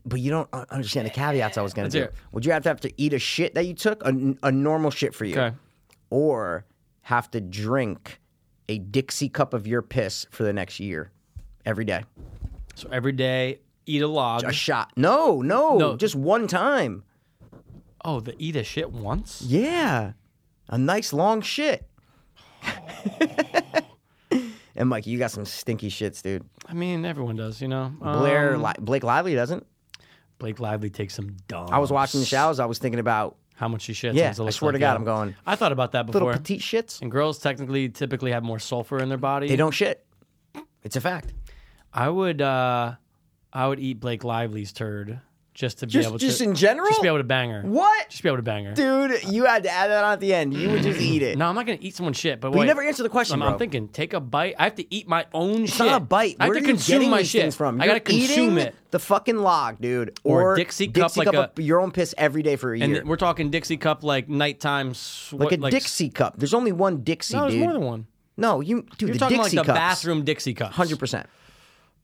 Speaker 2: but you don't un- understand the caveats I was gonna
Speaker 1: Let's
Speaker 2: do.
Speaker 1: hear it.
Speaker 2: Would you have to have to eat a shit that you took, a, n- a normal shit for you,
Speaker 1: Okay.
Speaker 2: or have to drink a Dixie cup of your piss for the next year, every day,
Speaker 1: So every day, eat a log.
Speaker 2: a shot? No, no,
Speaker 1: No.
Speaker 2: just one time.
Speaker 1: Oh, the eat a shit once?
Speaker 2: Yeah, a nice long shit. [LAUGHS] and Mike, you got some stinky shits, dude.
Speaker 1: I mean, everyone does, you know.
Speaker 2: Blair,
Speaker 1: Um,
Speaker 2: Li- Blake Lively doesn't.
Speaker 1: Blake Lively takes some dumb.
Speaker 2: I was watching the showers. I was thinking about
Speaker 1: how much she shits.
Speaker 2: Yeah,
Speaker 1: and it
Speaker 2: I
Speaker 1: looks
Speaker 2: swear to
Speaker 1: like,
Speaker 2: God,
Speaker 1: yeah.
Speaker 2: I'm going,
Speaker 1: I thought about that before.
Speaker 2: little petite shits.
Speaker 1: and girls technically typically have more sulfur in their body.
Speaker 2: They don't shit. It's a fact.
Speaker 1: I would, uh I would eat Blake Lively's turd. just to be
Speaker 2: Just-
Speaker 1: able
Speaker 2: just
Speaker 1: to
Speaker 2: in general?
Speaker 1: just be able to bang her.
Speaker 2: What?
Speaker 1: Just be able to bang her.
Speaker 2: Dude, you had to add that on at the end. You would just eat it.
Speaker 1: No, I'm not gonna eat someone's shit. But,
Speaker 2: But
Speaker 1: wait,
Speaker 2: you never answer the question,
Speaker 1: I'm,
Speaker 2: bro.
Speaker 1: I'm thinking, take a bite. I have to eat my own
Speaker 2: It's
Speaker 1: shit.
Speaker 2: not a bite.
Speaker 1: I have
Speaker 2: Where
Speaker 1: to
Speaker 2: are you
Speaker 1: consume
Speaker 2: getting
Speaker 1: my
Speaker 2: these
Speaker 1: shit
Speaker 2: things from?
Speaker 1: I gotta
Speaker 2: You're
Speaker 1: consume
Speaker 2: eating
Speaker 1: it.
Speaker 2: The fucking log, dude.
Speaker 1: Or Dixie cup like
Speaker 2: a, your own piss every day for a
Speaker 1: And
Speaker 2: year.
Speaker 1: th- we're talking Dixie cup like nighttime sweat.
Speaker 2: like a Dixie cup. There's only one Dixie,
Speaker 1: No, there's
Speaker 2: dude.
Speaker 1: more than one.
Speaker 2: No, you dude.
Speaker 1: You're
Speaker 2: the
Speaker 1: talking
Speaker 2: Dixie
Speaker 1: like the
Speaker 2: cups,
Speaker 1: bathroom Dixie cups. Uh,
Speaker 2: Hundred percent.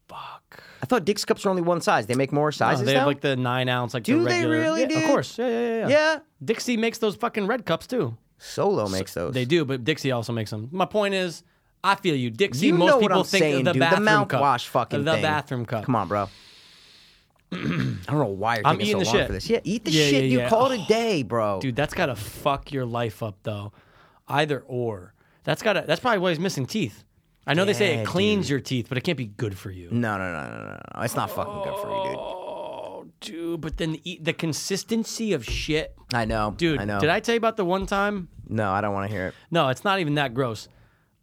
Speaker 2: Fuck. I thought Dixie cups are only one size. They make more
Speaker 1: No,
Speaker 2: sizes
Speaker 1: they
Speaker 2: now.
Speaker 1: have like the nine ounce, like
Speaker 2: Do
Speaker 1: the
Speaker 2: they
Speaker 1: regular.
Speaker 2: really,
Speaker 1: yeah,
Speaker 2: dude?
Speaker 1: Of course. Yeah, yeah, yeah, yeah.
Speaker 2: yeah.
Speaker 1: Dixie makes those fucking red cups too.
Speaker 2: Solo makes those.
Speaker 1: They do, but Dixie also makes them. My point is, I feel you. Dixie,
Speaker 2: You
Speaker 1: most
Speaker 2: know what
Speaker 1: people
Speaker 2: I'm
Speaker 1: think
Speaker 2: saying,
Speaker 1: the
Speaker 2: dude.
Speaker 1: bathroom
Speaker 2: the
Speaker 1: cup.
Speaker 2: mouthwash fucking
Speaker 1: the
Speaker 2: thing.
Speaker 1: bathroom cup.
Speaker 2: Come
Speaker 1: [CLEARS THROAT]
Speaker 2: on, bro. I don't know why you're
Speaker 1: I'm
Speaker 2: taking
Speaker 1: eating
Speaker 2: so
Speaker 1: the
Speaker 2: long
Speaker 1: shit.
Speaker 2: for this. Yeah, eat the
Speaker 1: Yeah,
Speaker 2: shit.
Speaker 1: yeah,
Speaker 2: you
Speaker 1: yeah.
Speaker 2: call
Speaker 1: [SIGHS]
Speaker 2: it
Speaker 1: Oh.
Speaker 2: a day, bro.
Speaker 1: Dude, that's gotta fuck your life up though. Either or. That's gotta that's probably why he's missing teeth. I know they say
Speaker 2: Yeah,
Speaker 1: it cleans your teeth, but it can't be good for you.
Speaker 2: No, no, no, no, no, no. It's not fucking good for you, dude.
Speaker 1: Oh, Dude, but then the, e, the consistency of shit.
Speaker 2: I know,
Speaker 1: Dude,
Speaker 2: I know.
Speaker 1: did I tell you about the one time?
Speaker 2: No, I don't want to hear it.
Speaker 1: No, it's not even that gross.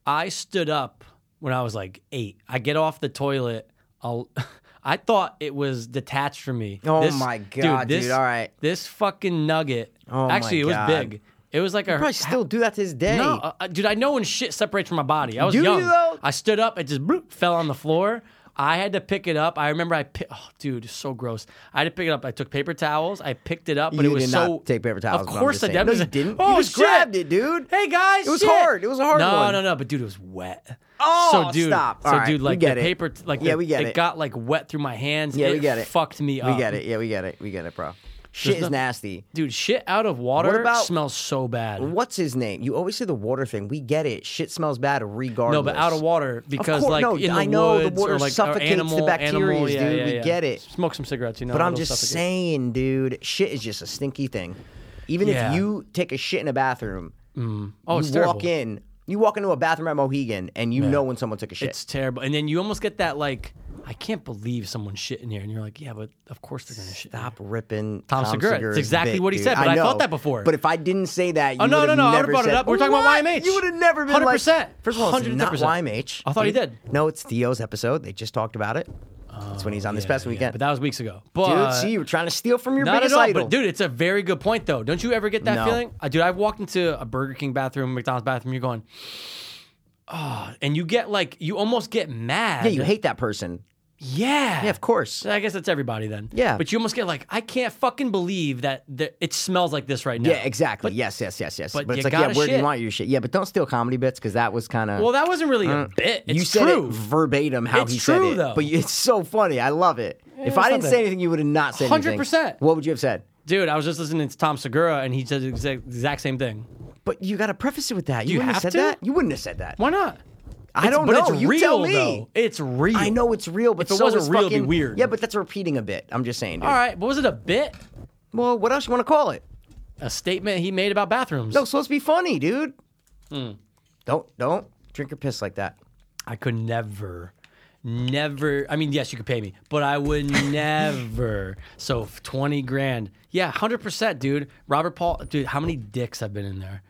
Speaker 1: I stood up when I was like eight. I get off the toilet. I'll, [LAUGHS] I thought it was detached from me.
Speaker 2: Oh my God, dude, all right.
Speaker 1: This fucking nugget.
Speaker 2: Oh my
Speaker 1: actually, it
Speaker 2: God.
Speaker 1: was big. It was like a.
Speaker 2: Probably still do that to this day.
Speaker 1: No, uh, uh, dude, I know when shit separates from my body. I was
Speaker 2: Do you,
Speaker 1: young.
Speaker 2: though?
Speaker 1: I stood up, it just bloop, fell on the floor. I had to pick it up. I remember I picked. Oh, dude, it's so gross. I had to pick it up. I took paper towels. I picked it up, but
Speaker 2: You
Speaker 1: it was
Speaker 2: did
Speaker 1: so.
Speaker 2: not take paper towels,
Speaker 1: Of
Speaker 2: but I'm
Speaker 1: course
Speaker 2: just
Speaker 1: I did.
Speaker 2: saying.
Speaker 1: I'm just saying,
Speaker 2: No, you didn't. You
Speaker 1: Oh,
Speaker 2: just
Speaker 1: shit.
Speaker 2: grabbed it, dude.
Speaker 1: Hey guys,
Speaker 2: It was
Speaker 1: shit."
Speaker 2: hard. It was a hard
Speaker 1: no,
Speaker 2: one.
Speaker 1: No, no, But dude, it was wet.
Speaker 2: Oh,
Speaker 1: so dude,
Speaker 2: stop.
Speaker 1: So
Speaker 2: All right,
Speaker 1: dude,
Speaker 2: we
Speaker 1: like
Speaker 2: get
Speaker 1: the
Speaker 2: it.
Speaker 1: paper, t- like
Speaker 2: Yeah,
Speaker 1: the-
Speaker 2: we get
Speaker 1: it.
Speaker 2: it.
Speaker 1: got like wet through my hands.
Speaker 2: Yeah, we get it.
Speaker 1: Fucked me up.
Speaker 2: We get it. Yeah, we get it. We get it, bro. Shit is
Speaker 1: Uh. no-
Speaker 2: nasty.
Speaker 1: dude. Shit out of water
Speaker 2: What about-
Speaker 1: smells so bad.
Speaker 2: What's his name? You always say the water thing. We get it. Shit smells bad regardless.
Speaker 1: No, but out of water because
Speaker 2: course-
Speaker 1: like
Speaker 2: no,
Speaker 1: in the
Speaker 2: I know the
Speaker 1: woods
Speaker 2: water
Speaker 1: or like or
Speaker 2: suffocates the
Speaker 1: animal,
Speaker 2: bacteria,
Speaker 1: animal, yeah,
Speaker 2: dude,
Speaker 1: yeah,
Speaker 2: we
Speaker 1: yeah.
Speaker 2: get it.
Speaker 1: Smoke some cigarettes, you know.
Speaker 2: But I'm
Speaker 1: it'll
Speaker 2: just
Speaker 1: suffocate.
Speaker 2: saying, dude, shit is just a stinky thing. Even
Speaker 1: Yeah.
Speaker 2: if you take a shit in a bathroom,
Speaker 1: Oh,
Speaker 2: you
Speaker 1: it's
Speaker 2: walk
Speaker 1: terrible.
Speaker 2: in, you walk into a bathroom at Mohegan, and you know when someone took a shit.
Speaker 1: It's terrible, and then you almost get that like, I can't believe someone's shitting here, and you're like, yeah, but of course they're gonna shit.
Speaker 2: Stop ripping
Speaker 1: Tom Segura. It's
Speaker 2: Segura's
Speaker 1: exactly
Speaker 2: bit,
Speaker 1: what he
Speaker 2: dude.
Speaker 1: said, but I
Speaker 2: know.
Speaker 1: thought that before.
Speaker 2: But if I didn't say that, you
Speaker 1: Oh no
Speaker 2: would've
Speaker 1: no no! I would
Speaker 2: never
Speaker 1: have brought it
Speaker 2: said,
Speaker 1: up. We're talking
Speaker 2: "What?"
Speaker 1: about YMH.
Speaker 2: You would have never been like.
Speaker 1: 100%.
Speaker 2: First of all, it's not
Speaker 1: 100%.
Speaker 2: YMH.
Speaker 1: I thought he did.
Speaker 2: No, it's Theo's episode. They just talked about it. That's when he's on this past
Speaker 1: Oh, Yeah,
Speaker 2: weekend.
Speaker 1: but that was weeks ago.
Speaker 2: dude,
Speaker 1: But
Speaker 2: see, you were trying to steal from your
Speaker 1: Not at
Speaker 2: biggest
Speaker 1: all,
Speaker 2: idol.
Speaker 1: but dude, it's a very good point though. Don't you ever get that
Speaker 2: No.
Speaker 1: feeling? Uh, dude, I've walked into a Burger King bathroom, McDonald's bathroom, you're going, oh, and you get like, you almost get mad.
Speaker 2: yeah, you hate that person.
Speaker 1: Yeah.
Speaker 2: Yeah, of course.
Speaker 1: I guess that's everybody then.
Speaker 2: Yeah.
Speaker 1: But you almost get like, I can't fucking believe that th- it smells like this right now.
Speaker 2: Yeah, exactly. yes, yes, yes, yes.
Speaker 1: but
Speaker 2: But,
Speaker 1: you
Speaker 2: it's like, yeah,
Speaker 1: gotta
Speaker 2: where do
Speaker 1: shit.
Speaker 2: you want your shit? Yeah, but don't steal comedy bits because that was kind of.
Speaker 1: Well, that wasn't really a bit. It's
Speaker 2: Uh, you said
Speaker 1: true.
Speaker 2: it verbatim how
Speaker 1: It's
Speaker 2: he
Speaker 1: true,
Speaker 2: said it,
Speaker 1: though.
Speaker 2: but it's so funny. I love it. if I
Speaker 1: it's not
Speaker 2: didn't say
Speaker 1: bad.
Speaker 2: anything, you would have not said anything.
Speaker 1: 100%.
Speaker 2: What would you have said?
Speaker 1: Dude, I was just listening to Tom Segura and he said the exact, exact same thing.
Speaker 2: But you got to preface it with that. You,
Speaker 1: You
Speaker 2: wouldn't have
Speaker 1: have to?
Speaker 2: said that. You wouldn't have said that.
Speaker 1: Why not?
Speaker 2: I
Speaker 1: It's-
Speaker 2: don't
Speaker 1: but
Speaker 2: know.
Speaker 1: It's
Speaker 2: Oh, you
Speaker 1: real,
Speaker 2: tell me.
Speaker 1: though. It's real.
Speaker 2: I know it's real, but
Speaker 1: If it
Speaker 2: so
Speaker 1: wasn't
Speaker 2: is
Speaker 1: real, it'd be
Speaker 2: fucking-
Speaker 1: weird.
Speaker 2: Yeah, but that's repeating a bit. I'm just saying, dude.
Speaker 1: All right, but was it a bit?
Speaker 2: Well, what else you want to call it?
Speaker 1: A statement he made about bathrooms.
Speaker 2: No, it's supposed to be funny, dude.
Speaker 1: Hmm.
Speaker 2: Don't don't drink your piss like that.
Speaker 1: I could never, never. I mean, yes, you could pay me, but I would [LAUGHS] never. so f- twenty grand, yeah, hundred percent, dude. Robert Paul, dude, how many dicks have been in there?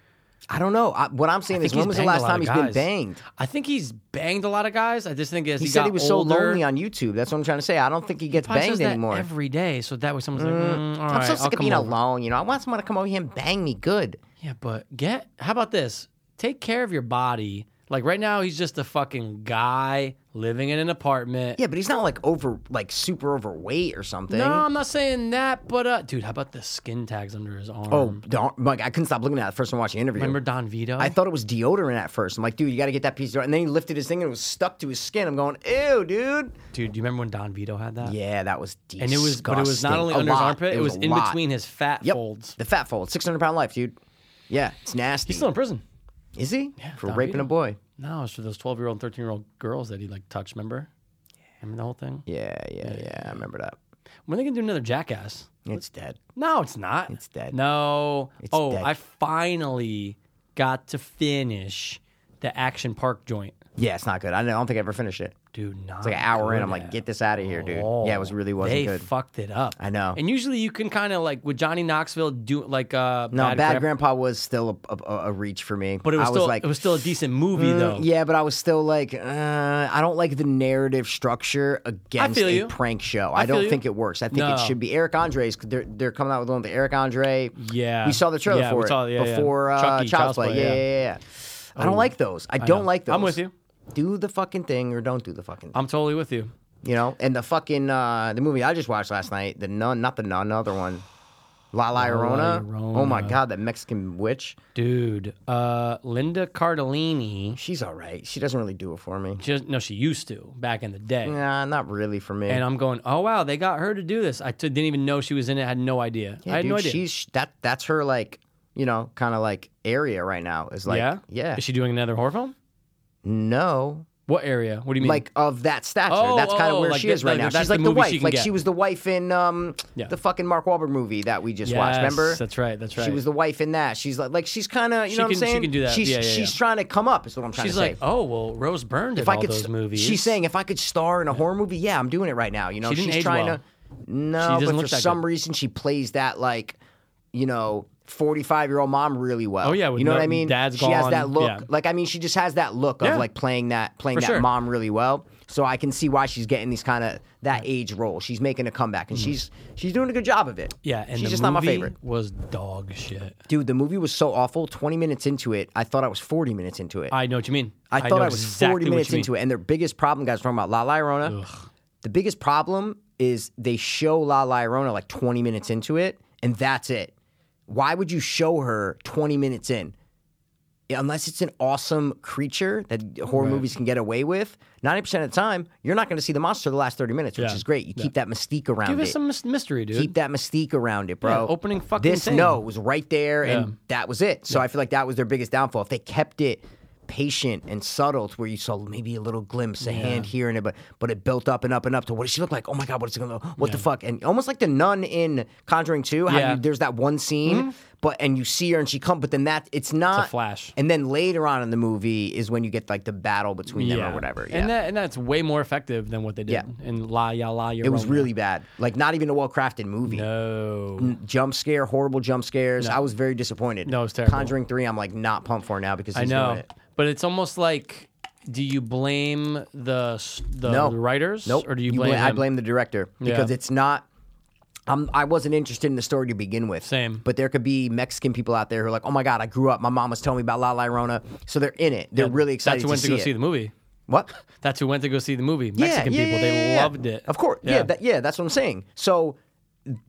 Speaker 2: I don't know. I, what I'm saying
Speaker 1: I
Speaker 2: is,
Speaker 1: think he's
Speaker 2: when was the
Speaker 1: banged a
Speaker 2: last
Speaker 1: lot
Speaker 2: time
Speaker 1: of
Speaker 2: he's
Speaker 1: guys.
Speaker 2: been banged?
Speaker 1: I think he's banged a lot of guys. I just think as
Speaker 2: He,
Speaker 1: he,
Speaker 2: said
Speaker 1: got
Speaker 2: he was
Speaker 1: older,
Speaker 2: so lonely on YouTube. That's what I'm trying to say. I don't think he gets
Speaker 1: probably
Speaker 2: banged
Speaker 1: says that
Speaker 2: anymore.
Speaker 1: every day. So that way someone's like, mm, all
Speaker 2: I'm
Speaker 1: right,
Speaker 2: so
Speaker 1: I'll
Speaker 2: sick of
Speaker 1: come
Speaker 2: being
Speaker 1: over.
Speaker 2: alone. You know, I want someone to come over here and bang me good.
Speaker 1: Yeah, but get how about this? Take care of your body. Like right now, he's just a fucking guy living in an apartment.
Speaker 2: Yeah, but he's not like over, like super overweight or something.
Speaker 1: No, I'm not saying that, but uh, dude, how about the skin tags under his arm?
Speaker 2: Oh, don't, like, I couldn't stop looking at it the first time watching the interview.
Speaker 1: Remember Don Vito?
Speaker 2: I thought it was deodorant at first. I'm like, dude, you got to get that piece of deodorant. And then he lifted his thing and it was stuck to his skin. I'm going, ew, dude.
Speaker 1: Dude, do you remember when Don Vito had that?
Speaker 2: Yeah, that was disgusting.
Speaker 1: And it was, but it was not only
Speaker 2: A
Speaker 1: under his
Speaker 2: lot.
Speaker 1: armpit, it was,
Speaker 2: a
Speaker 1: in
Speaker 2: lot.
Speaker 1: between his fat
Speaker 2: yep.
Speaker 1: folds.
Speaker 2: The fat fold, 600 pound life, dude. Yeah, it's nasty.
Speaker 1: He's still in prison.
Speaker 2: Is he? For
Speaker 1: Don
Speaker 2: raping
Speaker 1: Vito.
Speaker 2: a boy.
Speaker 1: No, it's for those 12 year old and 13 year old girls that he like touched, remember? Remember the whole thing?
Speaker 2: Yeah, yeah, yeah. I remember that.
Speaker 1: When are they going to do another jackass?
Speaker 2: It's dead.
Speaker 1: No, it's not.
Speaker 2: It's dead.
Speaker 1: No. oh,
Speaker 2: dead.
Speaker 1: I finally got to finish the Action Park joint.
Speaker 2: Yeah, it's not good. I don't I don't think I ever finished it.
Speaker 1: dude, not
Speaker 2: It's like an hour in.
Speaker 1: good
Speaker 2: I'm like,
Speaker 1: at
Speaker 2: get this out of here, dude.
Speaker 1: all.
Speaker 2: Yeah, it was really
Speaker 1: Oh,
Speaker 2: wasn't
Speaker 1: they
Speaker 2: good.
Speaker 1: fucked it up.
Speaker 2: I know.
Speaker 1: And usually you can kind of like with Johnny Knoxville do like uh
Speaker 2: no, Bad,
Speaker 1: Grandpa,
Speaker 2: Grandpa was still a, a, a reach for me.
Speaker 1: but it was
Speaker 2: I
Speaker 1: still
Speaker 2: like,
Speaker 1: it was still a decent movie
Speaker 2: Mm,
Speaker 1: though.
Speaker 2: Yeah, but I was still like, uh, I don't like the narrative structure against
Speaker 1: feel
Speaker 2: a
Speaker 1: you.
Speaker 2: prank show.
Speaker 1: I
Speaker 2: I, don't
Speaker 1: feel you.
Speaker 2: think it works. I think
Speaker 1: No.
Speaker 2: it should be Eric Andre's. They're, they're coming out with one with Eric Andre.
Speaker 1: Yeah.
Speaker 2: we saw the trailer
Speaker 1: Yeah,
Speaker 2: for
Speaker 1: we
Speaker 2: it
Speaker 1: saw it. Yeah, yeah.
Speaker 2: before uh,
Speaker 1: Chucky,
Speaker 2: Child's, Play. Yeah, yeah, yeah. yeah. I don't like those. I don't
Speaker 1: know.
Speaker 2: like those.
Speaker 1: I'm with you.
Speaker 2: Do the fucking thing or don't do the fucking. thing.
Speaker 1: I'm totally with you.
Speaker 2: you know, and the fucking uh, the movie I just watched last night, the nun, not the nun, another one, La La Llorona. Oh my
Speaker 1: Llorona.
Speaker 2: god, that Mexican witch.
Speaker 1: Dude, uh Linda Cardellini,
Speaker 2: She's all right. She doesn't really do it for me.
Speaker 1: she, no she used to back in the day.
Speaker 2: Nah, not really for me.
Speaker 1: And I'm going, "Oh wow, they got her to do this." I t- didn't even know she was in it. had no idea.
Speaker 2: Yeah,
Speaker 1: I had
Speaker 2: dude,
Speaker 1: no idea.
Speaker 2: She's that. That's her like you know kind of like area right now is like
Speaker 1: yeah?
Speaker 2: yeah
Speaker 1: Is she doing another horror film?
Speaker 2: no
Speaker 1: What area? What do you mean?
Speaker 2: like of that stature.
Speaker 1: Oh,
Speaker 2: that's kind of
Speaker 1: oh,
Speaker 2: where
Speaker 1: like
Speaker 2: she
Speaker 1: th-
Speaker 2: is right
Speaker 1: like
Speaker 2: now.
Speaker 1: that's
Speaker 2: She's
Speaker 1: the
Speaker 2: like the
Speaker 1: movie
Speaker 2: wife.
Speaker 1: she can
Speaker 2: like
Speaker 1: get.
Speaker 2: she was the wife in um
Speaker 1: Yeah.
Speaker 2: the fucking Mark Wahlberg movie that we just watched.
Speaker 1: Yes,
Speaker 2: Remember?
Speaker 1: That's right. That's right.
Speaker 2: She was the wife in that. She's like, like she's kind of, you
Speaker 1: She
Speaker 2: know what
Speaker 1: can-
Speaker 2: I'm
Speaker 1: she
Speaker 2: saying?
Speaker 1: can do that.
Speaker 2: She's,
Speaker 1: Yeah, yeah,
Speaker 2: she's
Speaker 1: yeah.
Speaker 2: trying to come up. Is what I'm trying
Speaker 1: She's
Speaker 2: to
Speaker 1: like,
Speaker 2: say.
Speaker 1: "Oh well, Rose Byrne did
Speaker 2: if I
Speaker 1: all
Speaker 2: could,
Speaker 1: those
Speaker 2: st-
Speaker 1: movies."
Speaker 2: she's saying if I could star in a horror movie, yeah, I'm doing it right now. You know,
Speaker 1: She didn't
Speaker 2: she's
Speaker 1: age
Speaker 2: trying
Speaker 1: well.
Speaker 2: to. No,
Speaker 1: doesn't
Speaker 2: but
Speaker 1: look
Speaker 2: for
Speaker 1: that
Speaker 2: some
Speaker 1: good.
Speaker 2: reason, she plays that like, you know. 45 year old mom really well.
Speaker 1: Oh, yeah, with
Speaker 2: you know
Speaker 1: no-
Speaker 2: what I mean?
Speaker 1: dad's
Speaker 2: she has that
Speaker 1: gone,
Speaker 2: look.
Speaker 1: yeah.
Speaker 2: Like I mean, she just has that look
Speaker 1: Yeah.
Speaker 2: of like playing that playing
Speaker 1: For
Speaker 2: that
Speaker 1: sure.
Speaker 2: mom really well. So I can see why she's getting these kind of that age role. She's making a comeback and she's she's doing a good job of it.
Speaker 1: Mm-hmm. Yeah, and
Speaker 2: she's
Speaker 1: the
Speaker 2: just
Speaker 1: movie
Speaker 2: not my favorite.
Speaker 1: Was dog shit.
Speaker 2: Dude, the movie was so awful. 20 minutes into it, I thought I was 40 minutes into it.
Speaker 1: I know what you mean.
Speaker 2: I thought
Speaker 1: know
Speaker 2: I, was
Speaker 1: exactly
Speaker 2: 40 minutes into it. And their biggest problem, guys, we're talking about La Llorona. The biggest problem is they show La Llorona like 20 minutes into it, and that's it. Why would you show her 20 minutes in? Unless it's an awesome creature that horror movies can get away with, 90% of the time, you're not going to see the monster the last 30 minutes, which
Speaker 1: Yeah.
Speaker 2: is great. You keep that mystique around
Speaker 1: Give
Speaker 2: it
Speaker 1: us some mys- mystery, dude.
Speaker 2: keep that mystique around it, bro.
Speaker 1: Yeah, opening fucking
Speaker 2: this
Speaker 1: thing.
Speaker 2: no it was right there,
Speaker 1: Yeah.
Speaker 2: and that was it. So I feel like that was their biggest downfall. If they kept it patient and subtle, to where you saw maybe a little glimpse, a hand here and it, but but it built up and up and up to what does she look like? Oh my god, what is it gonna look? What the fuck? And almost like the nun in Conjuring Two, how
Speaker 1: Yeah. Mm-hmm.
Speaker 2: you, there's that one scene. But and you see her and she comes, but then that it's not
Speaker 1: flash.
Speaker 2: And then later on in the movie is when you get like the battle between
Speaker 1: yeah.
Speaker 2: them or whatever. Yeah.
Speaker 1: And that and that's way more effective than what they did
Speaker 2: Yeah.
Speaker 1: in La Ya La Llorona.
Speaker 2: it was really bad. Like not even a well crafted movie.
Speaker 1: no.
Speaker 2: jump scare, horrible jump scares. I was very disappointed.
Speaker 1: No, it was terrible.
Speaker 2: Conjuring three, I'm like not pumped for now because he's
Speaker 1: I know,
Speaker 2: doing it.
Speaker 1: but it's almost like, do you blame the s- the,
Speaker 2: No
Speaker 1: the writers?
Speaker 2: Nope.
Speaker 1: Or do you blame?
Speaker 2: bla- I
Speaker 1: him?
Speaker 2: blame the director because
Speaker 1: Yeah.
Speaker 2: it's not. I'm, I wasn't interested in the story to begin with.
Speaker 1: Same.
Speaker 2: But there could be Mexican people out there who are like, oh my God, I grew up. My mom was telling me about La Llorona. So they're in it. They're really excited
Speaker 1: That's who went to,
Speaker 2: to, see
Speaker 1: go
Speaker 2: it.
Speaker 1: see the movie.
Speaker 2: What?
Speaker 1: That's who went to go see the movie. [LAUGHS] Mexican people, they
Speaker 2: yeah.
Speaker 1: loved it.
Speaker 2: Of course. Yeah.
Speaker 1: Yeah.
Speaker 2: that, yeah. That's what I'm saying. So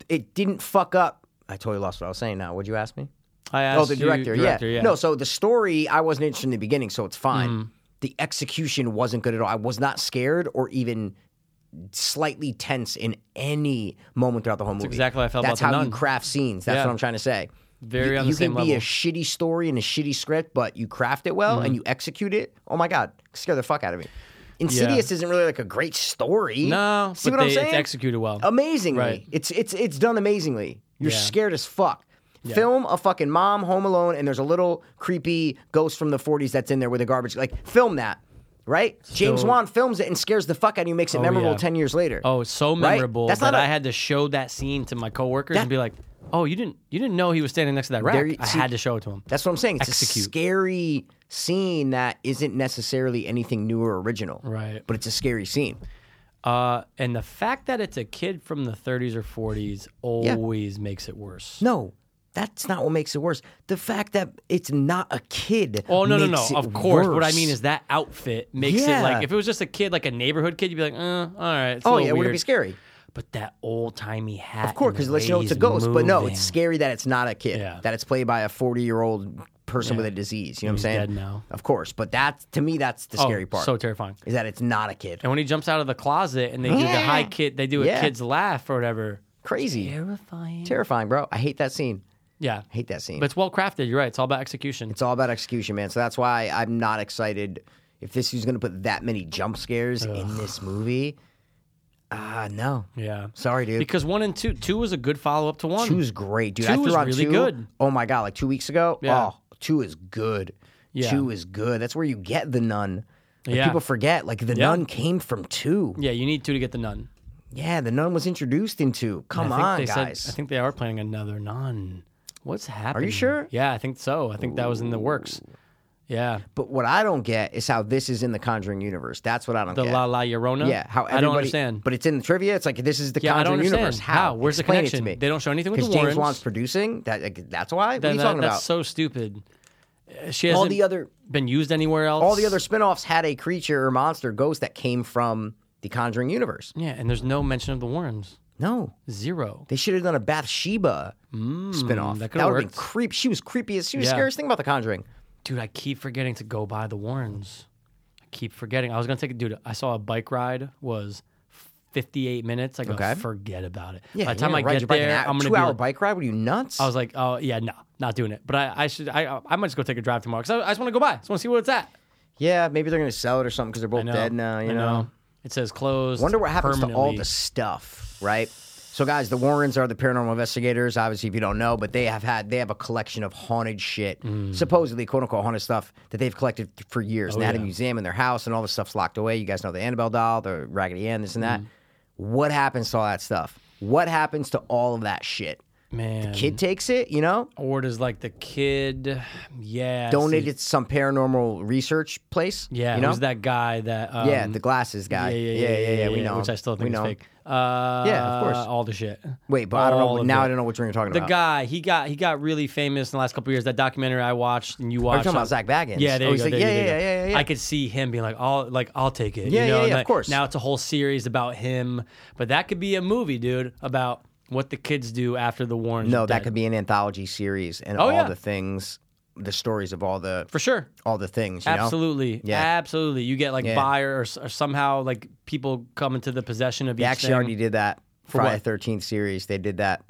Speaker 2: it didn't fuck up. I totally lost what I was saying now. Would you ask me?
Speaker 1: I asked
Speaker 2: Oh, the
Speaker 1: you-
Speaker 2: director, yeah.
Speaker 1: yeah. Mm.
Speaker 2: No, so the story I wasn't interested in the beginning, so it's fine. The execution wasn't good at all. I was not scared or even slightly tense in any moment throughout the whole movie.
Speaker 1: exactly how I felt
Speaker 2: That's
Speaker 1: about The
Speaker 2: how you
Speaker 1: Nun.
Speaker 2: craft scenes. That's
Speaker 1: Yeah.
Speaker 2: what I'm trying to say.
Speaker 1: Very
Speaker 2: you,
Speaker 1: on the
Speaker 2: you
Speaker 1: same
Speaker 2: can be a
Speaker 1: level.
Speaker 2: shitty story and a shitty script, but you craft it well
Speaker 1: Mm-hmm.
Speaker 2: and you execute it. Oh my god, scare the fuck out of me. Insidious isn't really like a great story.
Speaker 1: No,
Speaker 2: see
Speaker 1: but
Speaker 2: what
Speaker 1: they-
Speaker 2: I'm
Speaker 1: it's
Speaker 2: saying?
Speaker 1: executed well.
Speaker 2: amazingly.
Speaker 1: Right.
Speaker 2: It's it's it's done amazingly. You're
Speaker 1: Yeah.
Speaker 2: scared as fuck. Film a fucking mom home alone and there's a little creepy ghost from the 40s that's in there with a garbage. Like film that, right? James
Speaker 1: So-
Speaker 2: Wan films it and scares the fuck out of you, makes it
Speaker 1: Oh,
Speaker 2: memorable
Speaker 1: yeah.
Speaker 2: 10 years later.
Speaker 1: Oh, it's so
Speaker 2: Right?
Speaker 1: memorable
Speaker 2: That's
Speaker 1: that
Speaker 2: not a-
Speaker 1: I had to show that scene to my coworkers
Speaker 2: That-
Speaker 1: and be like, "Oh, you didn't you didn't know he was standing next to that rack."
Speaker 2: There you-
Speaker 1: I
Speaker 2: see-
Speaker 1: had to show it to him.
Speaker 2: That's what I'm saying. It's
Speaker 1: Execute.
Speaker 2: a scary scene that isn't necessarily anything new or original.
Speaker 1: Right.
Speaker 2: But it's a scary scene.
Speaker 1: Uh, and the fact that it's a kid from the 30s or 40s always makes it worse.
Speaker 2: No, that's not what makes it worse. The fact that it's not a kid.
Speaker 1: Oh no no no!
Speaker 2: makes it
Speaker 1: Of course, what I
Speaker 2: worse.
Speaker 1: mean is that outfit makes it
Speaker 2: Yeah.
Speaker 1: like if it was just a kid, like a neighborhood kid, you'd be like, uh, all right." It's a
Speaker 2: Oh,
Speaker 1: little
Speaker 2: yeah, would it
Speaker 1: weird."
Speaker 2: be scary?
Speaker 1: But that old timey hat,
Speaker 2: Of course,
Speaker 1: because
Speaker 2: because it lets you know it's a ghost. But no, it's scary that it's not a kid.
Speaker 1: Yeah.
Speaker 2: That it's played by a forty-year-old person with a disease. You know what I'm
Speaker 1: He's
Speaker 2: saying?
Speaker 1: dead now. Oh,
Speaker 2: Of course, but that's to me that's the scary part.
Speaker 1: So terrifying.
Speaker 2: is that it's not a kid.
Speaker 1: And when he jumps out of the closet and they do the high kid, they do a
Speaker 2: Yeah.
Speaker 1: kid's laugh or whatever.
Speaker 2: Crazy,
Speaker 1: Terrifying.
Speaker 2: terrifying, bro. I hate that scene.
Speaker 1: Yeah.
Speaker 2: hate that scene.
Speaker 1: But it's well crafted. You're right. It's all about execution.
Speaker 2: it's all about execution, man. So that's why I'm not excited. If this is going to put that many jump scares in this movie, ah, no.
Speaker 1: yeah.
Speaker 2: Sorry, dude.
Speaker 1: Because one and two, two was a good follow up to one.
Speaker 2: Two's great, dude. I
Speaker 1: Two
Speaker 2: threw
Speaker 1: is
Speaker 2: on
Speaker 1: really
Speaker 2: two.
Speaker 1: good.
Speaker 2: Oh my god, like two weeks ago.
Speaker 1: Yeah.
Speaker 2: Oh, two is good.
Speaker 1: Yeah.
Speaker 2: Two is good. That's where you get the nun. Like,
Speaker 1: Yeah.
Speaker 2: People forget, like, the
Speaker 1: Yeah.
Speaker 2: nun came from two.
Speaker 1: Yeah, you need two to get the nun.
Speaker 2: Yeah, the nun was introduced in two. Come
Speaker 1: I think
Speaker 2: on,
Speaker 1: they said-
Speaker 2: guys.
Speaker 1: I think they are planning another nun. What's happening?
Speaker 2: sure?
Speaker 1: Yeah, I think so. I think that was in the works. Yeah,
Speaker 2: but what I don't get is how this is in the Conjuring universe. That's what I don't
Speaker 1: the
Speaker 2: get.
Speaker 1: La La Llorona.
Speaker 2: yeah, how
Speaker 1: I don't
Speaker 2: everybody-
Speaker 1: understand.
Speaker 2: But it's in the trivia. It's like this is the
Speaker 1: Yeah, I don't
Speaker 2: Conjuring
Speaker 1: understand.
Speaker 2: universe.
Speaker 1: How? Where's the
Speaker 2: Explain
Speaker 1: connection?
Speaker 2: It to me.
Speaker 1: They don't show anything with the
Speaker 2: 'Cause James
Speaker 1: Warrens.
Speaker 2: Wan's producing. That like, that's why. What
Speaker 1: That-
Speaker 2: are you
Speaker 1: that-
Speaker 2: talking
Speaker 1: that's
Speaker 2: about?
Speaker 1: so stupid. Uh, She
Speaker 2: all
Speaker 1: hasn't
Speaker 2: the other
Speaker 1: been used anywhere else.
Speaker 2: all the other spin-offs had a creature or monster ghost that came from the Conjuring universe.
Speaker 1: Yeah, and there's no mention of the Warrens.
Speaker 2: No,
Speaker 1: Zero.
Speaker 2: they should have done a Bathsheba spin-off.
Speaker 1: Hmm, that
Speaker 2: That,
Speaker 1: could've
Speaker 2: would have been
Speaker 1: worked.
Speaker 2: creep. She was creepy as she was
Speaker 1: Yeah.
Speaker 2: the scariest thing about the Conjuring.
Speaker 1: Dude, I keep forgetting to go by the Warrens. I keep forgetting. I was gonna take a dude. I saw a bike ride was 58 minutes. I go
Speaker 2: Okay.
Speaker 1: forget about it.
Speaker 2: Yeah,
Speaker 1: By the time
Speaker 2: you
Speaker 1: I
Speaker 2: ride your
Speaker 1: get
Speaker 2: bike an
Speaker 1: there,
Speaker 2: hour-
Speaker 1: I'm gonna be
Speaker 2: two-hour
Speaker 1: like-
Speaker 2: bike ride. Were you nuts?
Speaker 1: I was like, oh yeah, no, not doing it. But I, I should. I I might just go take a drive tomorrow because I, I just want to go by. I just want to see what it's at.
Speaker 2: yeah, maybe they're gonna sell it or something because they're both
Speaker 1: I know.
Speaker 2: dead now. You
Speaker 1: I
Speaker 2: know?
Speaker 1: It says closed.
Speaker 2: Wonder what happens to all
Speaker 1: permanently.
Speaker 2: the stuff, right? So, guys, the Warrens are the paranormal investigators. Obviously, if you don't know, but they have had they have a collection of haunted shit,
Speaker 1: Mm.
Speaker 2: supposedly quote unquote haunted stuff that they've collected th- for
Speaker 1: Oh,
Speaker 2: years. and they had a museum in their house, and all the stuff's locked away. You guys know the Annabelle doll, the Raggedy Ann, this and
Speaker 1: Mm-hmm.
Speaker 2: that. What happens to all that stuff? What happens to all of that shit?
Speaker 1: man.
Speaker 2: Kid takes it, you know,
Speaker 1: or does like the kid? Yeah. I
Speaker 2: donate
Speaker 1: see.
Speaker 2: it to some paranormal research place.
Speaker 1: Yeah.
Speaker 2: you know,
Speaker 1: Who's that guy that? Um,
Speaker 2: yeah, the glasses guy.
Speaker 1: Yeah, yeah, yeah, yeah, yeah,
Speaker 2: we know,
Speaker 1: Which I still think
Speaker 2: we
Speaker 1: is
Speaker 2: know.
Speaker 1: fake. Uh,
Speaker 2: Yeah, of course.
Speaker 1: All the shit.
Speaker 2: Wait, but I don't
Speaker 1: All
Speaker 2: know.
Speaker 1: of
Speaker 2: Now
Speaker 1: it.
Speaker 2: I don't know which one you're talking
Speaker 1: The
Speaker 2: about.
Speaker 1: guy, he got he got really famous in the last couple of years. That documentary I watched and you
Speaker 2: Are
Speaker 1: watched.
Speaker 2: you talking about Zach Baggins?
Speaker 1: Yeah, there
Speaker 2: Oh,
Speaker 1: you
Speaker 2: he's
Speaker 1: go.
Speaker 2: like,
Speaker 1: there you
Speaker 2: yeah,
Speaker 1: go, there
Speaker 2: yeah,
Speaker 1: you
Speaker 2: yeah,
Speaker 1: go.
Speaker 2: yeah, yeah.
Speaker 1: I could see him being like, "I'll like I'll take it."
Speaker 2: Yeah,
Speaker 1: you know?
Speaker 2: yeah,
Speaker 1: and
Speaker 2: yeah, of
Speaker 1: like,
Speaker 2: course.
Speaker 1: Now it's a whole series about him, but that could be a movie, dude, about what the kids do after the war.
Speaker 2: No, that could be an anthology series and
Speaker 1: Oh,
Speaker 2: all
Speaker 1: yeah.
Speaker 2: the things, the stories of all the
Speaker 1: for sure.
Speaker 2: all the things. You
Speaker 1: Absolutely,
Speaker 2: Yeah.
Speaker 1: absolutely. You get like
Speaker 2: Yeah.
Speaker 1: buyer or, s- or somehow like people come into the possession of
Speaker 2: know? they
Speaker 1: each
Speaker 2: actually
Speaker 1: thing.
Speaker 2: already did that Friday
Speaker 1: what?
Speaker 2: Thirteenth series. They did that.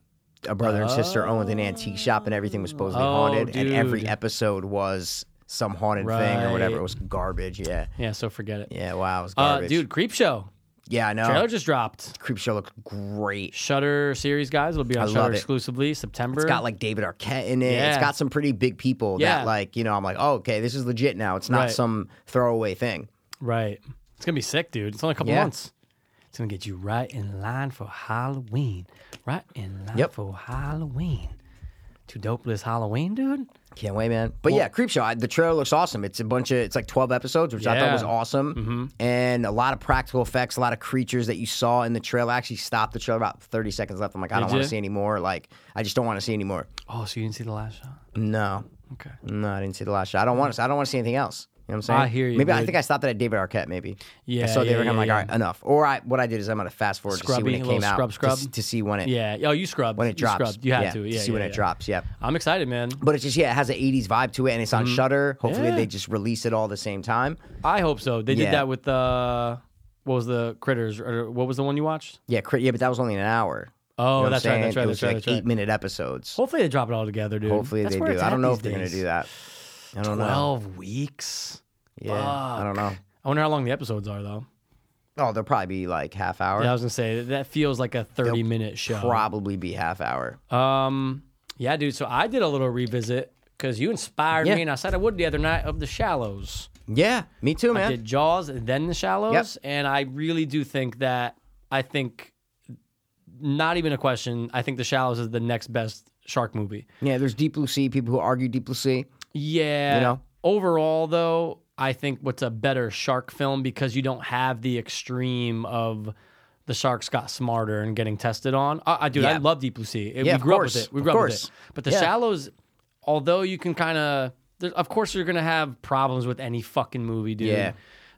Speaker 2: A brother and sister owned an antique shop, and everything was supposedly
Speaker 1: Oh,
Speaker 2: haunted. And every
Speaker 1: dude.
Speaker 2: episode was some haunted thing or whatever.
Speaker 1: Right.
Speaker 2: It was garbage. Yeah,
Speaker 1: yeah. So forget it.
Speaker 2: yeah. Wow, it was
Speaker 1: uh,
Speaker 2: garbage. Uh-huh.
Speaker 1: dude, Creep Show
Speaker 2: yeah, I know.
Speaker 1: trailer just dropped.
Speaker 2: Creep show looked great.
Speaker 1: Shutter series, guys. It'll be on
Speaker 2: I
Speaker 1: Shutter
Speaker 2: love it.
Speaker 1: exclusively September.
Speaker 2: It's got like David Arquette in it. It's
Speaker 1: Yeah.
Speaker 2: got some pretty big people
Speaker 1: Yeah.
Speaker 2: that like you know. I'm like, oh, okay, this is legit now. It's not
Speaker 1: Right.
Speaker 2: some throwaway thing.
Speaker 1: Right. It's gonna be sick, dude. It's only a couple
Speaker 2: Yeah.
Speaker 1: months. It's gonna get you right in line for Halloween. Right in line
Speaker 2: Yep.
Speaker 1: for Halloween. To dopeless Halloween, dude.
Speaker 2: Can't wait, man. But yeah, Creepshow. I- The trailer looks awesome. It's a bunch of it's like twelve episodes, which I thought
Speaker 1: Yeah. Mm-hmm.
Speaker 2: was awesome, and a lot of practical effects, a lot of creatures that you saw in the trailer. I actually stopped the trailer about thirty seconds left. I'm like, I don't
Speaker 1: Did
Speaker 2: want
Speaker 1: ya?
Speaker 2: to see any more. Like, I just don't want to see any more.
Speaker 1: Oh, so you didn't see the last shot?
Speaker 2: No,
Speaker 1: Okay.
Speaker 2: no, I didn't see the last shot. I don't want to. I don't want to see anything else. You know what I'm saying?
Speaker 1: Mm. I hear you,
Speaker 2: Maybe I
Speaker 1: dude.
Speaker 2: think I stopped it at David Arquette. Maybe.
Speaker 1: Yeah,
Speaker 2: I saw
Speaker 1: yeah,
Speaker 2: David. Arquette,
Speaker 1: yeah,
Speaker 2: I'm like,
Speaker 1: yeah.
Speaker 2: all right, enough. Or I, what I did is I'm gonna fast forward
Speaker 1: Scrubby,
Speaker 2: to see
Speaker 1: a
Speaker 2: when it came
Speaker 1: little scrub,
Speaker 2: out,
Speaker 1: scrub.
Speaker 2: To, to see when it
Speaker 1: Yeah. Oh, you scrubbed.
Speaker 2: when it
Speaker 1: You
Speaker 2: drops.
Speaker 1: Scrubbed. You had
Speaker 2: yeah,
Speaker 1: to. Yeah.
Speaker 2: see when
Speaker 1: yeah,
Speaker 2: it
Speaker 1: yeah.
Speaker 2: drops. Yep.
Speaker 1: I'm excited, man.
Speaker 2: But it's just yeah, it has an '80s vibe to it, and it's on Shutter.
Speaker 1: Mm-hmm.
Speaker 2: Hopefully,
Speaker 1: Yeah.
Speaker 2: they just release it all the same time.
Speaker 1: I hope so. They
Speaker 2: Yeah.
Speaker 1: did that with uh what was the critters or what was the one you watched?
Speaker 2: Yeah, cri- yeah, but that was only an hour.
Speaker 1: Oh,
Speaker 2: what I'm
Speaker 1: that's right,
Speaker 2: saying?
Speaker 1: that's right,
Speaker 2: It was
Speaker 1: that's right,
Speaker 2: like
Speaker 1: that's right.
Speaker 2: eight-minute episodes.
Speaker 1: Hopefully they drop it all together, dude.
Speaker 2: Hopefully
Speaker 1: That's
Speaker 2: they
Speaker 1: where
Speaker 2: do.
Speaker 1: it's
Speaker 2: I
Speaker 1: at
Speaker 2: don't know
Speaker 1: these
Speaker 2: if they're gonna
Speaker 1: days.
Speaker 2: do that. I don't know.
Speaker 1: Twelve weeks.
Speaker 2: Yeah, I don't know.
Speaker 1: I wonder how long the episodes are though.
Speaker 2: Oh, they'll probably be like half hour.
Speaker 1: Yeah, I was gonna say that feels like a 30 minute show.
Speaker 2: probably be half hour.
Speaker 1: Um, yeah, dude. So I did a little revisit because you inspired
Speaker 2: Yeah.
Speaker 1: me, and I said I would the other night of The Shallows.
Speaker 2: yeah, me too, man.
Speaker 1: Did Jaws and then The Shallows, and I really do think that I think not even a question. I think The Shallows is the next best shark movie.
Speaker 2: Yeah, there's Deep Blue Sea people who argue Deep Blue Sea.
Speaker 1: Yeah.
Speaker 2: You know?
Speaker 1: Overall, though, I think what's a better shark film because you don't have the extreme of the sharks got smarter and getting tested on. I, I dude, I
Speaker 2: Yeah.
Speaker 1: love Deep Blue Sea. It-
Speaker 2: Yeah,
Speaker 1: we
Speaker 2: of
Speaker 1: grew up
Speaker 2: course.
Speaker 1: with it. We
Speaker 2: Of
Speaker 1: grew up with
Speaker 2: course.
Speaker 1: it. But The
Speaker 2: Yeah.
Speaker 1: Shallows, although you can kind of, of course, you're gonna have problems with any fucking movie, dude.
Speaker 2: Yeah.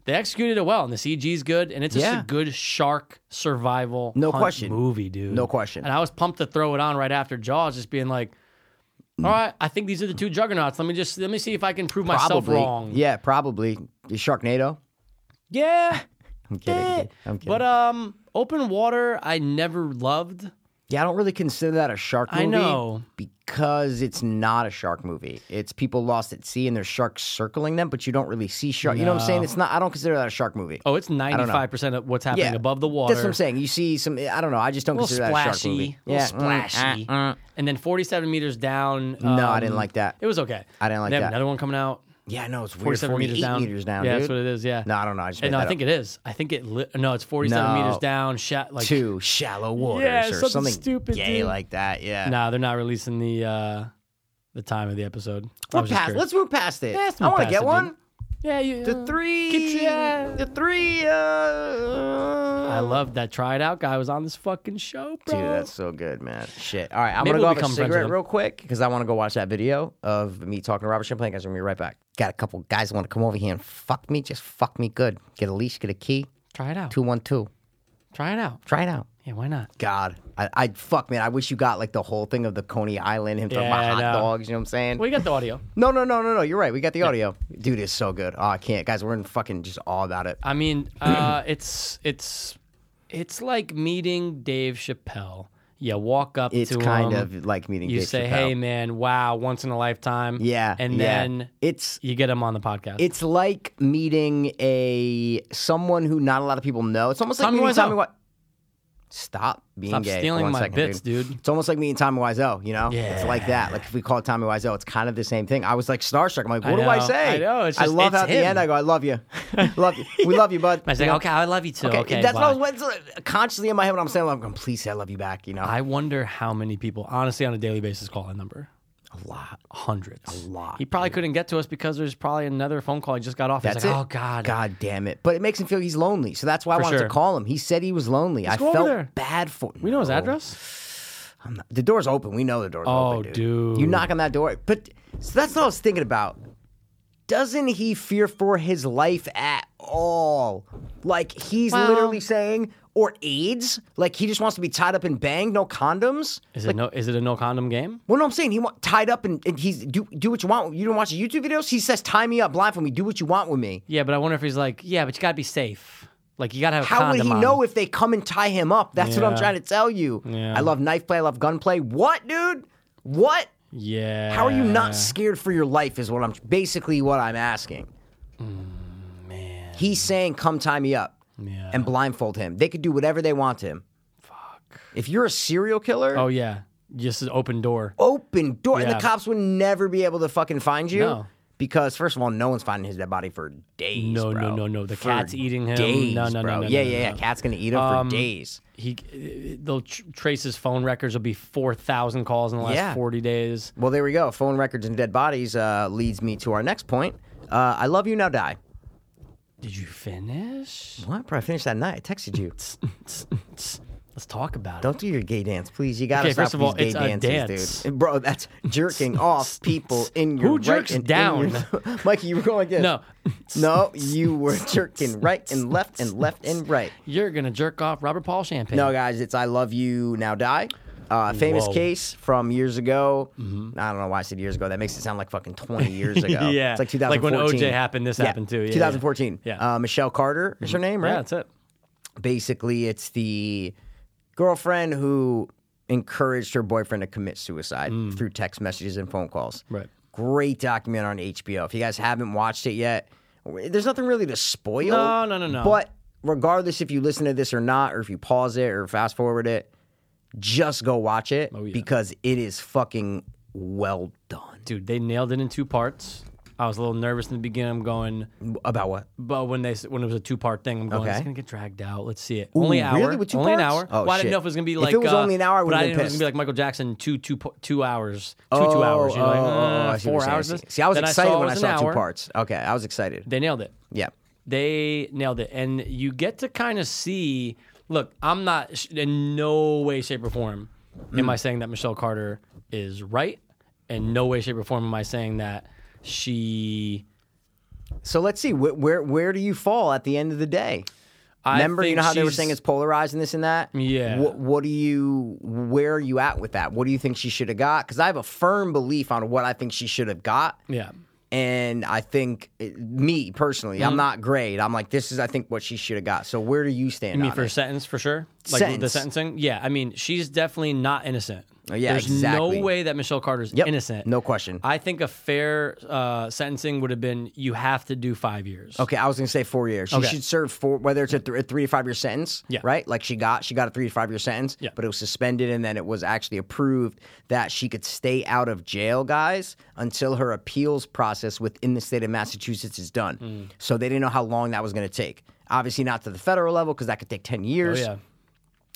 Speaker 1: They executed it well, and the CG's good, and it's just
Speaker 2: Yeah.
Speaker 1: a good shark survival
Speaker 2: No
Speaker 1: hunt
Speaker 2: question.
Speaker 1: movie, dude.
Speaker 2: No question.
Speaker 1: And I was pumped to throw it on right after Jaws, just being like, all right, I think these are the two juggernauts. Let me just let me see if I can prove myself
Speaker 2: Probably.
Speaker 1: wrong.
Speaker 2: Yeah, probably. Sharknado.
Speaker 1: yeah.
Speaker 2: I'm kidding.
Speaker 1: eh.
Speaker 2: I'm kidding.
Speaker 1: But um, open water, I never loved.
Speaker 2: Yeah, I don't really consider that a shark
Speaker 1: I
Speaker 2: movie.
Speaker 1: know.
Speaker 2: Because it's not a shark movie. It's people lost at sea and there's sharks circling them, but you don't really see shark. You know what I'm saying? It's not I don't consider that a shark movie.
Speaker 1: Oh, it's
Speaker 2: know.
Speaker 1: ninety five percent of what's happening above the water.
Speaker 2: That's what I'm saying. You see some I don't know, I just don't
Speaker 1: A little
Speaker 2: consider that a shark movie.
Speaker 1: splashy, a little
Speaker 2: mm, ah,
Speaker 1: splashy,
Speaker 2: mm.
Speaker 1: and then forty seven meters down.
Speaker 2: No, I didn't
Speaker 1: um,
Speaker 2: like that.
Speaker 1: It was okay.
Speaker 2: I didn't like
Speaker 1: They have
Speaker 2: that.
Speaker 1: Another one coming out.
Speaker 2: Yeah, no, it's weird.
Speaker 1: 47 meters down.
Speaker 2: meters down.
Speaker 1: Yeah,
Speaker 2: dude.
Speaker 1: that's what it is. Yeah.
Speaker 2: No, I don't know. I just made
Speaker 1: And no,
Speaker 2: that
Speaker 1: I think it
Speaker 2: up.
Speaker 1: is. I think it. Li- no, it's 47
Speaker 2: No.
Speaker 1: meters down. Sha- like
Speaker 2: Two shallow waters
Speaker 1: Yeah,
Speaker 2: or
Speaker 1: something
Speaker 2: something
Speaker 1: stupid,
Speaker 2: gay
Speaker 1: dude.
Speaker 2: like that. Yeah.
Speaker 1: Nah, they're not releasing the uh, the time of the episode. I
Speaker 2: We're
Speaker 1: was just
Speaker 2: past,
Speaker 1: curious.
Speaker 2: let's move past it.
Speaker 1: Yeah, let's
Speaker 2: I
Speaker 1: move
Speaker 2: want to
Speaker 1: past it,
Speaker 2: get
Speaker 1: dude.
Speaker 2: one.
Speaker 1: Yeah, you,
Speaker 2: The three.
Speaker 1: Keep- yeah.
Speaker 2: The three. Uh,
Speaker 1: I love that. Try it out guy was on this fucking show, bro.
Speaker 2: Dude, that's so good, man. Shit. All right, I'm
Speaker 1: Maybe we'll
Speaker 2: gonna go have
Speaker 1: become
Speaker 2: a
Speaker 1: friends with
Speaker 2: cigarette
Speaker 1: him.
Speaker 2: real quick because I want to go watch that video of me talking to Robert Champlain. Guys, I'm gonna be right back. Got a couple guys that want to come over here and fuck me. Just fuck me good. Get a leash. Get a key.
Speaker 1: Try it out.
Speaker 2: Two one two.
Speaker 1: Try it out.
Speaker 2: Try it out.
Speaker 1: Yeah, why not?
Speaker 2: God, I, I fuck man. I wish you got like the whole thing of the Coney Island. Him talking
Speaker 1: Yeah,
Speaker 2: about
Speaker 1: I
Speaker 2: hot
Speaker 1: know.
Speaker 2: dogs. You know what I'm saying?
Speaker 1: Well, you got the audio.
Speaker 2: No, no, no, no, no. You're right. We got the audio. Dude, it's so good. Oh, I can't. Guys, we're in fucking just all about it.
Speaker 1: I mean, uh, it's it's it's like meeting Dave Chappelle. You walk up
Speaker 2: It's
Speaker 1: to
Speaker 2: kind
Speaker 1: him,
Speaker 2: of like meeting.
Speaker 1: you
Speaker 2: Dave
Speaker 1: say,
Speaker 2: Chappelle.
Speaker 1: "Hey, man, wow, once in a lifetime."
Speaker 2: Yeah.
Speaker 1: and
Speaker 2: yeah.
Speaker 1: then
Speaker 2: it's
Speaker 1: you get him on the podcast.
Speaker 2: It's like meeting a someone who not a lot of people know. It's almost like
Speaker 1: Tommy
Speaker 2: meeting
Speaker 1: Wiseau.
Speaker 2: Tommy Wi- Stop being
Speaker 1: Stop
Speaker 2: gay. for
Speaker 1: stealing
Speaker 2: one
Speaker 1: my
Speaker 2: second,
Speaker 1: bits,
Speaker 2: dude.
Speaker 1: dude.
Speaker 2: It's almost like meeting Tommy Wiseau. You know, it's like
Speaker 1: Yeah.
Speaker 2: that. Like if we called Tommy Wiseau, it's kind of the same thing. I was like starstruck. I'm like,
Speaker 1: I
Speaker 2: what do I
Speaker 1: know.
Speaker 2: say?
Speaker 1: I know. It's
Speaker 2: I
Speaker 1: just-
Speaker 2: love
Speaker 1: it's
Speaker 2: how at the
Speaker 1: him.
Speaker 2: end I go, I
Speaker 1: [LAUGHS]
Speaker 2: love you, love you. We love you, bud.
Speaker 1: I was
Speaker 2: You
Speaker 1: like,
Speaker 2: know?
Speaker 1: "Okay, I love you too." Okay,
Speaker 2: that's
Speaker 1: bye."
Speaker 2: what I was it's like, consciously in my head when I'm saying, I'm going, please say I love you back. You know,
Speaker 1: I wonder how many people, honestly, on a daily basis, call that number.
Speaker 2: a lot.
Speaker 1: Hundreds.
Speaker 2: A lot,
Speaker 1: He probably couldn't get to us because there's probably another phone call he just got off. He's
Speaker 2: That's
Speaker 1: like,
Speaker 2: it.
Speaker 1: "Oh God,
Speaker 2: God damn it! But it makes him feel he's lonely, so that's why I
Speaker 1: For
Speaker 2: wanted to
Speaker 1: sure.
Speaker 2: call him. He said he was lonely. I
Speaker 1: go over
Speaker 2: felt
Speaker 1: there.
Speaker 2: bad for.
Speaker 1: we know his
Speaker 2: No.
Speaker 1: address."
Speaker 2: I'm not- the door's open. We know the door's
Speaker 1: Oh,
Speaker 2: open.
Speaker 1: dude.
Speaker 2: You knock on that door. But so that's what I was thinking about. Doesn't he fear for his life at all? Like he's literally saying, or AIDS? Like he just wants to be tied up and banged, no condoms?
Speaker 1: Is it no? Is it a no condom game?
Speaker 2: Well, no, I'm saying he want, tied up and, and he's do do what you want. You don't watch the YouTube videos. He says, "Tie me up, blind for me. Do what you want with me."
Speaker 1: Yeah, but I wonder if he's like, "Yeah, but you gotta be safe. Like you gotta have." A
Speaker 2: How would
Speaker 1: condom
Speaker 2: he
Speaker 1: on."
Speaker 2: know if they come and tie him up? That's what I'm
Speaker 1: Yeah.
Speaker 2: trying to tell you.
Speaker 1: Yeah.
Speaker 2: I love knife play. I love gunplay. What, dude? What?
Speaker 1: Yeah.
Speaker 2: How are you not scared for your life? Is what I'm basically what I'm asking.
Speaker 1: Mm,
Speaker 2: man. He's saying, "Come tie me up
Speaker 1: Yeah.
Speaker 2: and blindfold him." They could do whatever they want to him. Fuck. If you're a serial killer,
Speaker 1: Oh yeah, just an open door.
Speaker 2: open door, and
Speaker 1: Yeah.
Speaker 2: the cops would never be able to fucking find you.
Speaker 1: No.
Speaker 2: Because first of all, no one's finding his dead body for days.
Speaker 1: No, no,
Speaker 2: bro.
Speaker 1: no, no. The
Speaker 2: For
Speaker 1: cat's eating him.
Speaker 2: Days,
Speaker 1: No, no, no,
Speaker 2: bro.
Speaker 1: no, no,
Speaker 2: Yeah,
Speaker 1: no,
Speaker 2: yeah, yeah.
Speaker 1: no.
Speaker 2: Cat's gonna eat him
Speaker 1: Um,
Speaker 2: for days.
Speaker 1: He, they'll tr- trace his phone records. Will be four thousand calls in the last
Speaker 2: Yeah.
Speaker 1: forty days.
Speaker 2: Well, there we go. Phone records and dead bodies uh, leads me to our next point. Uh, I love you now, die.
Speaker 1: Did you finish? [LAUGHS]
Speaker 2: What? Bro, I finished that night. I texted you.
Speaker 1: Let's talk about it.
Speaker 2: Don't do your gay dance, please. You gotta
Speaker 1: Okay,
Speaker 2: stop
Speaker 1: first of all,
Speaker 2: these
Speaker 1: it's
Speaker 2: gay
Speaker 1: a
Speaker 2: dances,
Speaker 1: dance.
Speaker 2: dude. [LAUGHS] Bro, that's
Speaker 1: [LAUGHS]
Speaker 2: jerking off people in your
Speaker 1: Who
Speaker 2: right
Speaker 1: jerks
Speaker 2: and in your- [LAUGHS] Mikey, you were going like this.
Speaker 1: No,
Speaker 2: [LAUGHS] no, you were jerking right and left and left and right.
Speaker 1: you're gonna jerk off Robert Paul Champagne.
Speaker 2: No, guys, it's "I Love You Now Die." Uh, famous
Speaker 1: Whoa. Mm-hmm.
Speaker 2: case from years ago. I don't know why I said years ago. That makes it sound like fucking
Speaker 1: [LAUGHS]
Speaker 2: 20 years ago.
Speaker 1: Yeah.
Speaker 2: It's like
Speaker 1: Like
Speaker 2: 2014.
Speaker 1: when OJ happened, this happened too. Yeah, yeah.
Speaker 2: 2014.
Speaker 1: Yeah. Mm-hmm.
Speaker 2: Uh, Michelle Carter is her name, right?
Speaker 1: yeah, that's it.
Speaker 2: basically it's the girlfriend who encouraged her boyfriend to commit suicide
Speaker 1: Mm.
Speaker 2: through text messages and phone calls.
Speaker 1: Right.
Speaker 2: Great document on HBO. If you guys haven't watched it yet, there's nothing really to spoil.
Speaker 1: No, no, no, no.
Speaker 2: But regardless if you listen to this or not, or if you pause it or fast forward it, just go watch it
Speaker 1: Oh, yeah.
Speaker 2: because it is fucking well done.
Speaker 1: Dude, they nailed it in two parts. I was a little nervous in the beginning. I'm going,
Speaker 2: About what?
Speaker 1: but when they s- when it was a two part thing, I'm going.
Speaker 2: Okay.
Speaker 1: It's gonna get dragged out. Let's see it. only an hour.
Speaker 2: really? With two
Speaker 1: only an
Speaker 2: parts?
Speaker 1: hour.
Speaker 2: Oh,
Speaker 1: well, I
Speaker 2: shit.
Speaker 1: didn't know if it was gonna be
Speaker 2: If
Speaker 1: like.
Speaker 2: it was
Speaker 1: uh,
Speaker 2: only an hour, I
Speaker 1: but
Speaker 2: would've
Speaker 1: I
Speaker 2: been
Speaker 1: didn't know it was gonna be like
Speaker 2: pissed.
Speaker 1: Michael Jackson two two po- two hours two two hours. You're
Speaker 2: oh,
Speaker 1: like,
Speaker 2: oh,
Speaker 1: "Uh,
Speaker 2: I see what
Speaker 1: four
Speaker 2: you're saying.
Speaker 1: hours.
Speaker 2: See,
Speaker 1: of this?"
Speaker 2: see, I was
Speaker 1: Then
Speaker 2: excited
Speaker 1: it
Speaker 2: when I
Speaker 1: was an
Speaker 2: saw two
Speaker 1: hour.
Speaker 2: parts. Okay, I was excited.
Speaker 1: They nailed it.
Speaker 2: Yeah.
Speaker 1: They nailed it, and you get to kind of see. Look, I'm not sh- in no way, shape, or form
Speaker 2: Mm.
Speaker 1: am I saying that Michelle Carter is right, and no way, shape, or form am I saying that she.
Speaker 2: So let's see wh- where where do you fall at the end of the day?
Speaker 1: I
Speaker 2: Remember, you
Speaker 1: think
Speaker 2: know how they were
Speaker 1: she's-
Speaker 2: saying it's polarized and this and that.
Speaker 1: Yeah.
Speaker 2: What, what do you? Where are you at with that? What do you think she should have got? Because I have a firm belief on what I think she should have got,
Speaker 1: Yeah.
Speaker 2: and I think it- me
Speaker 1: Mm-hmm.
Speaker 2: personally, I'm not great. I'm like, this is I think what she should have got. So where do you stand?
Speaker 1: You mean
Speaker 2: on
Speaker 1: for a
Speaker 2: it?
Speaker 1: sentence for sure? like the
Speaker 2: Sentence.
Speaker 1: sentencing. Yeah, I mean, she's definitely not innocent.
Speaker 2: Oh, yeah,
Speaker 1: There's
Speaker 2: exactly.
Speaker 1: no way that Michelle Carter's innocent.
Speaker 2: No question.
Speaker 1: I think a fair uh, sentencing would have been you have to do five years.
Speaker 2: Okay, I was gonna say four years. She
Speaker 1: Okay.
Speaker 2: should serve four, whether it's a, th- a three to five year sentence,
Speaker 1: Yeah.
Speaker 2: right? Like she got, she got a three to five year sentence,
Speaker 1: Yeah.
Speaker 2: but it was suspended, and then it was actually approved that she could stay out of jail, guys, until her appeals process within the state of Massachusetts is done.
Speaker 1: Mm.
Speaker 2: So they didn't know how long that was gonna take. Obviously, not to the federal level because that could take ten
Speaker 1: Oh,
Speaker 2: years.
Speaker 1: yeah.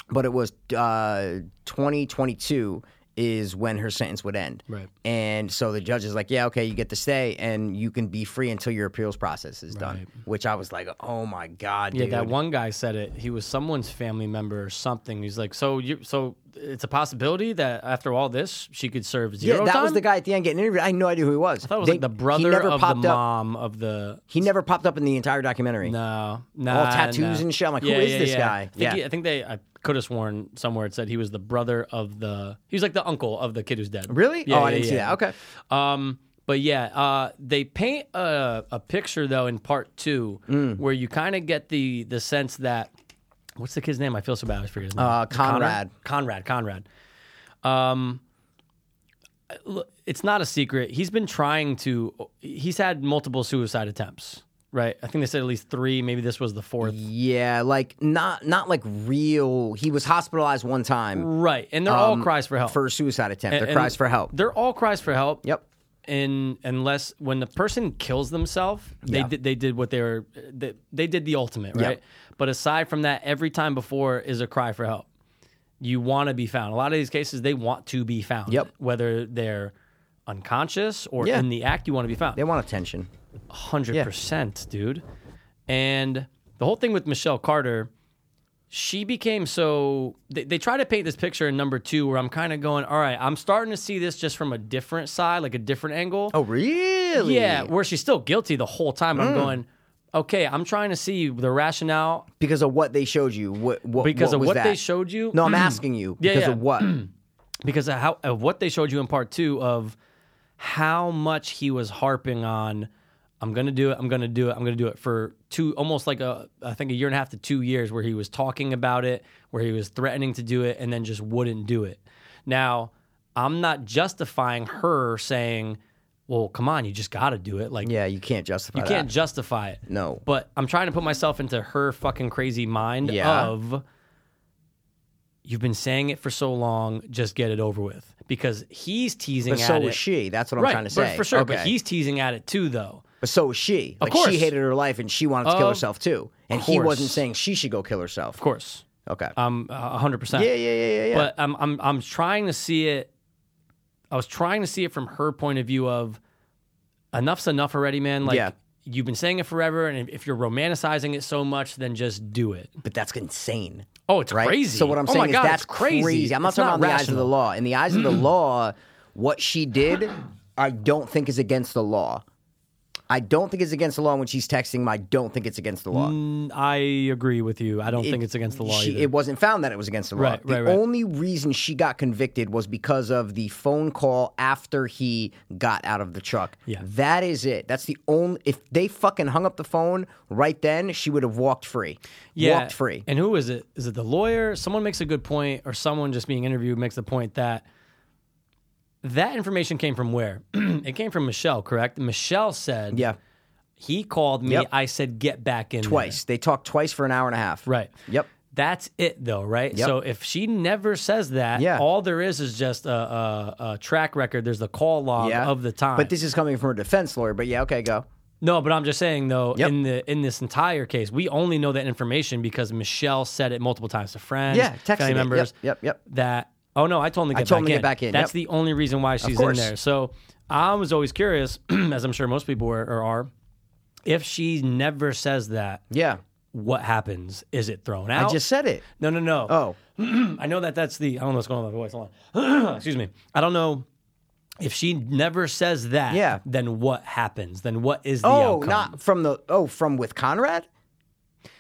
Speaker 2: but it was uh, 2022 is when her sentence would end.
Speaker 1: Right.
Speaker 2: And so the judge is like, yeah, okay, you get to stay and you can be free until your appeals process is done. Which I was like, oh my God,
Speaker 1: Yeah,
Speaker 2: dude.
Speaker 1: that one guy said it. He was someone's family member or something. He's like, so you, so it's a possibility that after all this, she could serve
Speaker 2: yeah,
Speaker 1: zero
Speaker 2: that
Speaker 1: time.
Speaker 2: was the guy at the end getting interviewed. I had no idea who he was.
Speaker 1: That was
Speaker 2: They-
Speaker 1: like the
Speaker 2: he
Speaker 1: brother
Speaker 2: never
Speaker 1: of the
Speaker 2: popped up.
Speaker 1: mom of the.
Speaker 2: He never popped up in the entire documentary.
Speaker 1: No, no,
Speaker 2: All tattoos and shit. I'm like, who is this guy?
Speaker 1: I think,
Speaker 2: Yeah.
Speaker 1: he- I think they. I could have sworn somewhere it said he was the brother of the. He was like the uncle of the kid who's dead.
Speaker 2: Really?
Speaker 1: Yeah,
Speaker 2: oh,
Speaker 1: yeah,
Speaker 2: I didn't see
Speaker 1: yeah.
Speaker 2: that. Okay.
Speaker 1: Um, but yeah, uh, they paint a, a picture though in part two
Speaker 2: Mm.
Speaker 1: where you kind of get the the sense that what's the kid's name? I feel so bad. I forget his name.
Speaker 2: Uh,
Speaker 1: Conrad.
Speaker 2: Conrad.
Speaker 1: Conrad. Conrad. Um, look, it's not a secret. He's been trying to. He's had multiple suicide attempts. Right. I think they said at least three. Maybe this was the fourth.
Speaker 2: Yeah, like not not like real. He was hospitalized one time um,
Speaker 1: Right. And they're all cries for help.
Speaker 2: for a suicide attempt.
Speaker 1: And-
Speaker 2: They're cries
Speaker 1: and
Speaker 2: for help.
Speaker 1: They're all cries for help.
Speaker 2: Yep.
Speaker 1: And unless when the person kills themselves, they did they did what they were they, they did the ultimate, right? But aside from that, every time before is a cry for help. You want to be found. A lot of these cases, they want to be found.
Speaker 2: Yep.
Speaker 1: Whether they're unconscious or
Speaker 2: Yeah.
Speaker 1: in the act, you want to be found
Speaker 2: They want attention.
Speaker 1: hundred percent, dude. And the whole thing with Michelle Carter, she became so. They, they try to paint this picture in number two, where I'm kind of going, all right, I'm starting to see this just from a different side, like a different angle.
Speaker 2: Oh, really? Mm.
Speaker 1: yeah, where she's still guilty the whole time. I'm going, okay, I'm trying to see the rationale
Speaker 2: because of what they showed you. What, what
Speaker 1: because
Speaker 2: what
Speaker 1: of
Speaker 2: was
Speaker 1: what
Speaker 2: that?
Speaker 1: they showed you. Mm. Mm-hmm.
Speaker 2: No, I'm asking you
Speaker 1: Yeah, yeah.
Speaker 2: because
Speaker 1: Mm.
Speaker 2: of what.
Speaker 1: because of how of what they showed you in part two of how much he was harping on I'm gonna do it, I'm gonna do it, I'm gonna do it for two almost like a I think a year and a half to two years where he was talking about it, where he was threatening to do it and then just wouldn't do it. Now, I'm not justifying her saying, Well, come on, you just gotta do it. Like
Speaker 2: [CLEARS THROAT] yeah, you can't justify.
Speaker 1: you can't
Speaker 2: That.
Speaker 1: justify it.
Speaker 2: No.
Speaker 1: But I'm trying to put myself into her fucking crazy mind
Speaker 2: Yeah.
Speaker 1: of you've been saying it for so long, just get it over with. Because he's teasing
Speaker 2: But
Speaker 1: at
Speaker 2: so
Speaker 1: it.
Speaker 2: was she. That's what I'm
Speaker 1: right,
Speaker 2: trying to
Speaker 1: but
Speaker 2: say.
Speaker 1: for sure.
Speaker 2: Okay.
Speaker 1: But he's teasing at it too, though.
Speaker 2: But so was she. Like
Speaker 1: course.
Speaker 2: she hated her life and she wanted to kill
Speaker 1: Of
Speaker 2: herself too. And he
Speaker 1: course.
Speaker 2: wasn't saying she should go kill herself.
Speaker 1: Of course,
Speaker 2: Okay.
Speaker 1: I'm uh, 100%.
Speaker 2: yeah, yeah, yeah, yeah, yeah.
Speaker 1: But I'm, I'm, I'm trying to see it. I was trying to see it from her point of view of enough's enough already, man. Like,
Speaker 2: Yeah.
Speaker 1: you've been saying it forever. And if- if you're romanticizing it so much, then just do it.
Speaker 2: but that's insane.
Speaker 1: Oh, it's
Speaker 2: right?
Speaker 1: crazy.
Speaker 2: So what I'm
Speaker 1: Oh
Speaker 2: saying
Speaker 1: my
Speaker 2: is
Speaker 1: God,
Speaker 2: that's
Speaker 1: it's crazy.
Speaker 2: I'm not
Speaker 1: It's
Speaker 2: talking
Speaker 1: not
Speaker 2: about in the eyes of the
Speaker 1: rational.
Speaker 2: law. In the eyes of the law, what she did, I don't think is against the law. I don't think it's against the law when she's texting him. I don't think it's against the law.
Speaker 1: Mm, I agree with you. I don't think it's against the law
Speaker 2: she-
Speaker 1: either.
Speaker 2: it wasn't found that it was against the law.
Speaker 1: Right,
Speaker 2: the
Speaker 1: right, right.
Speaker 2: only reason she got convicted was because of the phone call after he got out of the truck.
Speaker 1: Yeah.
Speaker 2: That is it. That's the only if they fucking hung up the phone right then, she would have walked free. Walked free.
Speaker 1: And who is it? Is it the lawyer? Someone makes a good point, or someone just being interviewed makes the point that that information came from where? [CLEARS THROAT] it came from Michelle, correct? Michelle said,
Speaker 2: yeah.
Speaker 1: he called me.
Speaker 2: Yep.
Speaker 1: I said, get back in there."
Speaker 2: Twice. They talked twice for an hour and a half.
Speaker 1: Right.
Speaker 2: Yep.
Speaker 1: That's it, though, right?
Speaker 2: Yep.
Speaker 1: So if she never says that,
Speaker 2: Yeah.
Speaker 1: all there is is just a, a, a track record. There's the call log
Speaker 2: Yeah.
Speaker 1: of the time.
Speaker 2: But this is coming from a defense lawyer, but yeah, okay, go.
Speaker 1: No, but I'm just saying though,
Speaker 2: Yep.
Speaker 1: in the in this entire case, we only know that information because Michelle said it multiple times to friends,
Speaker 2: Yeah, texted it.
Speaker 1: family
Speaker 2: Yep,
Speaker 1: members.
Speaker 2: yep, yep.
Speaker 1: That oh no, I told him to get,
Speaker 2: I
Speaker 1: back,
Speaker 2: told him to
Speaker 1: in.
Speaker 2: get back in,
Speaker 1: That's the
Speaker 2: yep.
Speaker 1: only reason why she's in
Speaker 2: course.
Speaker 1: there. So I was always curious, [CLEARS THROAT] as I'm sure most people were or are, if she never says that,
Speaker 2: Yeah.
Speaker 1: what happens? Is it thrown
Speaker 2: I
Speaker 1: out?
Speaker 2: just said it.
Speaker 1: no, no, no.
Speaker 2: Oh.
Speaker 1: I know that that's the I don't know what's going on with my voice. Hold on. [CLEARS THROAT] Excuse me. I don't know if she never says that.
Speaker 2: Yeah.
Speaker 1: Then what happens? Then what is the
Speaker 2: Oh,
Speaker 1: outcome?
Speaker 2: not from the oh, from with Conrad?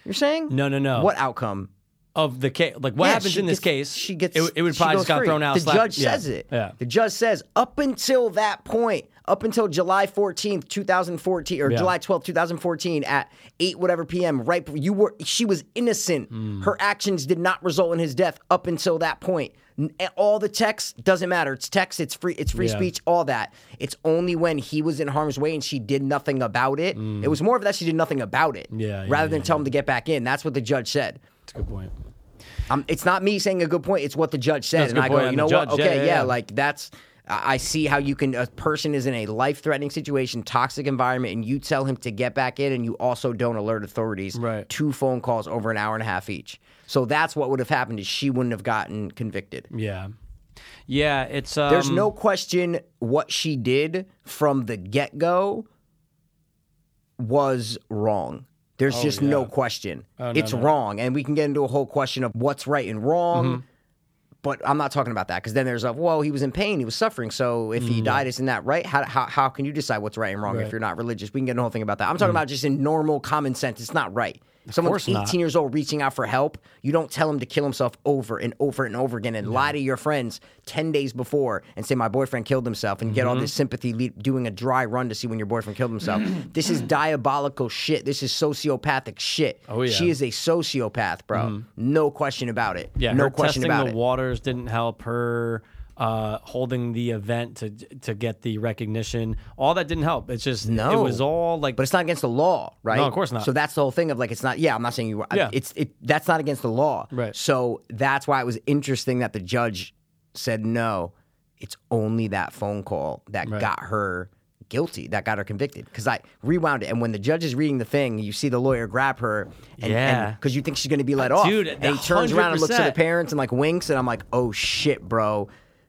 Speaker 2: You're saying?
Speaker 1: No, no, no.
Speaker 2: What outcome?
Speaker 1: of the case. Like what
Speaker 2: Yeah,
Speaker 1: happens
Speaker 2: she
Speaker 1: in this
Speaker 2: gets-
Speaker 1: case?
Speaker 2: She gets.
Speaker 1: It, it would
Speaker 2: she
Speaker 1: probably
Speaker 2: goes
Speaker 1: just got
Speaker 2: free.
Speaker 1: thrown out.
Speaker 2: The
Speaker 1: slapped-
Speaker 2: judge
Speaker 1: yeah,
Speaker 2: says it.
Speaker 1: Yeah.
Speaker 2: The judge says up until that point, up until July 14th, 2014, or
Speaker 1: Yeah.
Speaker 2: July 12th, 2014, at 8 whatever p.m., right, you were, she was innocent.
Speaker 1: Hmm.
Speaker 2: Her actions did not result in his death up until that point. N- eh, All the text doesn't matter. It's text, it's free, it's free
Speaker 1: Yeah.
Speaker 2: speech, all that. It's only when he was in harm's way and she did nothing about it. It was more of that she did nothing about it.
Speaker 1: Hmm. Yeah, yeah,
Speaker 2: rather than tell him to get back in. That's what the judge said.
Speaker 1: That's a good point.
Speaker 2: Um, it's not me saying a good point. It's what the judge said,
Speaker 1: That's a good
Speaker 2: and I go,
Speaker 1: point,
Speaker 2: you
Speaker 1: and
Speaker 2: know
Speaker 1: the
Speaker 2: what?
Speaker 1: judge, yeah,
Speaker 2: okay, yeah,
Speaker 1: yeah, yeah.
Speaker 2: like that's. I I see how you can. A person is in a life-threatening situation, toxic environment, and you tell him to get back in, and you also don't alert authorities.
Speaker 1: Right.
Speaker 2: Two phone calls over an hour and a half each. So that's what would have happened. Is she wouldn't have gotten convicted.
Speaker 1: Yeah. Yeah, it's um,
Speaker 2: There's no question what she did from the get go was wrong.
Speaker 1: Oh,
Speaker 2: There's just no question. it's wrong. And we can get into a whole question of what's right and wrong.
Speaker 1: Mm-hmm.
Speaker 2: But I'm not talking about that because then there's a, well, he was in pain, he was suffering. So if he died, isn't that right? How, how, how can you decide what's right and wrong if
Speaker 1: Mm. Right. Mm.
Speaker 2: you're not religious? We can get into a whole thing about that. I'm talking about just in normal common sense. It's not right. Someone's
Speaker 1: course
Speaker 2: 18
Speaker 1: not.
Speaker 2: years old reaching out for help. You don't tell him to kill himself over and over and over again and lie to your friends 10 days before and say, My boyfriend killed himself and get all
Speaker 1: Mm-hmm.
Speaker 2: this sympathy le- doing a dry run to see when your boyfriend killed
Speaker 1: [CLEARS THROAT]
Speaker 2: himself. this is diabolical shit. This is sociopathic shit.
Speaker 1: Oh, yeah. Mm-hmm.
Speaker 2: She is a sociopath, bro. No question about it.
Speaker 1: yeah,
Speaker 2: no
Speaker 1: her
Speaker 2: question
Speaker 1: testing
Speaker 2: about
Speaker 1: the
Speaker 2: it.
Speaker 1: waters didn't help her uh, holding the event to to get the recognition. All that didn't help. It's just it
Speaker 2: No.
Speaker 1: was all like
Speaker 2: but it's not against the law, right?
Speaker 1: No, of course not.
Speaker 2: So that's the whole thing of like it's not. Yeah, I'm not saying you. were- I-
Speaker 1: Yeah.
Speaker 2: it's it. That's not against the law,
Speaker 1: Right.
Speaker 2: So that's why it was interesting that the judge said no. It's only that phone call that got her guilty, that got her convicted. Because I rewound it, and when the judge is reading the thing, you see the lawyer grab her, and,
Speaker 1: Yeah.
Speaker 2: because you think she's going to be let off,
Speaker 1: Dude,
Speaker 2: and he turns around and looks at the
Speaker 1: 100%.
Speaker 2: parents and like winks, and I'm like, oh shit, bro.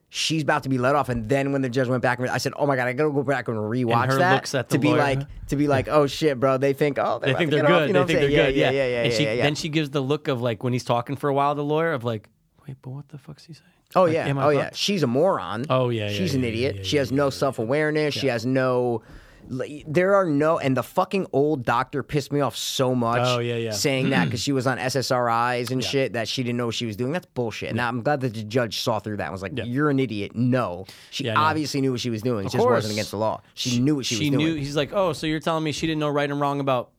Speaker 2: She's about to be let off, and then when the judge went back, I said, "Oh my god, I gotta go back and rewatch
Speaker 1: her
Speaker 2: that
Speaker 1: looks at the
Speaker 2: to be
Speaker 1: lawyer.
Speaker 2: like, to be like, oh shit, bro. They think, oh,
Speaker 1: they
Speaker 2: about
Speaker 1: think
Speaker 2: to
Speaker 1: they're
Speaker 2: get
Speaker 1: good.
Speaker 2: off," you
Speaker 1: they
Speaker 2: know what
Speaker 1: think
Speaker 2: I'm
Speaker 1: they're good.
Speaker 2: saying?
Speaker 1: Yeah,
Speaker 2: yeah, yeah, yeah,
Speaker 1: And
Speaker 2: yeah,
Speaker 1: she,
Speaker 2: yeah, yeah.
Speaker 1: Then she gives the look of like when he's talking for a while, the lawyer of like, wait, but what the fuck's he saying?
Speaker 2: oh
Speaker 1: Like,
Speaker 2: yeah,
Speaker 1: am I
Speaker 2: oh yeah.
Speaker 1: fucked?
Speaker 2: She's a moron.
Speaker 1: Oh, yeah, yeah,
Speaker 2: she's an
Speaker 1: yeah, yeah,
Speaker 2: idiot.
Speaker 1: yeah,
Speaker 2: she has no self awareness. She has no. like, There are no, and the fucking old doctor pissed me off so much.
Speaker 1: Oh, yeah, yeah.
Speaker 2: Saying that because she was on SSRIs and shit that she didn't know what she was doing. That's bullshit. And I'm glad that the judge saw through that and was like, "You're an idiot." No, she
Speaker 1: Yeah, I know.
Speaker 2: obviously knew what she was doing. It just
Speaker 1: course.
Speaker 2: wasn't against the law. She, knew what she,
Speaker 1: She
Speaker 2: was
Speaker 1: knew.
Speaker 2: doing.
Speaker 1: He's like, oh, so you're telling me she didn't know right and wrong about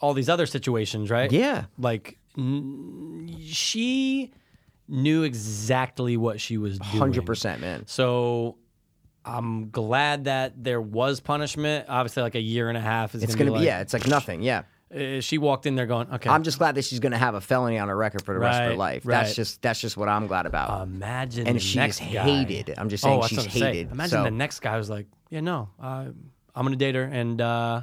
Speaker 1: all these other situations, right?
Speaker 2: Yeah.
Speaker 1: Like, n- she knew exactly what she was doing.
Speaker 2: Hundred percent, man.
Speaker 1: So I'm glad that there was punishment. Obviously, like a year and a half is
Speaker 2: It's
Speaker 1: gonna,
Speaker 2: gonna be yeah. It's like nothing. Yeah.
Speaker 1: yeah. she walked in there going, okay.
Speaker 2: I'm just glad that she's going to have a felony on her record for the rest of her
Speaker 1: Right,
Speaker 2: life.
Speaker 1: right.
Speaker 2: That's just that's just what I'm glad about.
Speaker 1: imagine
Speaker 2: and
Speaker 1: the
Speaker 2: she
Speaker 1: next
Speaker 2: is
Speaker 1: guy. Oh,
Speaker 2: hated. I'm just saying
Speaker 1: that's
Speaker 2: she's
Speaker 1: what I'm saying.
Speaker 2: hated,
Speaker 1: Imagine
Speaker 2: so-
Speaker 1: the next guy was like, yeah, no, uh, I'm gonna date her and uh,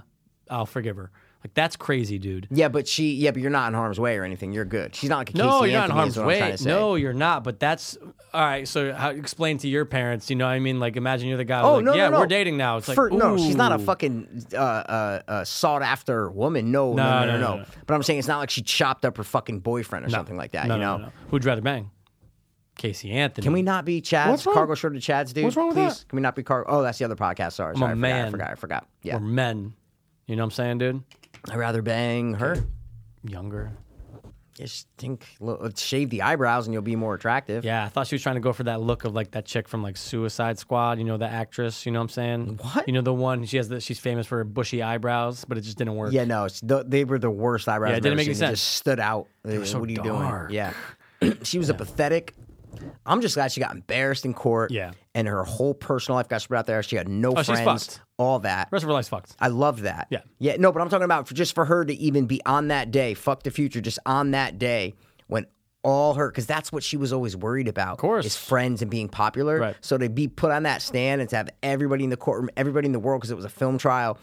Speaker 1: I'll forgive her. Like that's crazy, dude.
Speaker 2: yeah, but she yeah, but you're not in harm's way or anything. You're good. She's not like a
Speaker 1: No,
Speaker 2: Casey
Speaker 1: you're not in
Speaker 2: Anthony is
Speaker 1: harm's
Speaker 2: what I'm trying
Speaker 1: way.
Speaker 2: to say.
Speaker 1: No, you're not. But that's all right. So how, explain to your parents. You know, what I mean, like imagine you're the guy. who's
Speaker 2: Oh
Speaker 1: like,
Speaker 2: no,
Speaker 1: yeah,
Speaker 2: no, no.
Speaker 1: we're dating now. It's like,
Speaker 2: For- no, she's not a
Speaker 1: ooh.
Speaker 2: fucking uh, uh, uh, sought after woman. No, no, no, no, no,
Speaker 1: no, no.
Speaker 2: But I'm saying it's not like she chopped up her fucking boyfriend or something like that.
Speaker 1: No,
Speaker 2: you
Speaker 1: no,
Speaker 2: know?
Speaker 1: no, no. who'd you rather bang? Casey Anthony.
Speaker 2: Can we not be Chad's
Speaker 4: What's wrong-
Speaker 2: cargo short of Chad's dude?
Speaker 4: what's wrong with
Speaker 2: please?
Speaker 4: that?
Speaker 2: Can we not be cargo? Oh, that's the other podcast. Sorry, sorry, I forgot, I
Speaker 1: man.
Speaker 2: forgot. I forgot. Yeah,
Speaker 1: Or men? You know what I'm saying, dude?
Speaker 2: I'd rather bang her.
Speaker 1: Younger.
Speaker 2: Just think, lo- shave the eyebrows, and you'll be more attractive.
Speaker 1: Yeah, I thought she was trying to go for that look of like that chick from like Suicide Squad, you know, the actress, you know what I'm saying?
Speaker 2: What?
Speaker 1: You know the one she has the she's famous for her bushy eyebrows, but it just didn't work.
Speaker 2: Yeah, no, it's the, they were the worst eyebrows.
Speaker 1: Yeah, it
Speaker 2: I've
Speaker 1: didn't
Speaker 2: ever
Speaker 1: make any
Speaker 2: seen. They
Speaker 1: sense.
Speaker 2: Just stood out. Uh,
Speaker 1: so
Speaker 2: what are you
Speaker 1: dark.
Speaker 2: doing? Yeah,
Speaker 1: [CLEARS THROAT]
Speaker 2: she was a pathetic. I'm just glad she got embarrassed in court.
Speaker 1: Yeah. Oh,
Speaker 2: and her whole personal life got spread out there. She had no
Speaker 1: she's
Speaker 2: friends.
Speaker 1: fucked.
Speaker 2: All that.
Speaker 1: rest of her life's fucked.
Speaker 2: I love that.
Speaker 1: Yeah.
Speaker 2: yeah. No, but I'm talking about for, just for her to even be on that day. Fuck the future. Just on that day when all her because that's what she was always worried about. Of
Speaker 1: course.
Speaker 2: is friends and being popular.
Speaker 1: Right.
Speaker 2: So to be put on that stand and to have everybody in the courtroom, everybody in the world, because it was a film trial,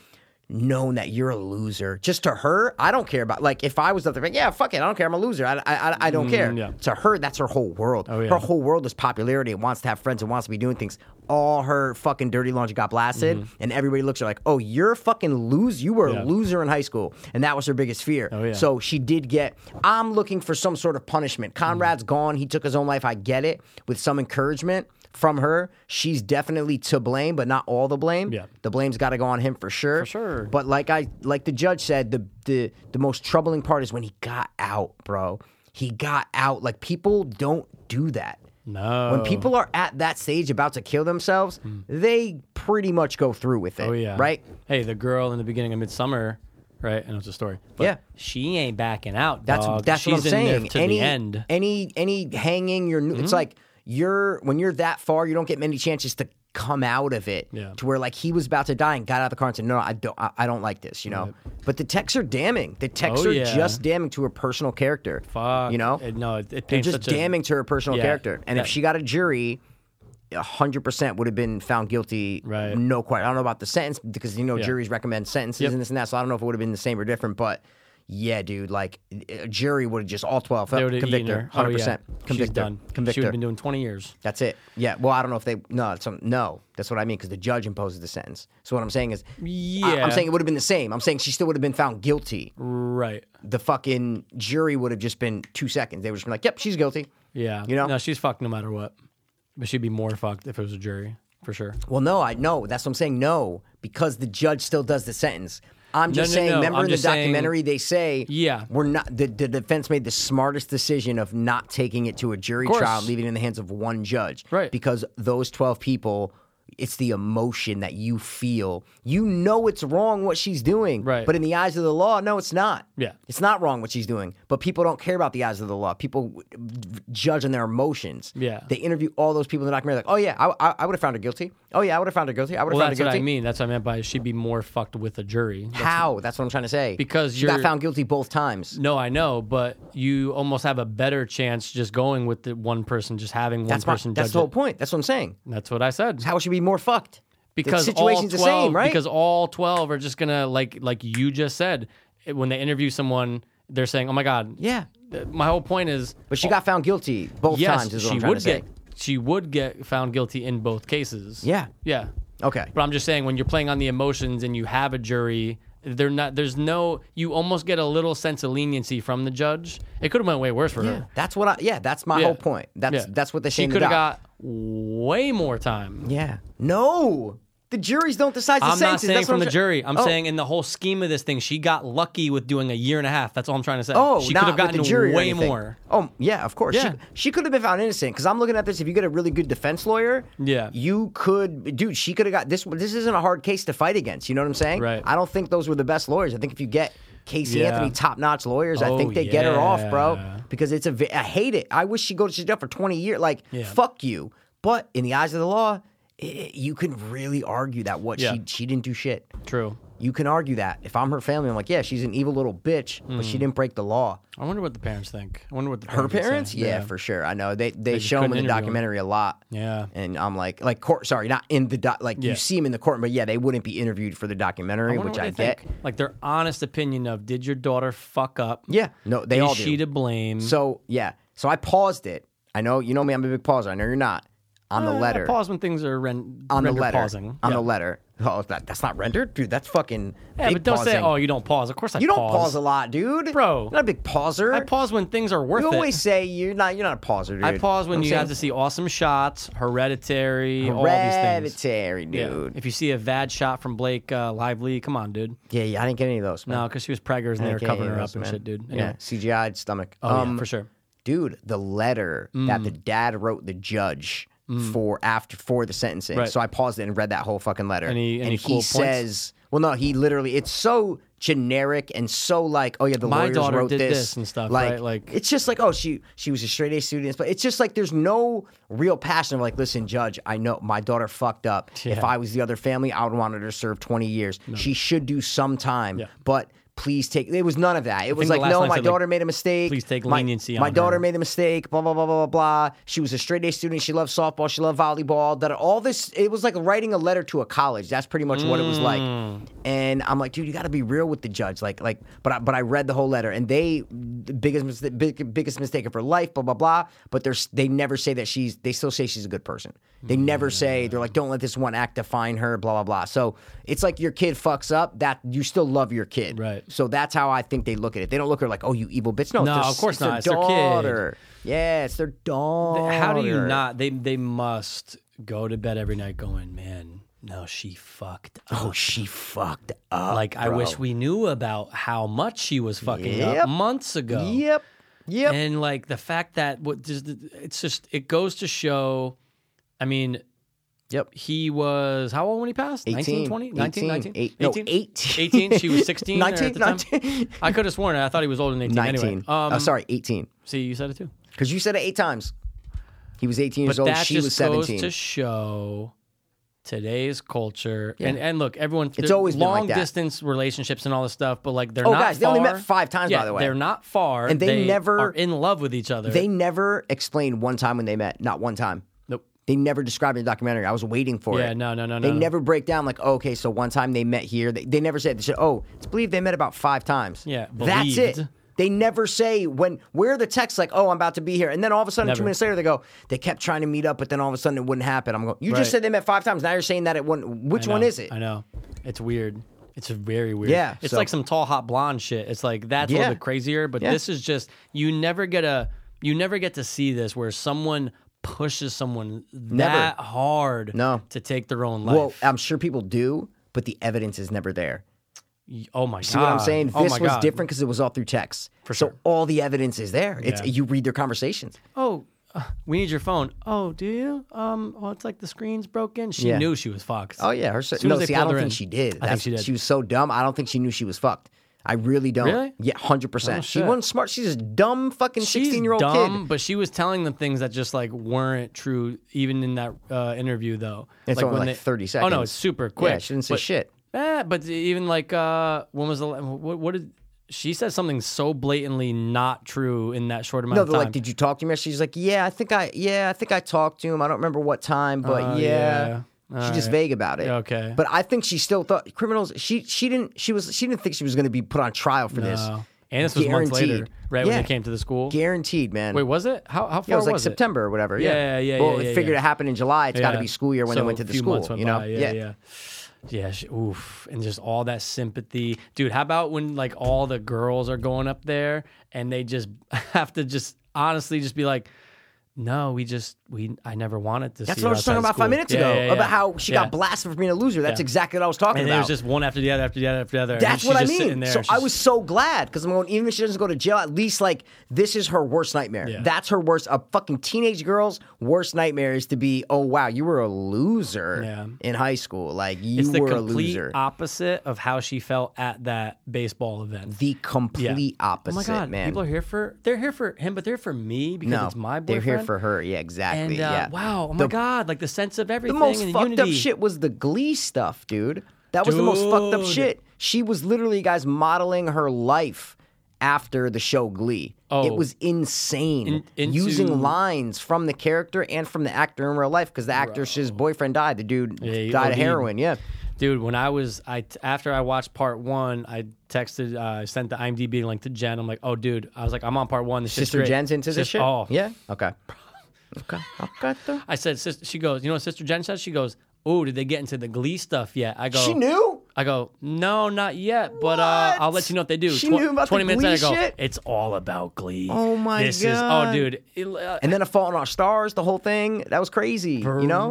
Speaker 2: known that you're a loser. Just to her, I don't care about. Like if I was up there, like, yeah, fuck it, I don't care. I'm a loser. I, I, I- I don't care.
Speaker 1: Mm, yeah. Oh,
Speaker 2: To her, that's her whole world.
Speaker 1: yeah.
Speaker 2: Her whole world is popularity and wants to have friends and wants to be doing things. All her fucking dirty laundry got blasted,
Speaker 1: Mm-hmm.
Speaker 2: and everybody looks at her like, oh, you're a fucking loser. You were a loser in high school, and that was her biggest fear.
Speaker 1: Oh, yeah.
Speaker 2: So she did get. I'm looking for some sort of punishment. Conrad's gone. He took his own life. I get it. With some encouragement from her, she's definitely to blame, but not all the blame.
Speaker 1: Yeah.
Speaker 2: The blame's got to go on him for sure. For
Speaker 1: sure.
Speaker 2: But like I, like the judge said, the the the most troubling part is when he got out, bro. He got out. Like people don't do that.
Speaker 1: No.
Speaker 2: When people are at that stage about to kill themselves, they pretty much go through with it.
Speaker 1: Mm. Oh yeah.
Speaker 2: Right?
Speaker 1: Hey, the girl in the beginning of Midsummer, right? And it's a story. But
Speaker 2: Yeah.
Speaker 1: She ain't backing out.
Speaker 2: That's
Speaker 1: dog.
Speaker 2: that's
Speaker 1: She's
Speaker 2: what I'm
Speaker 1: in there
Speaker 2: saying.
Speaker 1: To
Speaker 2: any
Speaker 1: the end. Mm-hmm.
Speaker 2: any any hanging your it's like you're when you're that far, you don't get many chances to come out of it.
Speaker 1: Yeah.
Speaker 2: To where like he was about to die and got out of the car and said, "No, I don't, I, I don't like this," you know. But the texts are damning. The texts
Speaker 1: Oh,
Speaker 2: are
Speaker 1: yeah.
Speaker 2: just damning to her personal character.
Speaker 1: Fuck.
Speaker 2: you know,
Speaker 1: It- no, it, it
Speaker 2: they're
Speaker 1: paints
Speaker 2: just
Speaker 1: such a-
Speaker 2: damning to her personal
Speaker 1: Yeah.
Speaker 2: character. And if
Speaker 1: That-
Speaker 2: she got a jury. 100% would have been found guilty.
Speaker 1: Right.
Speaker 2: No question. I don't know about the sentence because, you know, juries recommend sentences
Speaker 1: Yep.
Speaker 2: and this and that. So I don't know if it would have been the same or different. But yeah, dude, like a jury would have just all 12
Speaker 1: They would have
Speaker 2: convict
Speaker 1: eaten
Speaker 2: her.
Speaker 1: her.
Speaker 2: 100%.
Speaker 1: Oh, yeah.
Speaker 2: Convict
Speaker 1: She's
Speaker 2: her.
Speaker 1: done.
Speaker 2: Convict
Speaker 1: She would
Speaker 2: her.
Speaker 1: have been doing 20 years.
Speaker 2: That's it. Yeah. Well, I don't know if they. No, it's some, no. That's what I mean because the judge imposes the sentence. So what I'm saying is, I,
Speaker 1: Yeah.
Speaker 2: am saying it would have been the same. I'm saying she still would have been found guilty.
Speaker 1: Right.
Speaker 2: The fucking jury would have just been two seconds. They would just been like, "Yep, she's guilty."
Speaker 1: Yeah.
Speaker 2: You know?
Speaker 1: No, she's fucked no matter what. But she'd be more fucked if it was a jury, for sure.
Speaker 2: Well, no, I no. That's what I'm saying. No, because the judge still does the sentence. I'm just
Speaker 1: no,
Speaker 2: saying.
Speaker 1: no.
Speaker 2: Remember
Speaker 1: I'm
Speaker 2: in the
Speaker 1: just saying-
Speaker 2: documentary, they say,
Speaker 1: Yeah.
Speaker 2: we're not." The, the defense made the smartest decision of not taking it to a jury
Speaker 1: course.
Speaker 2: trial, and leaving it in the hands of one judge,
Speaker 1: Right.
Speaker 2: Because those twelve people, it's the emotion that you feel. You know it's wrong what she's doing,
Speaker 1: Right.
Speaker 2: But in the eyes of the law, no, it's not.
Speaker 1: Yeah.
Speaker 2: it's not wrong what she's doing. But people don't care about the eyes of the law. People w- v- judge on their emotions.
Speaker 1: Yeah.
Speaker 2: They interview all those people in the documentary, like, oh yeah, I, I, I would have found her guilty. Oh yeah, I would have found her guilty. I would have
Speaker 1: Well,
Speaker 2: found
Speaker 1: that's
Speaker 2: her
Speaker 1: what
Speaker 2: guilty.
Speaker 1: I mean. That's what I meant by she'd be more fucked with a jury. That's-
Speaker 2: How? That's what I'm trying to say.
Speaker 1: Because
Speaker 2: she got
Speaker 1: you're-
Speaker 2: found guilty both times.
Speaker 1: No, I know, but you almost have a better chance just going with the one person, just having one
Speaker 2: That's my,
Speaker 1: person
Speaker 2: That's
Speaker 1: judge
Speaker 2: the whole
Speaker 1: it.
Speaker 2: point. That's what I'm saying.
Speaker 1: That's what I said.
Speaker 2: How should be more fucked?
Speaker 1: because
Speaker 2: the situation's
Speaker 1: all 12,
Speaker 2: the same, right?
Speaker 1: Because all twelve are just gonna like like you just said it- when they interview someone, they're saying, "Oh my god,
Speaker 2: yeah,
Speaker 1: th- My whole point is,
Speaker 2: but she got found guilty both
Speaker 1: yes,
Speaker 2: times. Is what
Speaker 1: she
Speaker 2: I'm trying
Speaker 1: would
Speaker 2: to say.
Speaker 1: get she would get found guilty in both cases.
Speaker 2: Yeah.
Speaker 1: yeah.
Speaker 2: Okay.
Speaker 1: But I'm just saying, when you're playing on the emotions and you have a jury, they're not. There's no. You almost get a little sense of leniency from the judge. It could have went way worse for
Speaker 2: Yeah,
Speaker 1: her.
Speaker 2: that's what I. Yeah, that's my
Speaker 1: Yeah.
Speaker 2: whole point. That's
Speaker 1: Yeah.
Speaker 2: that's what they say.
Speaker 1: She
Speaker 2: in the
Speaker 1: could have
Speaker 2: doc.
Speaker 1: got way more time.
Speaker 2: Yeah. No. The juries don't decide the
Speaker 1: I'm not
Speaker 2: sentences.
Speaker 1: saying
Speaker 2: That's what
Speaker 1: from the
Speaker 2: try-
Speaker 1: jury. I'm
Speaker 2: Oh.
Speaker 1: saying in the whole scheme of this thing, she got lucky with doing a year and a half. That's all I'm trying to say.
Speaker 2: Oh,
Speaker 1: she
Speaker 2: not
Speaker 1: could have gotten
Speaker 2: with the jury or
Speaker 1: way
Speaker 2: anything.
Speaker 1: more.
Speaker 2: Oh, yeah, of course.
Speaker 1: Yeah.
Speaker 2: She, she could have been found innocent because I'm looking at this. If you get a really good defense lawyer,
Speaker 1: Yeah.
Speaker 2: you could, dude. She could have got this. This isn't a hard case to fight against. You know what I'm saying?
Speaker 1: Right.
Speaker 2: I don't think those were the best lawyers. I think if you get Casey
Speaker 1: Yeah.
Speaker 2: Anthony top notch lawyers, I
Speaker 1: Oh,
Speaker 2: think they get her off,
Speaker 1: yeah.
Speaker 2: bro. Because it's a. vi- I hate it. I wish she would go to jail for 20 years. Like, fuck you. But in the eyes of the law, i i- you can really argue that what
Speaker 1: Yeah.
Speaker 2: she she didn't do shit.
Speaker 1: True.
Speaker 2: You can argue that. If I'm her family, I'm like, yeah, she's an evil little bitch, but
Speaker 1: Mm.
Speaker 2: she didn't break the law.
Speaker 1: I wonder what the parents think. I wonder what the
Speaker 2: Her
Speaker 1: parents would say.
Speaker 2: parents? Yeah, for sure. I know they they,
Speaker 1: They just
Speaker 2: show him
Speaker 1: couldn't
Speaker 2: in the
Speaker 1: interview him.
Speaker 2: documentary a lot.
Speaker 1: Yeah.
Speaker 2: and I'm like, like court. Sorry, not in the doc. Like
Speaker 1: Yeah.
Speaker 2: you see him in the court, but yeah, they wouldn't be interviewed for the documentary,
Speaker 1: wonder
Speaker 2: which
Speaker 1: what
Speaker 2: I
Speaker 1: they
Speaker 2: get.
Speaker 1: think. Like their honest opinion of did your daughter fuck up?
Speaker 2: Yeah, no, they
Speaker 1: Is
Speaker 2: all do.
Speaker 1: she to blame?
Speaker 2: So yeah, so I paused it. I know you know me. I'm a big pauser. I know you're not on the
Speaker 1: Eh,
Speaker 2: letter.
Speaker 1: Pause when things are ren-
Speaker 2: on the
Speaker 1: rendered
Speaker 2: letter.
Speaker 1: pausing.
Speaker 2: On
Speaker 1: yeah.
Speaker 2: the letter. Oh, that, that's not rendered, dude. That's fucking.
Speaker 1: Yeah,
Speaker 2: big
Speaker 1: but don't say,
Speaker 2: pausing.
Speaker 1: oh, you don't pause. Of course I
Speaker 2: You don't pause a lot, dude.
Speaker 1: Bro.
Speaker 2: You're not a big pauser.
Speaker 1: I pause when things are worth
Speaker 2: You
Speaker 1: it.
Speaker 2: always say you're not. You're not a pauser, dude.
Speaker 1: I pause when
Speaker 2: I'm
Speaker 1: you
Speaker 2: saying
Speaker 1: have to see awesome shots, hereditary, all these things.
Speaker 2: Hereditary,
Speaker 1: Yeah.
Speaker 2: dude.
Speaker 1: If you see a vad shot from Blake uh, Lively, come on, dude.
Speaker 2: Yeah, yeah, I didn't get any of those. Man.
Speaker 1: No, because she was preggers and they
Speaker 2: I
Speaker 1: were
Speaker 2: didn't get
Speaker 1: covering
Speaker 2: any of
Speaker 1: her up
Speaker 2: those,
Speaker 1: and
Speaker 2: man.
Speaker 1: shit, dude.
Speaker 2: Yeah,
Speaker 1: Anyway.
Speaker 2: CGI'd stomach. Um,
Speaker 1: Oh, yeah, for sure.
Speaker 2: dude. The letter that
Speaker 1: Mm.
Speaker 2: the dad wrote the judge for after for the sentencing.
Speaker 1: Right.
Speaker 2: So I paused it and read that whole fucking letter.
Speaker 1: Any-
Speaker 2: and
Speaker 1: any
Speaker 2: he
Speaker 1: cool points?
Speaker 2: says, well, no, he literally. It's so generic and so like, oh yeah, the
Speaker 1: My
Speaker 2: lawyers
Speaker 1: daughter
Speaker 2: wrote
Speaker 1: did
Speaker 2: this.
Speaker 1: this and stuff,
Speaker 2: Like,
Speaker 1: right? Like-
Speaker 2: it's just like, oh, she she was a straight A student, but it's just like there's no real passion. of Like, listen, judge, I know my daughter fucked up. If
Speaker 1: Yeah.
Speaker 2: I was the other family, I would want her to serve 20 years. She should do some time,
Speaker 1: Yeah.
Speaker 2: but. Please take. It was none of that. It was
Speaker 1: think
Speaker 2: like,
Speaker 1: the last
Speaker 2: no,
Speaker 1: line
Speaker 2: my
Speaker 1: said, like,
Speaker 2: daughter made a mistake.
Speaker 1: please take
Speaker 2: My-
Speaker 1: leniency
Speaker 2: My
Speaker 1: on
Speaker 2: daughter
Speaker 1: her.
Speaker 2: made a mistake, blah, blah, blah, blah, blah, blah. She was a straight A student. She loved softball. She loved volleyball. That all this, it was like writing a letter to a college. That's pretty much what it was like.
Speaker 1: Mm.
Speaker 2: And I'm like, dude, you got to be real with the judge. Like, like, but I, but I read the whole letter and they, the biggest, mis- big, biggest mistake of her life, blah, blah, blah. But there's, they never say that she's, they still say she's a good person. They never say, they're like, don't let this one act define her, blah, blah, blah. So it's like your kid fucks up that you still love your kid.
Speaker 1: Right.
Speaker 2: So that's how I think they look at it. They don't look at her like, oh, you evil bitch. No,
Speaker 1: No,
Speaker 2: it's their-
Speaker 1: of course not. It's
Speaker 2: Their
Speaker 1: their kid.
Speaker 2: daughter. Yeah, it's their daughter.
Speaker 1: How do you not? They they must go to bed every night going, man. No, she fucked up.
Speaker 2: Oh, she fucked up.
Speaker 1: like I wish we knew about how much she was fucking
Speaker 2: Yep.
Speaker 1: up months ago.
Speaker 2: Yep. Yep.
Speaker 1: And like the fact that what just it's just it goes to show. I mean,
Speaker 2: Yep.
Speaker 1: he was how old when he passed? 19,
Speaker 2: 18,
Speaker 1: 20, 19,
Speaker 2: 18,
Speaker 1: 19,
Speaker 2: eight- no, 18.
Speaker 1: 18. She was 16.
Speaker 2: [LAUGHS]
Speaker 1: 19,
Speaker 2: 19, 19.
Speaker 1: I could have sworn it. I thought he was older than 18.
Speaker 2: 19.
Speaker 1: Anyway, um,
Speaker 2: oh, sorry, 18.
Speaker 1: See, you said it too.
Speaker 2: Because you said it eight times. He was 18 years
Speaker 1: but
Speaker 2: old.
Speaker 1: that
Speaker 2: She
Speaker 1: just
Speaker 2: was
Speaker 1: goes
Speaker 2: 17.
Speaker 1: to show today's culture. And and look, everyone.
Speaker 2: It's
Speaker 1: they're
Speaker 2: always been
Speaker 1: long
Speaker 2: like that.
Speaker 1: distance relationships and all this stuff, but like they're
Speaker 2: Oh,
Speaker 1: not.
Speaker 2: guys, they only met
Speaker 1: far.
Speaker 2: five times, by
Speaker 1: Yeah,
Speaker 2: the way.
Speaker 1: They're not far,
Speaker 2: And they never-
Speaker 1: are in love with each other.
Speaker 2: they never explained one time when they met. Not one time.
Speaker 1: Nope.
Speaker 2: They never described it in the documentary. I was waiting for it.
Speaker 1: Yeah, no, no, no, no.
Speaker 2: They
Speaker 1: no.
Speaker 2: never break down like, oh, okay, so one time they met here. They, they never said they said, oh, it's believed they met about five times.
Speaker 1: Yeah,
Speaker 2: that's it.
Speaker 1: believed.
Speaker 2: They never say when where the text like, oh, I'm about to be here, and then all of a sudden, two
Speaker 1: Never.
Speaker 2: minutes later, they go, they kept trying to meet up, but then all of a sudden it wouldn't happen. I'm going, you
Speaker 1: Right.
Speaker 2: just said they met five times. Now you're saying that it wouldn't. Which
Speaker 1: I know,
Speaker 2: one is it?
Speaker 1: I know. It's weird. It's very weird.
Speaker 2: Yeah,
Speaker 1: It's
Speaker 2: so-
Speaker 1: like some tall hot blonde shit. It's like that's a
Speaker 2: Yeah.
Speaker 1: little bit crazier, but
Speaker 2: Yeah.
Speaker 1: this is just you never get a you never get to see this where someone pushes someone that hard
Speaker 2: No.
Speaker 1: to take their own life.
Speaker 2: Well, uh, I'm sure people do, but the evidence is never there.
Speaker 1: Y- oh my god.
Speaker 2: See what I'm saying?
Speaker 1: Oh
Speaker 2: This
Speaker 1: my
Speaker 2: was
Speaker 1: God.
Speaker 2: different because it was all through text. For so
Speaker 1: sure.
Speaker 2: all the evidence is there. It's
Speaker 1: Yeah.
Speaker 2: you read their conversations.
Speaker 1: Oh, uh, we need your phone. Oh, do you? Um, oh, it's like the screen's broken. She
Speaker 2: Yeah.
Speaker 1: knew she was fucked.
Speaker 2: Oh yeah, her. si-
Speaker 1: soon
Speaker 2: No,
Speaker 1: as they
Speaker 2: see, I
Speaker 1: pulled
Speaker 2: don't
Speaker 1: her
Speaker 2: think
Speaker 1: in.
Speaker 2: she did.
Speaker 1: I think
Speaker 2: That's-
Speaker 1: she did.
Speaker 2: was so dumb. I don't think she knew she was fucked. I really don't.
Speaker 1: Really? Oh,
Speaker 2: Yeah, hundred percent. She
Speaker 1: shit.
Speaker 2: wasn't smart. She's a dumb fucking
Speaker 1: She's
Speaker 2: sixteen-year-old
Speaker 1: dumb,
Speaker 2: kid.
Speaker 1: But she was telling them things that just like weren't true, even in that uh, interview though.
Speaker 2: It's only, like,
Speaker 1: Oh
Speaker 2: 30
Speaker 1: no,
Speaker 2: seconds.
Speaker 1: it's super quick.
Speaker 2: Yeah, she didn't say
Speaker 1: but,
Speaker 2: shit.
Speaker 1: Eh, but even like uh, when was the la- what, what did she said something so blatantly not true in that short amount
Speaker 2: No,
Speaker 1: of
Speaker 2: they're
Speaker 1: time?
Speaker 2: like, "Did you talk to him?" yesterday?" She's like, "Yeah, I think I, yeah, I think I talked to him. I don't remember what time, but
Speaker 1: Oh,
Speaker 2: yeah."
Speaker 1: yeah.
Speaker 2: She's
Speaker 1: All
Speaker 2: just
Speaker 1: right.
Speaker 2: vague about it.
Speaker 1: Okay.
Speaker 2: but I think she still thought criminals. She she didn't she was she didn't think she was going to be put on trial for this.
Speaker 1: No. Uh, and this was months later,
Speaker 2: Guaranteed.
Speaker 1: right when
Speaker 2: Yeah.
Speaker 1: they came to the school.
Speaker 2: Guaranteed, man.
Speaker 1: Wait, was it? How how far
Speaker 2: Yeah, it was like
Speaker 1: was
Speaker 2: September or whatever. Yeah,
Speaker 1: Yeah, yeah, yeah,
Speaker 2: Well,
Speaker 1: yeah,
Speaker 2: it
Speaker 1: yeah,
Speaker 2: figured
Speaker 1: yeah.
Speaker 2: it happened in July. It's got to be school year when
Speaker 1: So
Speaker 2: they went to the
Speaker 1: few
Speaker 2: school.
Speaker 1: months went
Speaker 2: you know,
Speaker 1: by. yeah, yeah. Yeah, sh oof, and just all that sympathy, dude. How about when like all the girls are going up there and they just [LAUGHS] have to just honestly just be like, no, we just we I never wanted to.
Speaker 2: That's
Speaker 1: see
Speaker 2: what I
Speaker 1: her
Speaker 2: was talking
Speaker 1: outside
Speaker 2: about five
Speaker 1: school."
Speaker 2: minutes
Speaker 1: Yeah,
Speaker 2: ago
Speaker 1: yeah, yeah.
Speaker 2: about how she
Speaker 1: Yeah.
Speaker 2: got blasted for being a loser. That's
Speaker 1: Yeah.
Speaker 2: exactly what I was talking
Speaker 1: And it
Speaker 2: about.
Speaker 1: was just one after the other, after the other, after the other. and
Speaker 2: That's
Speaker 1: she's
Speaker 2: what I
Speaker 1: just sitting
Speaker 2: mean.
Speaker 1: There,
Speaker 2: so I
Speaker 1: she's-
Speaker 2: was so glad because I'm going. Even if she doesn't go to jail, at least like this is her worst nightmare.
Speaker 1: Yeah.
Speaker 2: That's her worst. A fucking teenage girl's worst nightmare is to be. Oh wow, you were a loser
Speaker 1: Yeah.
Speaker 2: in high school. Like you
Speaker 1: It's the
Speaker 2: were a
Speaker 1: complete
Speaker 2: loser.
Speaker 1: opposite of how she felt at that baseball event.
Speaker 2: the
Speaker 1: Yeah.
Speaker 2: complete opposite.
Speaker 1: Oh my god,
Speaker 2: man.
Speaker 1: people are here for they're here for him, but they're for me because
Speaker 2: no,
Speaker 1: it's my
Speaker 2: they're
Speaker 1: boyfriend.
Speaker 2: here for her. Yeah, exactly.
Speaker 1: And uh,
Speaker 2: yeah.
Speaker 1: wow, oh my
Speaker 2: The-
Speaker 1: god, like the sense of
Speaker 2: The
Speaker 1: everything
Speaker 2: most
Speaker 1: and
Speaker 2: fucked
Speaker 1: unity.
Speaker 2: up shit was the Glee stuff, dude. That was the most fucked up
Speaker 1: Dude.
Speaker 2: shit. She was literally, guys, modeling her life after the show Glee. It
Speaker 1: Oh.
Speaker 2: was insane.
Speaker 1: In- into-
Speaker 2: Using lines from the character and from the actor in real life because the actor's his boyfriend died. The dude
Speaker 1: he
Speaker 2: died of
Speaker 1: OD'd.
Speaker 2: heroin. Yeah.
Speaker 1: Dude, when I was I after I watched part one, I texted, uh, I sent the IMDb link to Jen. I'm like, oh, dude, I was like, I'm on part one. This shit's
Speaker 2: Sister
Speaker 1: great.
Speaker 2: Jen's into this
Speaker 1: Sis-
Speaker 2: shit?
Speaker 1: Oh,
Speaker 2: Yeah. Okay. Okay. Okay. though.
Speaker 1: I said, sis, she goes, you know what Sister Jen says? She goes, oh, did they get into the Glee stuff yet? I go,
Speaker 2: She knew?
Speaker 1: I go, no, not yet, but uh,
Speaker 2: What?
Speaker 1: I'll let you know if they do.
Speaker 2: She knew about the
Speaker 1: minutes
Speaker 2: Glee
Speaker 1: later, I go,
Speaker 2: shit?
Speaker 1: it's all about Glee.
Speaker 2: Oh my
Speaker 1: this
Speaker 2: God.
Speaker 1: This is, oh, dude. It, uh,
Speaker 2: And then a fall on our stars, the whole thing. That was crazy. You know?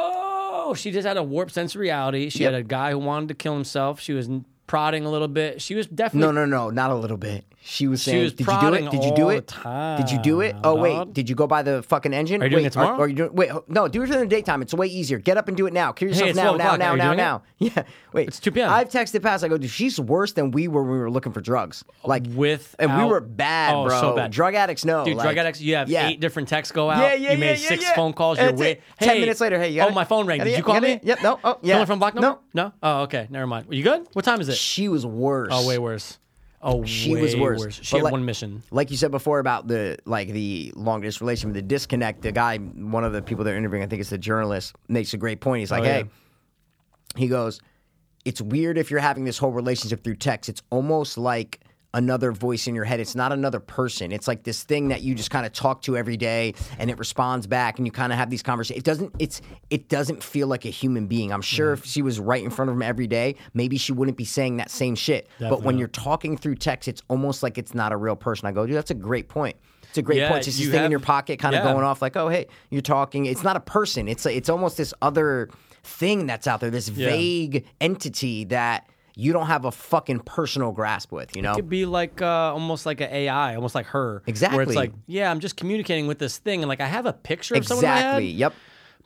Speaker 1: Bro, she just had a warped sense of reality. She
Speaker 2: Yep.
Speaker 1: had a guy who wanted to kill himself. She was prodding a little bit. She was definitely
Speaker 2: No, no, no, not a little bit. She was
Speaker 1: She
Speaker 2: saying,
Speaker 1: was
Speaker 2: "Did you do
Speaker 1: prodding
Speaker 2: it? Did you do
Speaker 1: all
Speaker 2: it?
Speaker 1: the
Speaker 2: Did you do it?
Speaker 1: time,
Speaker 2: Oh wait,
Speaker 1: dog.
Speaker 2: did you go by the fucking engine?
Speaker 1: Are you doing
Speaker 2: Wait,
Speaker 1: it tomorrow?
Speaker 2: Are, are you doing? Wait, ho- no, do it in the daytime. It's way easier. Get up and do it now. Kill yourself
Speaker 1: it's
Speaker 2: now,
Speaker 1: 12
Speaker 2: now,
Speaker 1: o'clock.
Speaker 2: now,
Speaker 1: Are you
Speaker 2: now,
Speaker 1: doing it?
Speaker 2: now. [LAUGHS] Yeah, wait.
Speaker 1: It's 2 p.m..
Speaker 2: I've texted past. I go, dude, she's worse than we were when we were looking for drugs. Like
Speaker 1: with
Speaker 2: and we were bad,
Speaker 1: oh,
Speaker 2: bro.
Speaker 1: So bad.
Speaker 2: Drug addicts know.
Speaker 1: Dude,
Speaker 2: like-
Speaker 1: drug addicts. You have
Speaker 2: yeah.
Speaker 1: eight different texts go out.
Speaker 2: Yeah, yeah,
Speaker 1: You made
Speaker 2: yeah, yeah,
Speaker 1: six
Speaker 2: yeah.
Speaker 1: phone calls. You're
Speaker 2: That's
Speaker 1: wait.
Speaker 2: it. Ten minutes later, hey, you got
Speaker 1: oh,
Speaker 2: it?
Speaker 1: my phone rang.
Speaker 2: Got
Speaker 1: Did
Speaker 2: it?
Speaker 1: you call
Speaker 2: Got
Speaker 1: me?
Speaker 2: it? Yep, no, oh, yeah.
Speaker 1: Someone from Black Number?
Speaker 2: No.
Speaker 1: No. Oh, okay. Never mind. You good? What time is it?
Speaker 2: She was worse.
Speaker 1: Oh, way worse. Oh,
Speaker 2: She
Speaker 1: way
Speaker 2: was worse.
Speaker 1: She
Speaker 2: But
Speaker 1: had
Speaker 2: like-
Speaker 1: one mission.
Speaker 2: like you said before about the like the longest relationship, the disconnect. The guy, one of the people they're interviewing, I think it's the journalist, makes a great point. He's like,
Speaker 1: Oh, yeah.
Speaker 2: "Hey," he goes, "It's weird if you're having this whole relationship through text. It's almost like." Another voice in your head. It's not another person. It's like this thing that you just kind of talk to every day, and it responds back, and you kind of have these conversations. It doesn't. It's. It doesn't feel like a human being. I'm sure
Speaker 1: Mm-hmm.
Speaker 2: if she was right in front of him every day, maybe she wouldn't be saying that same shit. But when
Speaker 1: Definitely.
Speaker 2: you're talking through text, it's almost like it's not a real person. I go, dude, that's a great point. It's a great
Speaker 1: Yeah,
Speaker 2: point. It's just this
Speaker 1: you
Speaker 2: thing in
Speaker 1: have-
Speaker 2: your pocket, kind of
Speaker 1: yeah.
Speaker 2: going off like, oh, hey, you're talking. It's not a person. It's it's almost this other thing that's out there, this vague entity that you don't have a fucking personal grasp with, you know?
Speaker 1: It could be like uh, almost like an AI, almost like her. Where
Speaker 2: Exactly.
Speaker 1: it's like, yeah, I'm just communicating with this thing, and like I have a picture of someone in my head,
Speaker 2: Exactly. Yep.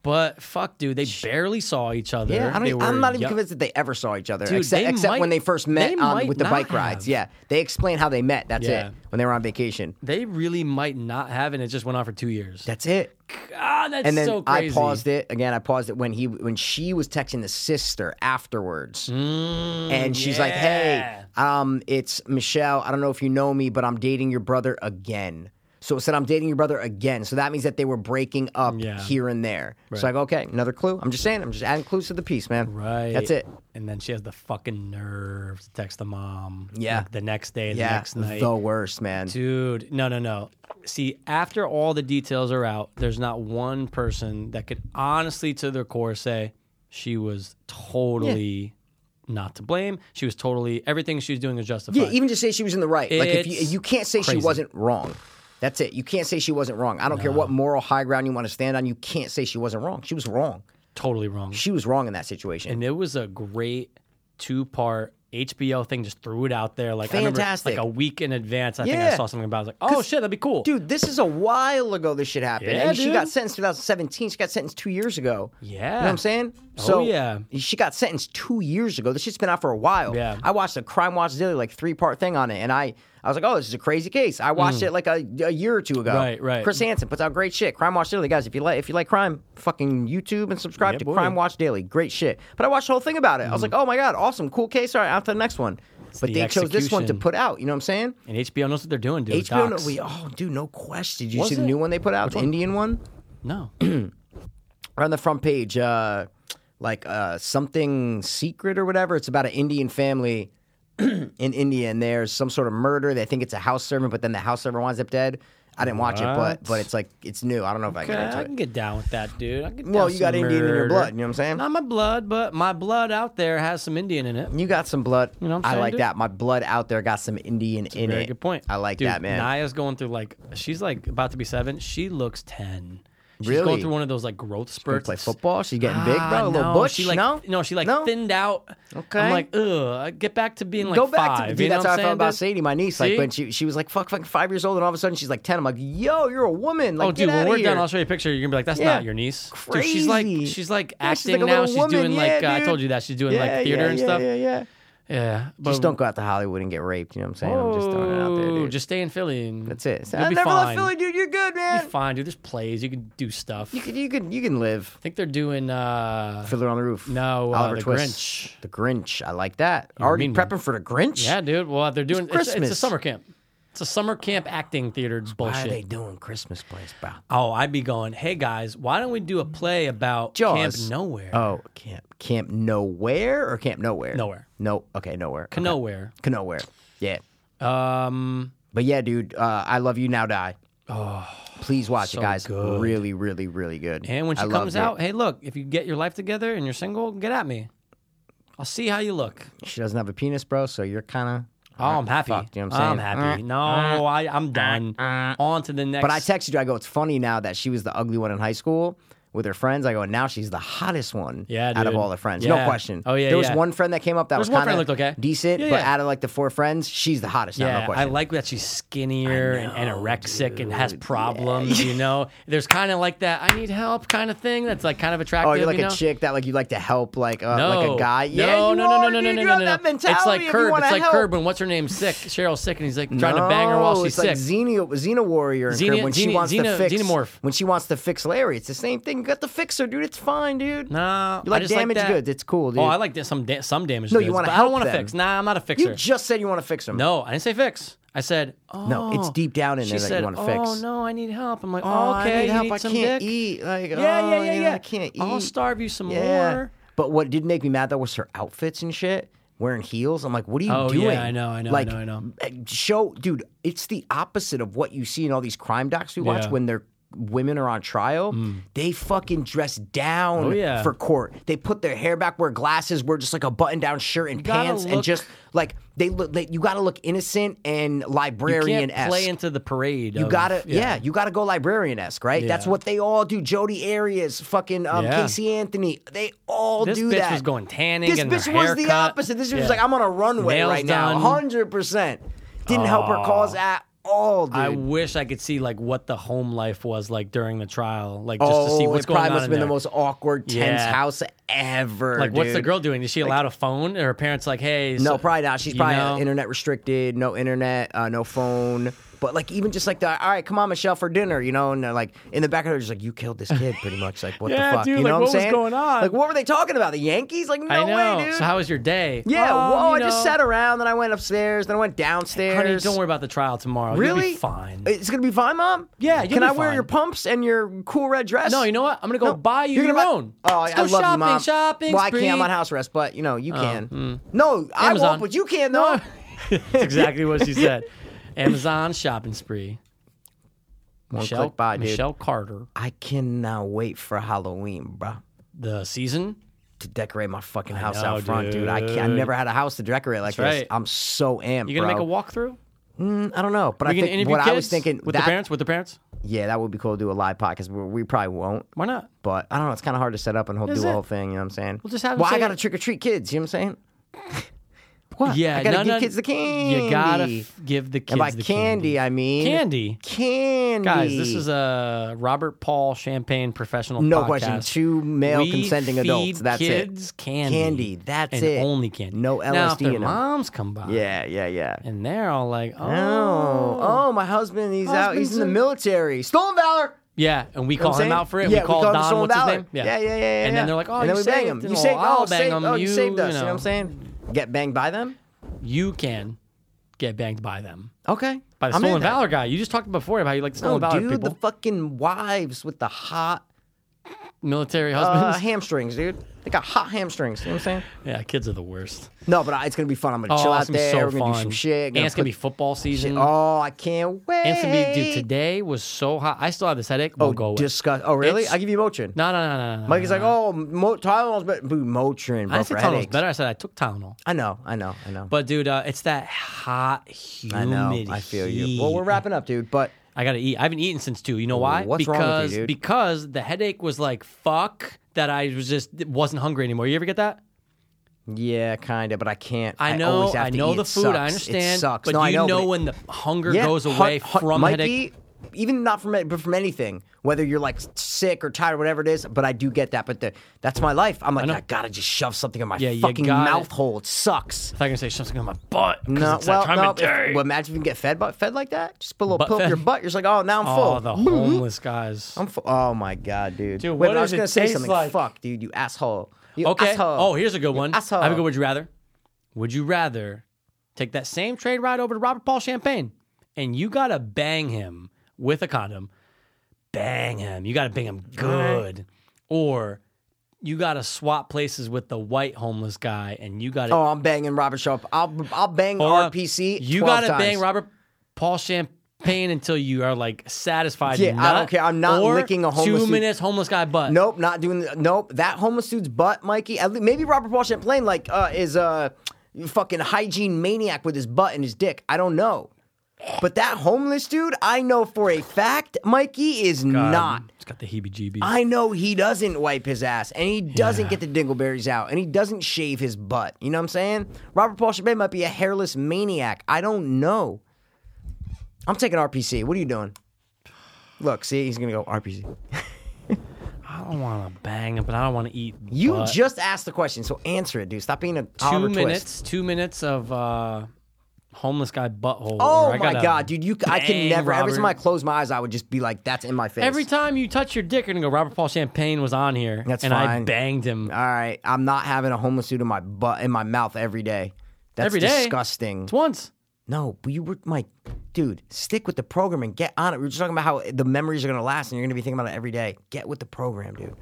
Speaker 1: But fuck, dude, they barely saw each other.
Speaker 2: Yeah,
Speaker 1: They
Speaker 2: I don't, e-
Speaker 1: were
Speaker 2: I'm not even
Speaker 1: young.
Speaker 2: convinced that they ever saw each other,
Speaker 1: Dude,
Speaker 2: except,
Speaker 1: they
Speaker 2: except when
Speaker 1: might-
Speaker 2: they first met
Speaker 1: they
Speaker 2: on,
Speaker 1: might
Speaker 2: with the
Speaker 1: not
Speaker 2: bike rides.
Speaker 1: have.
Speaker 2: Yeah, they explain how they met. That's
Speaker 1: Yeah.
Speaker 2: it. When they were on vacation.
Speaker 1: They really might not have, and it just went on for two years.
Speaker 2: That's it.
Speaker 1: God, that's
Speaker 2: And then
Speaker 1: so
Speaker 2: I
Speaker 1: crazy.
Speaker 2: paused it again. I paused it when he when she was texting the sister afterwards,
Speaker 1: Mm,
Speaker 2: and she's like, "Hey, um, it's Michelle. I don't know if you know me, but I'm dating your brother again." So it said, "I'm dating your brother again." So that means that they were breaking up
Speaker 1: Yeah.
Speaker 2: here and there. So I go, "Okay, another clue." I'm just saying, I'm just adding clues to the piece, man.
Speaker 1: Right.
Speaker 2: That's it.
Speaker 1: And then she has the fucking nerve to text the mom.
Speaker 2: Yeah.
Speaker 1: like, the next day, the
Speaker 2: yeah,
Speaker 1: next night.
Speaker 2: the worst, man.
Speaker 1: Dude, no, no, no. See, after all the details are out, there's not one person that could honestly, to their core, say she was totally not to blame. She was totally everything she was doing was justified.
Speaker 2: Yeah, even just say she was in the right. like if you
Speaker 1: It's
Speaker 2: you can't say
Speaker 1: crazy.
Speaker 2: she wasn't wrong. That's it. You can't say she wasn't wrong. I don't care what moral high ground you want to stand on. You can't say she wasn't wrong. She was wrong.
Speaker 1: totally wrong.
Speaker 2: She was wrong in that situation.
Speaker 1: And it was a great two-part HBO thing. Just threw it out there, like I
Speaker 2: Fantastic.
Speaker 1: remember, like a week in advance. I think
Speaker 2: Yeah.
Speaker 1: I saw something about. It. I was like, oh shit, that'd be cool,
Speaker 2: Dude, this is a while ago this shit happened.
Speaker 1: Yeah,
Speaker 2: and she
Speaker 1: dude.
Speaker 2: got sentenced 2017. She got sentenced two years ago. You know
Speaker 1: Yeah.
Speaker 2: what I'm saying?
Speaker 1: Oh,
Speaker 2: So
Speaker 1: yeah.
Speaker 2: She got sentenced two years ago. This shit's been out for a while.
Speaker 1: Yeah.
Speaker 2: I watched a Crime Watch Daily, like three part thing on it, and I I was like, oh, this is a crazy case. I watched it like a, a year or two ago.
Speaker 1: Mm. Right, right.
Speaker 2: Chris Hansen puts out great shit. Crime Watch Daily, guys. If you like if you like crime, fucking YouTube and subscribe
Speaker 1: Yeah,
Speaker 2: to
Speaker 1: boy. Mm.
Speaker 2: Crime Watch Daily. Great shit. But I watched the whole thing about it. I was like, oh my god, awesome, cool case. All right, on to the next one. but
Speaker 1: the
Speaker 2: they chose this one to
Speaker 1: execution.
Speaker 2: put out. You know what I'm saying?
Speaker 1: and HBO knows what they're doing, dude.
Speaker 2: HBO, no,
Speaker 1: Docs.
Speaker 2: we, oh, dude, no question. Did you
Speaker 1: Was
Speaker 2: see the
Speaker 1: it?
Speaker 2: new one they put out? the Indian one? [CLEARS THROAT]
Speaker 1: no.
Speaker 2: Right on the front page, uh, like uh, something secret or whatever. It's about an Indian family [CLEARS THROAT] in India, and there's some sort of murder. They think it's a house servant, but then the house servant winds up dead. I didn't watch it, but
Speaker 1: What?
Speaker 2: but it's like it's new. I don't know if I
Speaker 1: Okay,
Speaker 2: can get
Speaker 1: I
Speaker 2: into
Speaker 1: can
Speaker 2: it.
Speaker 1: get down with that, dude. I can get
Speaker 2: Well,
Speaker 1: down
Speaker 2: you got
Speaker 1: some
Speaker 2: Indian in your
Speaker 1: murder.
Speaker 2: blood. You know what I'm saying?
Speaker 1: Not my blood, but my blood out there has some Indian in it.
Speaker 2: You got some blood.
Speaker 1: know what I'm
Speaker 2: I
Speaker 1: saying,
Speaker 2: like
Speaker 1: dude?
Speaker 2: that. My blood out there got some Indian in
Speaker 1: Very
Speaker 2: it.
Speaker 1: good point.
Speaker 2: I like
Speaker 1: Dude,
Speaker 2: that, man.
Speaker 1: Naya's going through like she's like about to be seven. She looks ten. She's
Speaker 2: Really?
Speaker 1: going through one of those like growth spurts.
Speaker 2: play football. She's getting
Speaker 1: Ah,
Speaker 2: big, bro. A little
Speaker 1: no,
Speaker 2: butch.
Speaker 1: She like,
Speaker 2: no,
Speaker 1: she like
Speaker 2: no?
Speaker 1: thinned out.
Speaker 2: Okay.
Speaker 1: I'm like, ugh. Get back to being like
Speaker 2: go back
Speaker 1: five.
Speaker 2: to
Speaker 1: you
Speaker 2: dude.
Speaker 1: know
Speaker 2: That's
Speaker 1: what
Speaker 2: how I
Speaker 1: I'm
Speaker 2: felt
Speaker 1: saying, dude?
Speaker 2: about Sadie, my niece.
Speaker 1: See?
Speaker 2: Like when she she was like fuck, fucking five years old, and all of a sudden she's like ten. I'm like, yo, you're a woman. Like,
Speaker 1: oh, dude,
Speaker 2: get
Speaker 1: when
Speaker 2: outta
Speaker 1: we're
Speaker 2: here.
Speaker 1: done, I'll show you a picture. You're gonna be like, "That's
Speaker 2: Yeah.
Speaker 1: not your niece." Dude, she's like,
Speaker 2: Crazy.
Speaker 1: she's like
Speaker 2: Yeah, she's
Speaker 1: acting
Speaker 2: like a
Speaker 1: now.
Speaker 2: little
Speaker 1: She's
Speaker 2: woman.
Speaker 1: doing like,
Speaker 2: Yeah,
Speaker 1: uh, I
Speaker 2: dude.
Speaker 1: told you that she's doing
Speaker 2: Yeah,
Speaker 1: like theater
Speaker 2: yeah,
Speaker 1: and
Speaker 2: yeah,
Speaker 1: stuff.
Speaker 2: Yeah, yeah.
Speaker 1: Yeah, but
Speaker 2: Just don't go out to Hollywood and get raped. You know what I'm saying? I'm just throwing it out there,
Speaker 1: Whoa,
Speaker 2: dude.
Speaker 1: Just stay in Philly. And
Speaker 2: That's it. So,
Speaker 1: You'll
Speaker 2: I
Speaker 1: be
Speaker 2: never
Speaker 1: fine.
Speaker 2: left Philly, dude. You're good,
Speaker 1: You'll
Speaker 2: man.
Speaker 1: be fine, dude. There's plays. You can do stuff.
Speaker 2: You can you can you can live.
Speaker 1: I think they're doing. uh
Speaker 2: Fiddler on the Roof.
Speaker 1: No, uh,
Speaker 2: Oliver
Speaker 1: The
Speaker 2: Twist.
Speaker 1: Grinch.
Speaker 2: The Grinch. I like that. Already
Speaker 1: mean one.
Speaker 2: prepping for the Grinch.
Speaker 1: Yeah, dude. Well, they're doing. It's, it's a
Speaker 2: Christmas.
Speaker 1: summer camp. It's a summer camp acting theater
Speaker 2: Why are they
Speaker 1: bullshit.
Speaker 2: doing Christmas plays, bro?
Speaker 1: Oh, I'd be going. Hey guys, why don't we do a play about
Speaker 2: Jaws.
Speaker 1: Camp Nowhere?
Speaker 2: Oh, camp camp nowhere or camp nowhere?
Speaker 1: Nowhere.
Speaker 2: No. Okay, nowhere. Okay.
Speaker 1: Nowhere.
Speaker 2: Nowhere. Yeah.
Speaker 1: Um,
Speaker 2: But yeah, dude, uh, I love you now. Die. Oh, please watch it, guys.
Speaker 1: good.
Speaker 2: Really, really, really good.
Speaker 1: and when she
Speaker 2: I loved
Speaker 1: comes
Speaker 2: it.
Speaker 1: out, hey, look, if you get your life together and you're single, get at me. I'll see how you look.
Speaker 2: she doesn't have a penis, bro. So you're kind of.
Speaker 1: Oh, I'm happy.
Speaker 2: Fuck, you know what I'm saying?
Speaker 1: happy. No, I, I'm done. On to the next.
Speaker 2: Uh, But I texted you. I go, it's funny now that she was the ugly one in high school with her friends. I go, and now she's the hottest one.
Speaker 1: Yeah,
Speaker 2: out of
Speaker 1: dude.
Speaker 2: all the friends, no
Speaker 1: Yeah.
Speaker 2: question.
Speaker 1: Oh, yeah,
Speaker 2: There was
Speaker 1: yeah.
Speaker 2: one friend that came up that
Speaker 1: There's
Speaker 2: was
Speaker 1: one
Speaker 2: kind
Speaker 1: friend
Speaker 2: of
Speaker 1: that looked okay.
Speaker 2: decent,
Speaker 1: Yeah,
Speaker 2: but
Speaker 1: yeah.
Speaker 2: out of like the four friends, she's the hottest. now,
Speaker 1: Yeah,
Speaker 2: no
Speaker 1: I
Speaker 2: question.
Speaker 1: like that she's skinnier and anorexic and has problems. You know, there's kind of like that I need help kind of thing. That's like kind of attractive.
Speaker 2: Oh, you're like
Speaker 1: you know?
Speaker 2: a chick that like you like to help, like uh,
Speaker 1: No,
Speaker 2: like a guy.
Speaker 1: No,
Speaker 2: yeah,
Speaker 1: no,
Speaker 2: you
Speaker 1: no,
Speaker 2: are,
Speaker 1: no, no,
Speaker 2: dude.
Speaker 1: no, no,
Speaker 2: you
Speaker 1: no,
Speaker 2: have
Speaker 1: no.
Speaker 2: That mentality
Speaker 1: It's like
Speaker 2: if you
Speaker 1: Curb.
Speaker 2: wanna
Speaker 1: It's like
Speaker 2: help.
Speaker 1: Curb when what's her name's sick. Cheryl's sick, and he's like trying
Speaker 2: no,
Speaker 1: to bang her while she's
Speaker 2: it's like
Speaker 1: sick.
Speaker 2: Xenia, Xena Warrior and
Speaker 1: Xena-
Speaker 2: Curb when she
Speaker 1: Xena-
Speaker 2: wants to
Speaker 1: Xena-
Speaker 2: fix
Speaker 1: Xenomorph.
Speaker 2: when she wants to fix Larry. It's the same thing. You got to fix her, dude. It's fine, dude.
Speaker 1: no,
Speaker 2: you like
Speaker 1: I just
Speaker 2: damaged
Speaker 1: like that.
Speaker 2: goods. It's cool, dude.
Speaker 1: Oh, I like da- some da- some damage.
Speaker 2: No, you wanna
Speaker 1: want to I
Speaker 2: help
Speaker 1: don't wanna
Speaker 2: them.
Speaker 1: fix. Nah, I'm not a fixer.
Speaker 2: You just said you want to fix them.
Speaker 1: no, I didn't say fix. I said oh,
Speaker 2: No, it's deep down in
Speaker 1: she
Speaker 2: there that you
Speaker 1: said,
Speaker 2: wanna
Speaker 1: Oh
Speaker 2: fix."
Speaker 1: no, I need help. I'm like,
Speaker 2: Oh,
Speaker 1: okay,
Speaker 2: I need
Speaker 1: you
Speaker 2: help.
Speaker 1: need
Speaker 2: I
Speaker 1: some
Speaker 2: can't
Speaker 1: dick?
Speaker 2: eat. Like,
Speaker 1: Yeah,
Speaker 2: oh,
Speaker 1: yeah, yeah,
Speaker 2: you know,
Speaker 1: yeah.
Speaker 2: I can't eat.
Speaker 1: I'll starve you some
Speaker 2: Yeah.
Speaker 1: more.
Speaker 2: But what did make me mad though was her outfits and shit. Wearing heels, I'm like, what are you
Speaker 1: Oh, yeah,
Speaker 2: doing?
Speaker 1: I know, I know, I
Speaker 2: like, eh,
Speaker 1: know, I know.
Speaker 2: Show, dude, it's the opposite of what you see in all these crime docs we watch
Speaker 1: Yeah. Mm.
Speaker 2: when they're women are on trial, they fucking dress down
Speaker 1: Oh, yeah.
Speaker 2: for court. They put their hair back, wear glasses, wear just like a button down shirt and
Speaker 1: gotta
Speaker 2: pants, and
Speaker 1: look-
Speaker 2: just like they look. They, you got to look innocent and
Speaker 1: You
Speaker 2: librarian
Speaker 1: can't play
Speaker 2: esque.
Speaker 1: into the parade.
Speaker 2: You
Speaker 1: of-
Speaker 2: gotta, yeah. you gotta go librarian esque, right? That's
Speaker 1: Yeah.
Speaker 2: what they all do. Jody Arias, fucking um,
Speaker 1: Yeah.
Speaker 2: Casey Anthony, they all
Speaker 1: This
Speaker 2: do
Speaker 1: bitch
Speaker 2: that.
Speaker 1: was going tanning.
Speaker 2: This
Speaker 1: getting
Speaker 2: bitch
Speaker 1: her
Speaker 2: was the
Speaker 1: haircut.
Speaker 2: opposite. This bitch
Speaker 1: Yeah.
Speaker 2: was like, I'm on a runway
Speaker 1: Nails
Speaker 2: right now,
Speaker 1: done.
Speaker 2: hundred percent. Didn't help her cause at all, dude.
Speaker 1: I wish I could see like what the home life was like during the trial, like just
Speaker 2: oh,
Speaker 1: to see what's
Speaker 2: it
Speaker 1: going
Speaker 2: probably
Speaker 1: on.
Speaker 2: must have
Speaker 1: in
Speaker 2: been
Speaker 1: there.
Speaker 2: the most awkward, tense
Speaker 1: Yeah.
Speaker 2: house ever.
Speaker 1: like, what's the
Speaker 2: dude.
Speaker 1: girl doing? Is she allowed a phone? Or her parents like, hey,
Speaker 2: No,
Speaker 1: so-
Speaker 2: probably not. She's
Speaker 1: you
Speaker 2: probably
Speaker 1: know?
Speaker 2: internet restricted, no internet, uh, no phone. But like even just like the all right, come on, Michelle for dinner, you know, and they're like in the back of her, just like you killed this kid, pretty much. Like
Speaker 1: [LAUGHS]
Speaker 2: what
Speaker 1: Yeah,
Speaker 2: the fuck,
Speaker 1: dude,
Speaker 2: you
Speaker 1: like,
Speaker 2: know
Speaker 1: what
Speaker 2: I'm
Speaker 1: was
Speaker 2: saying?
Speaker 1: going on?
Speaker 2: Like what were they talking about? The Yankees? Like no
Speaker 1: I know.
Speaker 2: way, dude.
Speaker 1: So how was your day?
Speaker 2: yeah,
Speaker 1: Um,
Speaker 2: whoa!
Speaker 1: you
Speaker 2: I just
Speaker 1: know,
Speaker 2: sat around, then I went upstairs, then I went downstairs.
Speaker 1: Honey, don't worry about the trial tomorrow.
Speaker 2: Really? Uh,
Speaker 1: You'll be fine.
Speaker 2: It's gonna be fine, mom.
Speaker 1: Yeah, you'll
Speaker 2: Can
Speaker 1: be
Speaker 2: I wear
Speaker 1: fine.
Speaker 2: your pumps and your cool red dress?
Speaker 1: no, you know what? I'm gonna go
Speaker 2: No,
Speaker 1: buy you
Speaker 2: you're
Speaker 1: your
Speaker 2: gonna buy-
Speaker 1: own.
Speaker 2: Oh,
Speaker 1: Let's
Speaker 2: I
Speaker 1: go
Speaker 2: love
Speaker 1: shopping,
Speaker 2: you, mom.
Speaker 1: shopping.
Speaker 2: Well, I
Speaker 1: [LAUGHS]
Speaker 2: can't. I'm
Speaker 1: spree.
Speaker 2: on house arrest, but you know you can.
Speaker 1: mm.
Speaker 2: No, I
Speaker 1: Amazon.
Speaker 2: won't, but you can though.
Speaker 1: That's exactly what she
Speaker 2: [LAUGHS]
Speaker 1: said. Amazon shopping spree.
Speaker 2: One
Speaker 1: Michelle,
Speaker 2: Oh, click buy, dude.
Speaker 1: Michelle Carter.
Speaker 2: I cannot wait for Halloween, bro,
Speaker 1: The season.
Speaker 2: to decorate my fucking house
Speaker 1: know,
Speaker 2: out front, dude. I, can't, I
Speaker 1: dude.
Speaker 2: never had a house to decorate like
Speaker 1: That's
Speaker 2: this.
Speaker 1: right.
Speaker 2: I'm so amped,
Speaker 1: You gonna
Speaker 2: bro.
Speaker 1: make a walkthrough?
Speaker 2: Mm, I don't know, but I
Speaker 1: We gonna
Speaker 2: think
Speaker 1: interview
Speaker 2: what
Speaker 1: kids
Speaker 2: I was thinking
Speaker 1: with
Speaker 2: that,
Speaker 1: the parents. With the parents.
Speaker 2: Yeah, that would be cool to do a live podcast. but We probably won't,
Speaker 1: Why not?
Speaker 2: but I don't know. It's kind of hard to set up and hold, do
Speaker 1: Is
Speaker 2: a
Speaker 1: it?
Speaker 2: whole thing. You know what I'm saying?
Speaker 1: We'll just have them
Speaker 2: Well, I
Speaker 1: say-
Speaker 2: gotta trick or treat kids. You know what I'm saying? [LAUGHS] what?
Speaker 1: Yeah,
Speaker 2: I gotta
Speaker 1: no,
Speaker 2: give
Speaker 1: no,
Speaker 2: kids the candy.
Speaker 1: You gotta f- give the kids
Speaker 2: and by
Speaker 1: the
Speaker 2: candy, I mean
Speaker 1: Candy.
Speaker 2: Candy,
Speaker 1: Guys, this is a Robert Paul Champagne professional.
Speaker 2: No
Speaker 1: podcast.
Speaker 2: question. Two male
Speaker 1: We
Speaker 2: consenting
Speaker 1: feed
Speaker 2: adults. That's it.
Speaker 1: kids Candy.
Speaker 2: Candy, that's
Speaker 1: and
Speaker 2: it.
Speaker 1: Only candy.
Speaker 2: No
Speaker 1: Now, if
Speaker 2: LSD
Speaker 1: their
Speaker 2: in 'em.
Speaker 1: moms come by,
Speaker 2: Yeah, yeah, yeah.
Speaker 1: and they're all like, oh,
Speaker 2: Oh, oh, my husband, he's out. He's
Speaker 1: Husband's
Speaker 2: in the
Speaker 1: a-
Speaker 2: military. Stolen valor.
Speaker 1: yeah, and we
Speaker 2: You know
Speaker 1: call
Speaker 2: what I'm
Speaker 1: him
Speaker 2: saying?
Speaker 1: out for it.
Speaker 2: Yeah,
Speaker 1: we call
Speaker 2: him
Speaker 1: Don.
Speaker 2: stolen
Speaker 1: What's
Speaker 2: valor.
Speaker 1: his name?
Speaker 2: yeah, yeah, yeah.
Speaker 1: And
Speaker 2: yeah.
Speaker 1: then they're like, oh,
Speaker 2: and then
Speaker 1: you
Speaker 2: we bang
Speaker 1: saved
Speaker 2: him.
Speaker 1: them.
Speaker 2: You
Speaker 1: Well,
Speaker 2: saved,
Speaker 1: I'll
Speaker 2: oh,
Speaker 1: bang
Speaker 2: saved,
Speaker 1: them.
Speaker 2: oh, you
Speaker 1: You-
Speaker 2: saved us.
Speaker 1: you
Speaker 2: You know what I'm
Speaker 1: know.
Speaker 2: saying? Get banged by them.
Speaker 1: You can get banged by them
Speaker 2: Okay.
Speaker 1: by the
Speaker 2: I'm in
Speaker 1: stolen
Speaker 2: that.
Speaker 1: valor guy. You just talked before about how you like the
Speaker 2: No,
Speaker 1: stolen valor
Speaker 2: dude,
Speaker 1: people,
Speaker 2: the fucking wives with the
Speaker 1: [LAUGHS]
Speaker 2: hot
Speaker 1: military
Speaker 2: uh,
Speaker 1: husbands.
Speaker 2: [LAUGHS] hamstrings, dude. They got hot hamstrings. You know what I'm saying?
Speaker 1: yeah, kids are the worst.
Speaker 2: No, but I, it's gonna be fun. I'm gonna
Speaker 1: Oh,
Speaker 2: chill out
Speaker 1: that's gonna be
Speaker 2: there.
Speaker 1: so
Speaker 2: We're gonna
Speaker 1: fun.
Speaker 2: do some shit.
Speaker 1: And it's gonna be
Speaker 2: put
Speaker 1: football
Speaker 2: shit-
Speaker 1: season.
Speaker 2: Oh, I can't wait.
Speaker 1: And it's gonna be, dude, today was so hot. I still have this headache.
Speaker 2: oh,
Speaker 1: Won't go away.
Speaker 2: disgust. Oh, really?
Speaker 1: It's-
Speaker 2: I give you Motrin.
Speaker 1: no, no, no, no, no, no.
Speaker 2: Mike is
Speaker 1: no,
Speaker 2: like,
Speaker 1: no.
Speaker 2: oh, Mo- Tylenol's better. Boo, Motrin,
Speaker 1: Uh-huh. I
Speaker 2: bro,
Speaker 1: didn't say
Speaker 2: for
Speaker 1: Tylenol's
Speaker 2: headaches.
Speaker 1: better. I said I took Tylenol.
Speaker 2: I know, I know, I know.
Speaker 1: But dude, uh, it's that hot, humid.
Speaker 2: I know. I feel you. Well,
Speaker 1: heat.
Speaker 2: we're wrapping up, dude. But
Speaker 1: I gotta eat. I haven't eaten since two. You know why?
Speaker 2: What's wrong
Speaker 1: because
Speaker 2: with you, dude?
Speaker 1: because the headache was like fuck that. I was just wasn't hungry anymore. You ever get that?
Speaker 2: yeah, kind of. But I can't.
Speaker 1: I know.
Speaker 2: always
Speaker 1: I,
Speaker 2: have to
Speaker 1: know
Speaker 2: eat.
Speaker 1: the
Speaker 2: It
Speaker 1: food.
Speaker 2: Sucks.
Speaker 1: I understand.
Speaker 2: It sucks.
Speaker 1: But you
Speaker 2: no, I know,
Speaker 1: know
Speaker 2: but it-
Speaker 1: when the hunger
Speaker 2: yeah,
Speaker 1: goes
Speaker 2: hun-
Speaker 1: away
Speaker 2: hun-
Speaker 1: from
Speaker 2: might
Speaker 1: headache.
Speaker 2: Be, even not from it, but from anything, whether you're like sick or tired, whatever it is, but I do get that. But the, that's my life. I'm like,
Speaker 1: know.
Speaker 2: I, gotta just shove something in my
Speaker 1: Yeah, you
Speaker 2: fucking
Speaker 1: gotta-
Speaker 2: mouth hole. It sucks.
Speaker 1: I thought you were gonna say something on my butt. 'cause
Speaker 2: No,
Speaker 1: it's that
Speaker 2: well,
Speaker 1: time
Speaker 2: no.
Speaker 1: of
Speaker 2: if-
Speaker 1: day.
Speaker 2: well, imagine if you can get fed, bu- fed like that. Just put a little
Speaker 1: Butt
Speaker 2: pill up
Speaker 1: fed?
Speaker 2: your butt. You're just like, oh, now I'm
Speaker 1: oh,
Speaker 2: full. Mm-hmm.
Speaker 1: the homeless guys.
Speaker 2: I'm full. Oh my god, dude.
Speaker 1: Dude,
Speaker 2: Wait,
Speaker 1: what
Speaker 2: but I was
Speaker 1: does it
Speaker 2: gonna say
Speaker 1: taste
Speaker 2: something.
Speaker 1: like?
Speaker 2: Fuck, dude, you asshole. You
Speaker 1: Okay.
Speaker 2: Asshole.
Speaker 1: Oh, here's a good one.
Speaker 2: asshole.
Speaker 1: I have a good would you rather. Would you rather take that same trade ride over to Robert Paul Champagne and you gotta bang him with a condom? Bang him. You gotta bang him good. Or you gotta swap places with the white homeless guy and you gotta
Speaker 2: Oh, I'm banging Robert Sharp. I'll I'll bang
Speaker 1: Hold on.
Speaker 2: RPC.
Speaker 1: You
Speaker 2: 12
Speaker 1: gotta
Speaker 2: times.
Speaker 1: bang Robert Paul Champagne until you are like satisfied.
Speaker 2: Yeah, I
Speaker 1: nut,
Speaker 2: don't care. I'm not
Speaker 1: or
Speaker 2: licking a homeless
Speaker 1: two
Speaker 2: dude.
Speaker 1: minutes homeless guy butt.
Speaker 2: Nope, not doing. The, nope, that homeless dude's butt, Mikey. At least, maybe Robert Paul Champlain like uh, is a fucking hygiene maniac with his butt and his dick. I don't know, but that homeless dude, I know for a fact, Mikey is not.
Speaker 1: Uh, It's got the heebie-jeebies.
Speaker 2: I know he doesn't wipe his ass and he doesn't get the dingleberries out and he doesn't shave his butt. You know what I'm saying? Robert Paul Champagne might be a hairless maniac. I don't know. I'm taking RPC. What are you doing? Look, see, he's gonna go RPC.
Speaker 1: I don't want to bang him, but I don't want to eat.
Speaker 2: You
Speaker 1: butt.
Speaker 2: just asked the question, so answer it, dude. Stop being a
Speaker 1: two
Speaker 2: Oliver
Speaker 1: minutes,
Speaker 2: Twist.
Speaker 1: two minutes of uh, homeless guy butthole.
Speaker 2: Oh
Speaker 1: where I
Speaker 2: my
Speaker 1: gotta
Speaker 2: god, dude! You, I can
Speaker 1: bang
Speaker 2: never. Every
Speaker 1: Robert.
Speaker 2: time I close my eyes, I would just be like, "That's in my face."
Speaker 1: Every time you touch your dick, you're gonna go. Robert Paul Champagne was on here,
Speaker 2: That's
Speaker 1: and I
Speaker 2: fine. Uh,
Speaker 1: banged him.
Speaker 2: All right, I'm not having a homeless dude in my butt in my mouth every day. That's
Speaker 1: Every day?
Speaker 2: disgusting.
Speaker 1: It's once.
Speaker 2: No, but you were my dude. Stick with the program and get on it. We were just talking about how the memories are gonna last, and you're gonna be thinking about it every day. Get with the program, dude.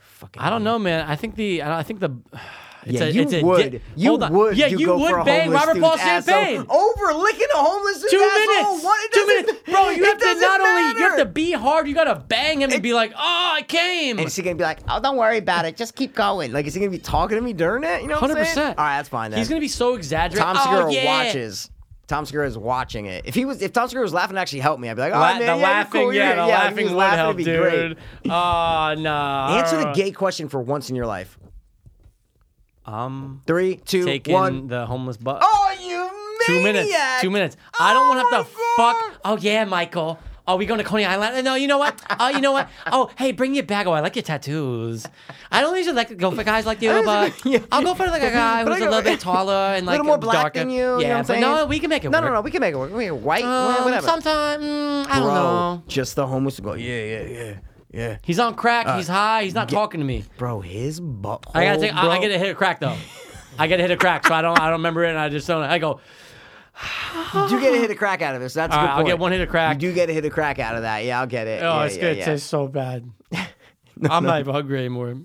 Speaker 2: Fucking.
Speaker 1: I don't know, man. I think the [SIGHS] I, don't- I think the It's
Speaker 2: Mm. yeah,
Speaker 1: a,
Speaker 2: you
Speaker 1: it's a
Speaker 2: would.
Speaker 1: di-
Speaker 2: you
Speaker 1: hold on.
Speaker 2: would.
Speaker 1: Yeah,
Speaker 2: you
Speaker 1: you
Speaker 2: go
Speaker 1: would
Speaker 2: for a
Speaker 1: bang
Speaker 2: homeless
Speaker 1: Robert Paul
Speaker 2: dude's asshole
Speaker 1: Champagne.
Speaker 2: over licking a homeless dude's
Speaker 1: Two
Speaker 2: asshole.
Speaker 1: minutes.
Speaker 2: What? It
Speaker 1: Two
Speaker 2: doesn't-
Speaker 1: minutes, bro. You
Speaker 2: it
Speaker 1: have to
Speaker 2: doesn't
Speaker 1: not only you have
Speaker 2: matter.
Speaker 1: to be hard. You got to bang him and be like, "Oh, I came."
Speaker 2: And is he gonna be like, "Oh, don't worry about it. Just keep going." Like, is he gonna be talking to me during it? You know, what
Speaker 1: Hundred
Speaker 2: I'm saying?
Speaker 1: percent.
Speaker 2: All right, that's fine. Then.
Speaker 1: He's gonna be so exaggerated.
Speaker 2: Tom
Speaker 1: Oh,
Speaker 2: Segura
Speaker 1: yeah.
Speaker 2: watches. Tom Segura is watching it. If he was, if Tom Segura was laughing, to actually help me. I'd be like, "Oh,
Speaker 1: La-
Speaker 2: man,
Speaker 1: the
Speaker 2: yeah, you're
Speaker 1: laughing,
Speaker 2: cool. You're
Speaker 1: yeah,
Speaker 2: right.
Speaker 1: the
Speaker 2: yeah, if
Speaker 1: laughing
Speaker 2: he was
Speaker 1: would
Speaker 2: laughing,
Speaker 1: help,
Speaker 2: it'd be
Speaker 1: dude.
Speaker 2: Great.
Speaker 1: Oh no.
Speaker 2: Answer the gay question for once in your life.
Speaker 1: Um,
Speaker 2: Three, two, one.
Speaker 1: taking the homeless butt.
Speaker 2: Oh, you
Speaker 1: Two minutes.
Speaker 2: maniac!
Speaker 1: Two minutes. I don't want to have to
Speaker 2: Oh, my
Speaker 1: fuck. Oh yeah, Michael. Oh, we going to Coney Island? No, you know what? Oh, you know what? Oh, hey, bring your bag. Oh, I like your tattoos. I don't usually like go for guys like
Speaker 2: [LAUGHS]
Speaker 1: you, but
Speaker 2: Yeah.
Speaker 1: I'll go for like a guy
Speaker 2: But I
Speaker 1: who's a
Speaker 2: go-
Speaker 1: little
Speaker 2: [LAUGHS]
Speaker 1: bit taller and
Speaker 2: A
Speaker 1: like
Speaker 2: little more black
Speaker 1: darker.
Speaker 2: than you. you know
Speaker 1: Yeah,
Speaker 2: what I'm
Speaker 1: but
Speaker 2: saying?
Speaker 1: no, we can make it
Speaker 2: No,
Speaker 1: work.
Speaker 2: no, no. We can make it work. We can white,
Speaker 1: Um,
Speaker 2: whatever.
Speaker 1: Sometimes mm, I don't
Speaker 2: Bro,
Speaker 1: know.
Speaker 2: just the homeless go. Yeah, yeah, yeah, yeah.
Speaker 1: He's on crack.
Speaker 2: Uh,
Speaker 1: he's high. He's not talking to me.
Speaker 2: Bro, his butthole.
Speaker 1: I gotta take. I,
Speaker 2: Oh, bro.
Speaker 1: I gotta hit a crack though. I gotta hit a crack, so I don't. I don't remember it. and I just don't. I go.
Speaker 2: You get a hit of crack out of this. That's a
Speaker 1: All
Speaker 2: good
Speaker 1: right, I'll get
Speaker 2: point.
Speaker 1: one hit of crack.
Speaker 2: You do get a hit of crack out of that. Yeah, I'll get it.
Speaker 1: Oh,
Speaker 2: yeah,
Speaker 1: it's
Speaker 2: yeah,
Speaker 1: gonna
Speaker 2: yeah.
Speaker 1: taste so
Speaker 2: [LAUGHS]
Speaker 1: bad. I'm not even hungry anymore.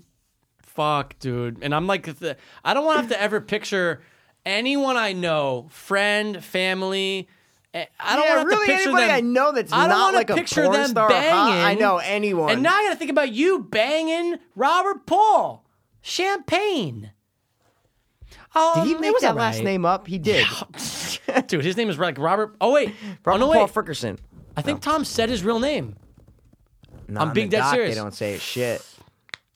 Speaker 1: Fuck, dude. And I'm like, th- I don't want to have to ever picture anyone I know, friend, family. eh, I don't
Speaker 2: yeah,
Speaker 1: want to have
Speaker 2: really
Speaker 1: to picture
Speaker 2: anybody
Speaker 1: them.
Speaker 2: I know that's
Speaker 1: I don't
Speaker 2: not
Speaker 1: wanna
Speaker 2: like a
Speaker 1: picture
Speaker 2: porn
Speaker 1: them
Speaker 2: star. or hot- I
Speaker 1: banging.
Speaker 2: know anyone.
Speaker 1: And now I got to think about you banging Robert Paul, champagne. Oh,
Speaker 2: did he make that last name up? He did.
Speaker 1: dude? His name is like Robert. Oh wait,
Speaker 2: Robert
Speaker 1: oh, no,
Speaker 2: Paul
Speaker 1: wait.
Speaker 2: Frickerson.
Speaker 1: I think Tom said his real name.
Speaker 2: Nah,
Speaker 1: I'm
Speaker 2: on
Speaker 1: being
Speaker 2: the
Speaker 1: dead
Speaker 2: doc,
Speaker 1: serious.
Speaker 2: They don't say shit.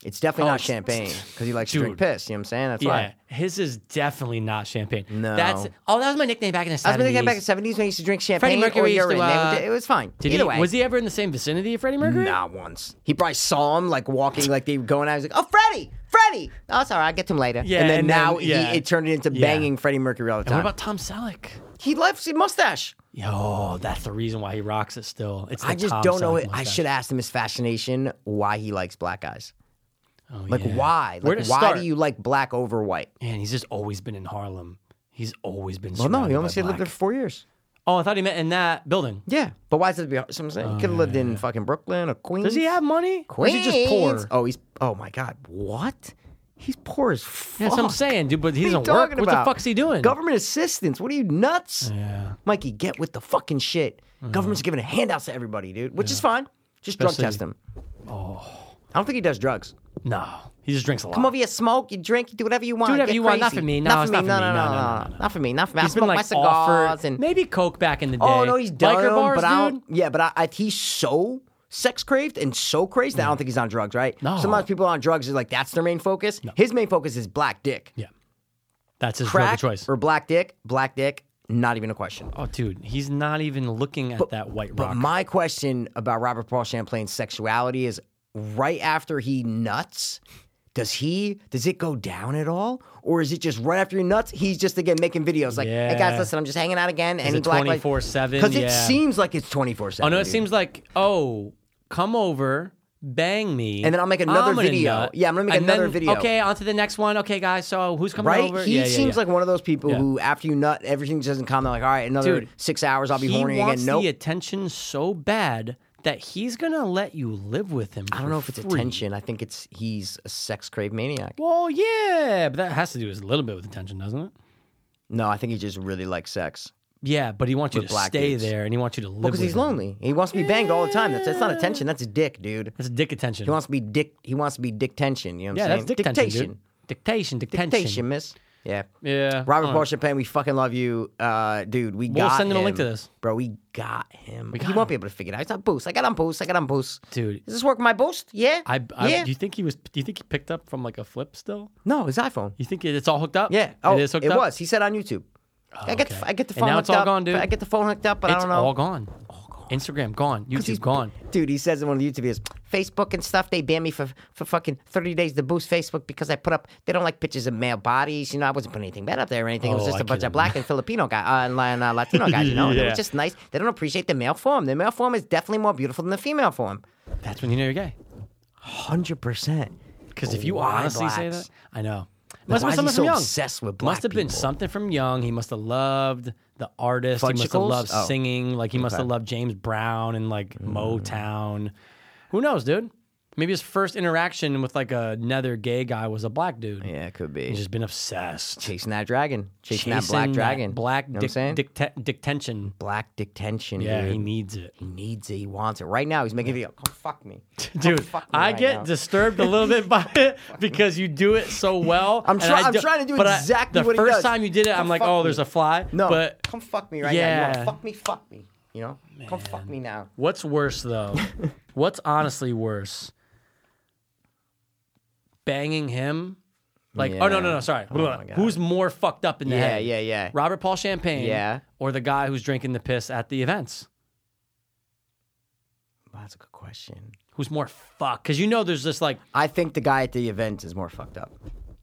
Speaker 2: It's definitely
Speaker 1: Oh,
Speaker 2: not
Speaker 1: it's-
Speaker 2: champagne because he likes to drink
Speaker 1: Dude.
Speaker 2: piss. You know what I'm saying? That's
Speaker 1: Yeah,
Speaker 2: why.
Speaker 1: his is definitely not champagne.
Speaker 2: No.
Speaker 1: that's oh, that was my nickname back in the
Speaker 2: I was
Speaker 1: seventies.
Speaker 2: going back in the 70s when he used to drink champagne
Speaker 1: Freddie
Speaker 2: or
Speaker 1: Mercury used to,
Speaker 2: urine. They would-
Speaker 1: uh,
Speaker 2: it was fine.
Speaker 1: Did
Speaker 2: Either
Speaker 1: he,
Speaker 2: way.
Speaker 1: Was he ever in the same vicinity of Freddie Mercury?
Speaker 2: Not once. He probably saw him like walking, like they were going out. He's like, "Oh, Freddie, Freddie." Oh, sorry, I'll get to him later.
Speaker 1: Yeah,
Speaker 2: and then
Speaker 1: and
Speaker 2: now
Speaker 1: then- yeah.
Speaker 2: he, it turned into
Speaker 1: Yeah.
Speaker 2: banging Freddie Mercury all the
Speaker 1: And
Speaker 2: time.
Speaker 1: what about Tom Selleck?
Speaker 2: he left his mustache.
Speaker 1: Yo, that's the reason why he rocks it still. It's the
Speaker 2: I just
Speaker 1: Tom
Speaker 2: don't know.
Speaker 1: Selleck
Speaker 2: It. I
Speaker 1: mustache.
Speaker 2: should have asked him his fascination why he likes black guys.
Speaker 1: Oh,
Speaker 2: Like
Speaker 1: yeah.
Speaker 2: why?
Speaker 1: Where
Speaker 2: Like,
Speaker 1: to
Speaker 2: why
Speaker 1: start?
Speaker 2: do you like black over white?
Speaker 1: Man, he's just always been in Harlem. He's always been.
Speaker 2: Well, no,
Speaker 1: surrounded
Speaker 2: he almost
Speaker 1: by
Speaker 2: lived there
Speaker 1: black.
Speaker 2: for four years.
Speaker 1: Oh, I thought he meant in that building.
Speaker 2: Yeah, but why does it be? So I'm saying he could have lived in fucking Brooklyn or Queens.
Speaker 1: Oh, Does he have money? Or is
Speaker 2: Queens?
Speaker 1: he just poor?
Speaker 2: Oh, he's. Oh my God, what? He's poor as fuck.
Speaker 1: That's what I'm saying, dude. But he
Speaker 2: What are you
Speaker 1: doesn't work.
Speaker 2: talking
Speaker 1: What the
Speaker 2: about?
Speaker 1: fuck's he doing?
Speaker 2: Government assistance. What are you nuts?
Speaker 1: Yeah. Mm.
Speaker 2: Mikey, get with the fucking shit. Government's giving handouts to everybody, dude, which is fine. Just
Speaker 1: Especially-
Speaker 2: drug test him. Oh. I don't think he does drugs.
Speaker 1: No, he just drinks a lot.
Speaker 2: Come over here, smoke, you drink, you do whatever you want.
Speaker 1: Do whatever
Speaker 2: get
Speaker 1: you want. Not
Speaker 2: crazy.
Speaker 1: for me. No,
Speaker 2: not
Speaker 1: it's
Speaker 2: for
Speaker 1: not for
Speaker 2: me. No,
Speaker 1: me.
Speaker 2: no,
Speaker 1: No, no,
Speaker 2: no,
Speaker 1: no, no.
Speaker 2: Not for me. Not for me. I
Speaker 1: He's been
Speaker 2: smoke my
Speaker 1: like
Speaker 2: cigars
Speaker 1: offered
Speaker 2: and.
Speaker 1: maybe coke back in the day.
Speaker 2: Oh no, he's done.
Speaker 1: biker bars,
Speaker 2: but I
Speaker 1: dude.
Speaker 2: don't, yeah, but I, I, he's so sex craved and so crazy that I don't think he's on drugs, right?
Speaker 1: No.
Speaker 2: Sometimes people on drugs is like that's their main focus. His main focus is black dick,
Speaker 1: Yeah, that's his
Speaker 2: crack
Speaker 1: drug of choice.
Speaker 2: or black dick, black dick. Not even a question.
Speaker 1: Oh, dude, he's not even looking at that white
Speaker 2: But
Speaker 1: rock.
Speaker 2: my question about Robert Paul Champlain's sexuality is right after he nuts, does he does it go down at all? Or is it just right after he nuts, he's just again making videos like, hey
Speaker 1: Yeah.
Speaker 2: guys, listen, I'm just hanging out again. Any
Speaker 1: it
Speaker 2: black
Speaker 1: 24/7?
Speaker 2: Because it
Speaker 1: Yeah.
Speaker 2: seems like it's 24
Speaker 1: oh
Speaker 2: 7.
Speaker 1: no, it seems like oh, come over, bang me,
Speaker 2: And then I'll make another
Speaker 1: I'm gonna
Speaker 2: video.
Speaker 1: nut.
Speaker 2: Yeah, I'm gonna make
Speaker 1: And
Speaker 2: another
Speaker 1: then,
Speaker 2: video.
Speaker 1: Okay, on to the next one. Okay, guys, so who's coming
Speaker 2: Right?
Speaker 1: over?
Speaker 2: He
Speaker 1: Yeah, yeah,
Speaker 2: seems
Speaker 1: yeah.
Speaker 2: like one of those people
Speaker 1: Yeah.
Speaker 2: who, after you nut, everything just doesn't come. They're like, all right, another
Speaker 1: Dude,
Speaker 2: six hours, I'll be
Speaker 1: he
Speaker 2: horny
Speaker 1: wants
Speaker 2: again. Nope.
Speaker 1: the attention so bad that he's gonna let you live with him.
Speaker 2: I don't know if it's attention. I think it's he's a sex crave maniac.
Speaker 1: Well, yeah, but that has to do with a little bit with attention, doesn't it?
Speaker 2: No, I think he just really likes sex.
Speaker 1: Yeah, but he wants you
Speaker 2: With
Speaker 1: to
Speaker 2: black
Speaker 1: stay
Speaker 2: dudes.
Speaker 1: there, and he wants you to live. with
Speaker 2: Because Oh, he's
Speaker 1: him.
Speaker 2: lonely. He wants to be banged all the time. That's, that's not attention. That's dick, dude.
Speaker 1: That's dick attention.
Speaker 2: He wants to be dick. He wants to be dick tension. You know what
Speaker 1: yeah,
Speaker 2: I'm
Speaker 1: that's
Speaker 2: saying?
Speaker 1: dick tension, dude. Dictation, dictation,
Speaker 2: Dictation, miss. Yeah.
Speaker 1: Yeah,
Speaker 2: Robert
Speaker 1: I don't know.
Speaker 2: Paul Champagne, we fucking love you, uh, dude. We
Speaker 1: We'll
Speaker 2: got
Speaker 1: send him a link to this.
Speaker 2: bro. We got him.
Speaker 1: got
Speaker 2: he won't be able to figure it out. He's on boost. I got on boost. I got on boost.
Speaker 1: Dude,
Speaker 2: Is this working my boost? Yeah.
Speaker 1: I, I
Speaker 2: yeah.
Speaker 1: do you think he was? Do you think he picked up from like a flip still?
Speaker 2: no, his iPhone.
Speaker 1: You think it, it's all hooked up?
Speaker 2: Yeah. Oh,
Speaker 1: it is hooked
Speaker 2: it
Speaker 1: up.
Speaker 2: was. He said on YouTube. I get
Speaker 1: okay.
Speaker 2: the, I get the
Speaker 1: And
Speaker 2: phone
Speaker 1: now
Speaker 2: hooked
Speaker 1: it's all
Speaker 2: up,
Speaker 1: gone, dude.
Speaker 2: I get the phone hooked up, but I
Speaker 1: It's
Speaker 2: don't know.
Speaker 1: all gone. Instagram gone.
Speaker 2: he's-
Speaker 1: YouTube gone.
Speaker 2: Dude, he says in one of the YouTube videos, Facebook and stuff, they ban me for, for fucking 30 days to boost Facebook because I put up, they don't like pictures of male bodies. You know, I wasn't putting anything bad up there or anything. it was
Speaker 1: Oh,
Speaker 2: just a
Speaker 1: I
Speaker 2: bunch
Speaker 1: get
Speaker 2: of
Speaker 1: it.
Speaker 2: black and Filipino guys, uh, and, Li- and, uh, Latino guys, you know? and
Speaker 1: [LAUGHS]
Speaker 2: It
Speaker 1: Yeah.
Speaker 2: was just nice. They don't appreciate the male form. The male form is definitely more beautiful than the female form.
Speaker 1: That's when you know you're gay.
Speaker 2: 100%.
Speaker 1: Because if you
Speaker 2: Why
Speaker 1: honestly say
Speaker 2: Oh, blacks?
Speaker 1: that, I know. Must
Speaker 2: why
Speaker 1: have been
Speaker 2: is he
Speaker 1: something
Speaker 2: so
Speaker 1: from Young.
Speaker 2: obsessed with black
Speaker 1: Must have been
Speaker 2: people?
Speaker 1: something from Young. He must have loved the artist. He must have
Speaker 2: Fudgicles?
Speaker 1: loved
Speaker 2: Oh. Mm.
Speaker 1: singing. Like he must have loved James Brown and like Motown. Who knows, dude? Maybe his first interaction with like another gay guy was a black dude.
Speaker 2: Yeah, it could be.
Speaker 1: He's just been obsessed.
Speaker 2: chasing that dragon, chasing, that black
Speaker 1: Chasing
Speaker 2: dragon,
Speaker 1: black
Speaker 2: You know what I'm
Speaker 1: dic-
Speaker 2: saying?
Speaker 1: dicta- dictension.
Speaker 2: black dictension.
Speaker 1: Yeah,
Speaker 2: dude.
Speaker 1: he needs it.
Speaker 2: He needs it. He wants it right now. He's making a video. Come
Speaker 1: [LAUGHS]
Speaker 2: fuck me,
Speaker 1: Dude,
Speaker 2: fuck me
Speaker 1: I
Speaker 2: right
Speaker 1: get
Speaker 2: now.
Speaker 1: disturbed a little bit
Speaker 2: [LAUGHS]
Speaker 1: by it because you do it so well.
Speaker 2: I'm
Speaker 1: and
Speaker 2: try-
Speaker 1: I
Speaker 2: I'm
Speaker 1: don't-
Speaker 2: trying to do
Speaker 1: but I-
Speaker 2: exactly
Speaker 1: the
Speaker 2: what he
Speaker 1: first
Speaker 2: does.
Speaker 1: time you did it,
Speaker 2: Come
Speaker 1: I'm like,
Speaker 2: fuck
Speaker 1: oh,
Speaker 2: me.
Speaker 1: there's a fly.
Speaker 2: No,
Speaker 1: but
Speaker 2: come fuck me right now. You
Speaker 1: Yeah.
Speaker 2: wanna fuck me, fuck me. You know, come fuck me now.
Speaker 1: what's worse
Speaker 2: [LAUGHS]
Speaker 1: though? what's honestly worse? Banging him. Like, oh no, no,
Speaker 2: Yeah.
Speaker 1: no, sorry.
Speaker 2: my God.
Speaker 1: Who's more fucked up in the
Speaker 2: Yeah,
Speaker 1: head?
Speaker 2: yeah, yeah.
Speaker 1: Robert Paul Champagne,
Speaker 2: Yeah.
Speaker 1: or the guy who's drinking the piss at the events?
Speaker 2: Wow, that's a good question.
Speaker 1: Who's more fucked? Because you know, there's this like
Speaker 2: I think the guy at the event is more fucked up.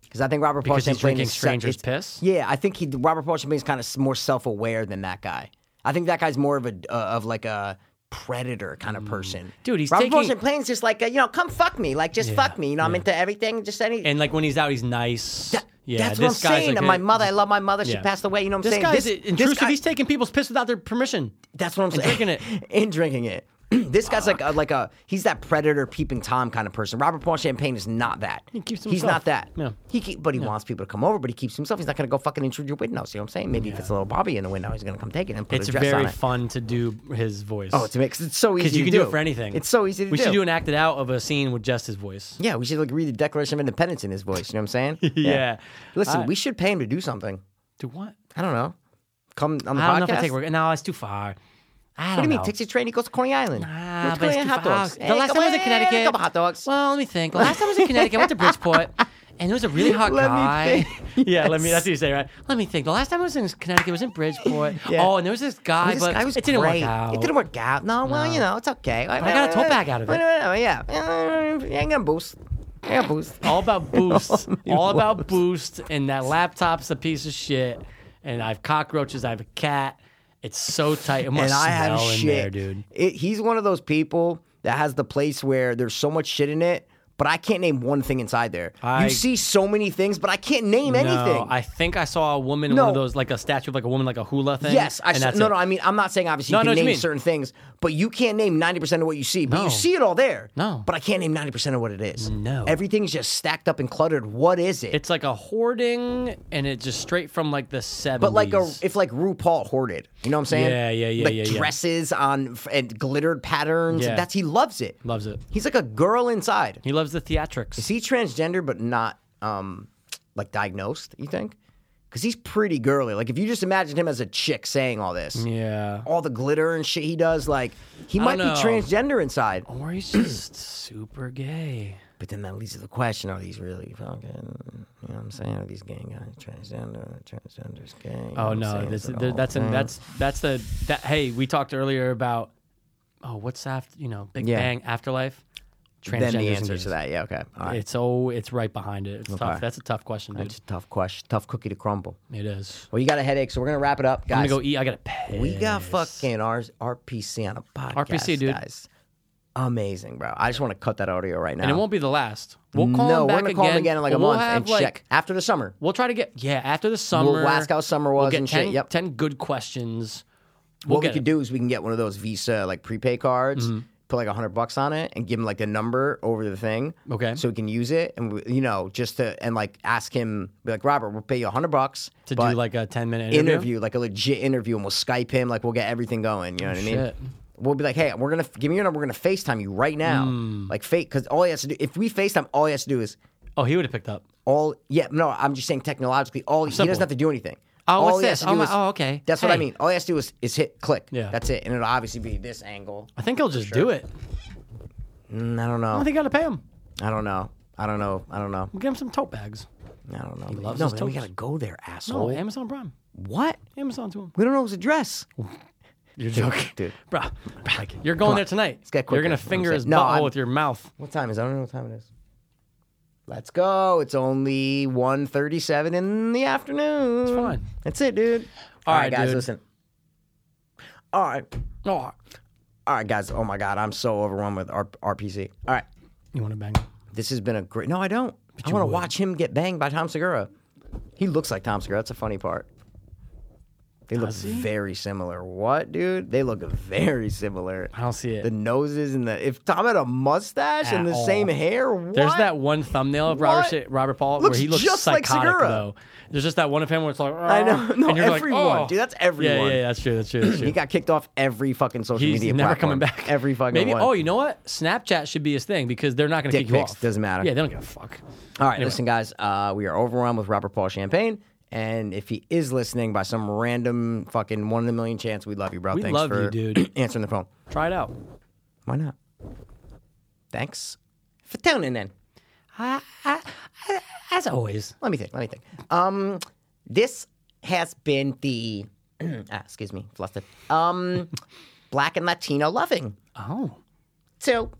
Speaker 2: Because I think Robert Paul
Speaker 1: Because he's
Speaker 2: Champlain
Speaker 1: drinking
Speaker 2: is se-
Speaker 1: strangers'
Speaker 2: it's-
Speaker 1: piss?
Speaker 2: Yeah, I think he Robert Paul Champlain is kind of more self aware than that guy. I think that guy's more of a uh, of like a predator kind of person.
Speaker 1: Mm. Dude, he's
Speaker 2: Robert Paul
Speaker 1: taking-
Speaker 2: Champlain's just like a, you know, come fuck me, like just fuck me. You know, I'm into everything, just any.
Speaker 1: and like when he's out, he's nice.
Speaker 2: That-
Speaker 1: yeah,
Speaker 2: that's
Speaker 1: this
Speaker 2: what I'm
Speaker 1: guy's
Speaker 2: saying.
Speaker 1: like
Speaker 2: my
Speaker 1: a-
Speaker 2: mother, I love my mother. She
Speaker 1: Yeah.
Speaker 2: passed away. You know what I'm
Speaker 1: This
Speaker 2: saying?
Speaker 1: guy's
Speaker 2: this, this
Speaker 1: intrusive.
Speaker 2: guy-
Speaker 1: he's taking people's piss without their permission.
Speaker 2: That's what I'm
Speaker 1: And
Speaker 2: saying.
Speaker 1: drinking it.
Speaker 2: [LAUGHS] and drinking it. [CLEARS THROAT] this guy's like a, like a he's that predator peeping tom kind of person. Robert Paul Champagne is not that. He
Speaker 1: keeps
Speaker 2: He's
Speaker 1: himself.
Speaker 2: not that.
Speaker 1: Yeah.
Speaker 2: He keep, but he wants people to come over, but he keeps himself. He's not going to go fucking intrude your windows. You know what I'm saying? Maybe if it's a little Bobby in the window, he's going to come take it and put
Speaker 1: It's
Speaker 2: a dress on
Speaker 1: very
Speaker 2: it.
Speaker 1: fun to do his voice.
Speaker 2: oh, it's because it's so easy.
Speaker 1: because you
Speaker 2: to
Speaker 1: can do. it for anything.
Speaker 2: It's so easy to
Speaker 1: we
Speaker 2: do.
Speaker 1: should do an acted out of a scene with just his voice.
Speaker 2: yeah, we should like read the Declaration of Independence in his voice. You know what I'm
Speaker 1: [LAUGHS]
Speaker 2: saying?
Speaker 1: Yeah.
Speaker 2: Listen,
Speaker 1: I-
Speaker 2: we should pay him to do something.
Speaker 1: Do what?
Speaker 2: I don't know. Come on the
Speaker 1: I don't know
Speaker 2: podcast.
Speaker 1: if I take work. No, it's too far. I
Speaker 2: What do
Speaker 1: don't
Speaker 2: you mean?
Speaker 1: know.
Speaker 2: Takes a train, he goes to Coney Island.
Speaker 1: Ah,
Speaker 2: What's
Speaker 1: but it's
Speaker 2: Coney
Speaker 1: too
Speaker 2: hot
Speaker 1: far.
Speaker 2: dogs?
Speaker 1: The
Speaker 2: Hey,
Speaker 1: last
Speaker 2: come
Speaker 1: time I was in
Speaker 2: here,
Speaker 1: Connecticut.
Speaker 2: couple hot dogs.
Speaker 1: Well, let me think. The last time I was in Connecticut, I
Speaker 2: [LAUGHS]
Speaker 1: went to Bridgeport, and it was a really hot
Speaker 2: Let me
Speaker 1: guy.
Speaker 2: think.
Speaker 1: [LAUGHS] Yeah, let me. That's what you say, right? Let me think. The last time I was in Connecticut was in Bridgeport.
Speaker 2: Yeah.
Speaker 1: Oh, and there was this guy,
Speaker 2: This
Speaker 1: but
Speaker 2: guy was
Speaker 1: it didn't
Speaker 2: great.
Speaker 1: work out.
Speaker 2: It didn't work out. No, well, you know, it's okay.
Speaker 1: I got a tote bag out of it.
Speaker 2: Yeah, I ain't gonna boost. I ain't gonna boost.
Speaker 1: All
Speaker 2: [LAUGHS]
Speaker 1: about boost. all about boost. And that laptop's a piece of shit. And I have cockroaches. I have a cat. It's so tight. It must
Speaker 2: And I have
Speaker 1: smell in
Speaker 2: shit,
Speaker 1: there, dude.
Speaker 2: It, he's one of those people that has the place where there's so much shit in it, but I can't name one thing inside there.
Speaker 1: I-
Speaker 2: you see so many things, but I can't name anything.
Speaker 1: No, I think I saw a woman in
Speaker 2: No.
Speaker 1: one of those, like a statue of like a woman, like a hula thing.
Speaker 2: Yes, I
Speaker 1: and
Speaker 2: saw,
Speaker 1: that's
Speaker 2: no,
Speaker 1: it.
Speaker 2: no. I mean, I'm not saying obviously
Speaker 1: No, I
Speaker 2: you
Speaker 1: know
Speaker 2: can
Speaker 1: what you
Speaker 2: name
Speaker 1: mean.
Speaker 2: certain things, but you can't name 90 percent of what you see. But
Speaker 1: No.
Speaker 2: you see it all there.
Speaker 1: No.
Speaker 2: but I can't name 90 percent of what it is.
Speaker 1: No.
Speaker 2: everything's just stacked up and cluttered. What is it?
Speaker 1: It's like a hoarding, and it just straight from like the 70s.
Speaker 2: But like a, if like RuPaul hoarded, you know what I'm saying?
Speaker 1: Yeah, yeah, yeah,
Speaker 2: Like
Speaker 1: yeah, yeah.
Speaker 2: dresses on f- and glittered patterns.
Speaker 1: Yeah.
Speaker 2: That's he loves it.
Speaker 1: Loves it.
Speaker 2: He's like a girl inside.
Speaker 1: He loves the theatrics.
Speaker 2: Is he transgender but not um like diagnosed? You think? Because he's pretty girly. Like if you just imagine him as a chick saying all this,
Speaker 1: yeah.
Speaker 2: all the glitter and shit he does, like he might be
Speaker 1: know.
Speaker 2: transgender inside.
Speaker 1: Or he's just super gay.
Speaker 2: But then that leads to the question: Are these really fucking? You know what I'm saying? Are these gay guys transgender? Transgender's gay? You know what
Speaker 1: Oh
Speaker 2: I'm
Speaker 1: no,
Speaker 2: saying?
Speaker 1: that's
Speaker 2: Is it a
Speaker 1: there-
Speaker 2: whole
Speaker 1: that's an,
Speaker 2: thing?
Speaker 1: that's that's the that. Hey, we talked earlier about oh, what's after you know Big
Speaker 2: Yeah.
Speaker 1: Bang Afterlife.
Speaker 2: then the
Speaker 1: Transgenders and
Speaker 2: answer
Speaker 1: gays.
Speaker 2: to that. Yeah, okay. All right.
Speaker 1: It's oh, it's right behind it. It's tough.
Speaker 2: Okay.
Speaker 1: That's a tough question, dude.
Speaker 2: It's a tough question, tough cookie to crumble.
Speaker 1: it is.
Speaker 2: Well, you got a headache, so we're gonna wrap it up,
Speaker 1: I'm
Speaker 2: guys.
Speaker 1: gonna go eat. I gotta pay.
Speaker 2: we got fucking our RPC on a podcast,
Speaker 1: RPC, dude.
Speaker 2: guys. Amazing, bro. I just want to cut that audio right now.
Speaker 1: and it won't be the last. We'll call
Speaker 2: no,
Speaker 1: him back
Speaker 2: we're gonna call him again in like a
Speaker 1: We'll
Speaker 2: month
Speaker 1: have,
Speaker 2: and
Speaker 1: like-
Speaker 2: check after the summer.
Speaker 1: We'll try to get yeah after the summer.
Speaker 2: We'll ask how summer
Speaker 1: we'll
Speaker 2: was
Speaker 1: get
Speaker 2: and
Speaker 1: 10,
Speaker 2: shit. Yep.
Speaker 1: ten good questions.
Speaker 2: what we
Speaker 1: get
Speaker 2: could
Speaker 1: it. Mm-hmm.
Speaker 2: do is we can get one of those Visa like prepaid cards, put like a hundred bucks on it, and give him like the number over the thing.
Speaker 1: Okay.
Speaker 2: so we can use it, and we, you know, just to and like ask him, be like Robert, we'll pay you a hundred bucks
Speaker 1: to do
Speaker 2: but
Speaker 1: like a ten minute
Speaker 2: interview?
Speaker 1: interview.
Speaker 2: like a legit interview, and we'll Skype him. Like we'll get everything going. You know what I mean?
Speaker 1: shit.
Speaker 2: We'll be like, hey, we're gonna give me your number. We're gonna Facetime you right now.
Speaker 1: Hmm.
Speaker 2: Like fake, because all he has to do if we Facetime, all he has to do is
Speaker 1: Oh, he would have picked up.
Speaker 2: all. Yeah, no, I'm just saying technologically, all he
Speaker 1: Simple.
Speaker 2: doesn't have to do anything.
Speaker 1: Oh,
Speaker 2: all
Speaker 1: what's
Speaker 2: he
Speaker 1: this?
Speaker 2: has to do
Speaker 1: Oh, my-
Speaker 2: is-
Speaker 1: oh, okay.
Speaker 2: That's what I
Speaker 1: Hey.
Speaker 2: mean. All he has to do is, is hit click.
Speaker 1: Yeah.
Speaker 2: that's it, and it'll obviously be this angle.
Speaker 1: I think he'll just do it.
Speaker 2: Mm, I don't know.
Speaker 1: I think I gotta pay him.
Speaker 2: I don't know. I don't know. I don't know.
Speaker 1: We'll get him some tote bags.
Speaker 2: I don't know.
Speaker 1: loves
Speaker 2: no,
Speaker 1: his
Speaker 2: man, we
Speaker 1: toes.
Speaker 2: gotta go there,
Speaker 1: No,
Speaker 2: asshole.
Speaker 1: Amazon Prime.
Speaker 2: what?
Speaker 1: Amazon to him.
Speaker 2: We don't know his address.
Speaker 1: You're joking,
Speaker 2: dude.
Speaker 1: Bro, you're going there tonight.
Speaker 2: get quicker,
Speaker 1: You're gonna
Speaker 2: is what I'm
Speaker 1: finger
Speaker 2: saying.
Speaker 1: his
Speaker 2: No,
Speaker 1: butthole
Speaker 2: I'm-
Speaker 1: with your mouth.
Speaker 2: What time is? it? I don't know what time it is. Let's go. It's only 1.37 in the afternoon. It's
Speaker 1: fine.
Speaker 2: That's it, dude.
Speaker 1: All
Speaker 2: All right,
Speaker 1: right,
Speaker 2: guys,
Speaker 1: dude.
Speaker 2: listen. All right.
Speaker 1: Oh,
Speaker 2: All right, guys. Oh my god, I'm so overwhelmed with R- RPC. All right.
Speaker 1: you want to bang?
Speaker 2: This has been a great No, I don't. I want to watch him get banged by Tom Segura. He looks like Tom Segura. That's a funny part. They look very similar. What, dude? They look very similar.
Speaker 1: I don't see it.
Speaker 2: The noses and the if Tom had a mustache and
Speaker 1: At
Speaker 2: the
Speaker 1: all.
Speaker 2: same hair, what?
Speaker 1: There's that one thumbnail of Robert,
Speaker 2: What?
Speaker 1: Sa- Robert Paul
Speaker 2: Looks
Speaker 1: where he looks
Speaker 2: just like
Speaker 1: psychotic
Speaker 2: Segura.
Speaker 1: though. There's just that one of him where it's like,
Speaker 2: I know.
Speaker 1: "Argh,"
Speaker 2: No,
Speaker 1: and you're like,
Speaker 2: everyone,
Speaker 1: "Oh."
Speaker 2: dude. That's
Speaker 1: yeah,
Speaker 2: everyone.
Speaker 1: yeah, that's true, that's true, that's true.
Speaker 2: He got kicked off every fucking social
Speaker 1: He's
Speaker 2: media.
Speaker 1: never coming
Speaker 2: platform.
Speaker 1: back.
Speaker 2: Every fucking
Speaker 1: Maybe.
Speaker 2: one.
Speaker 1: Oh, you know what? Snapchat should be his thing because they're not going to
Speaker 2: Dick
Speaker 1: kick you
Speaker 2: pics,
Speaker 1: off.
Speaker 2: doesn't matter.
Speaker 1: Yeah, they don't give a fuck.
Speaker 2: All right, listen, guys. Uh, we are overwhelmed with Robert Paul Champagne, and if he is listening by some random fucking one in a million chance, we love you, bro.
Speaker 1: We
Speaker 2: Thanks
Speaker 1: love
Speaker 2: for
Speaker 1: you, dude.
Speaker 2: [CLEARS THROAT] answering the phone.
Speaker 1: Try it out.
Speaker 2: Why not? Thanks for tuning in.
Speaker 1: As always.
Speaker 2: Let me think. Let me think. Um, this has been the [CLEARS THROAT] ah, excuse me, flustered. Um, [LAUGHS] black and Latino loving.
Speaker 1: Oh.
Speaker 2: So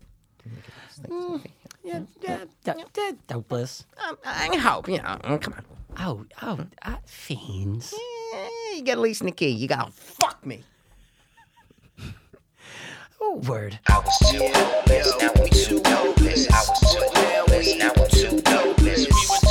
Speaker 2: mm,
Speaker 1: Yeah, yeah, yeah, yeah, Douglas.
Speaker 2: um, I hope you know. Come on,
Speaker 1: Oh, oh, uh, fiends.
Speaker 2: Eh, you got at least in the key. You got to fuck me.
Speaker 1: Oh, word.
Speaker 7: I was too hopeless, now I'm too hopeless. I was too hopeless, now I'm too hopeless. We were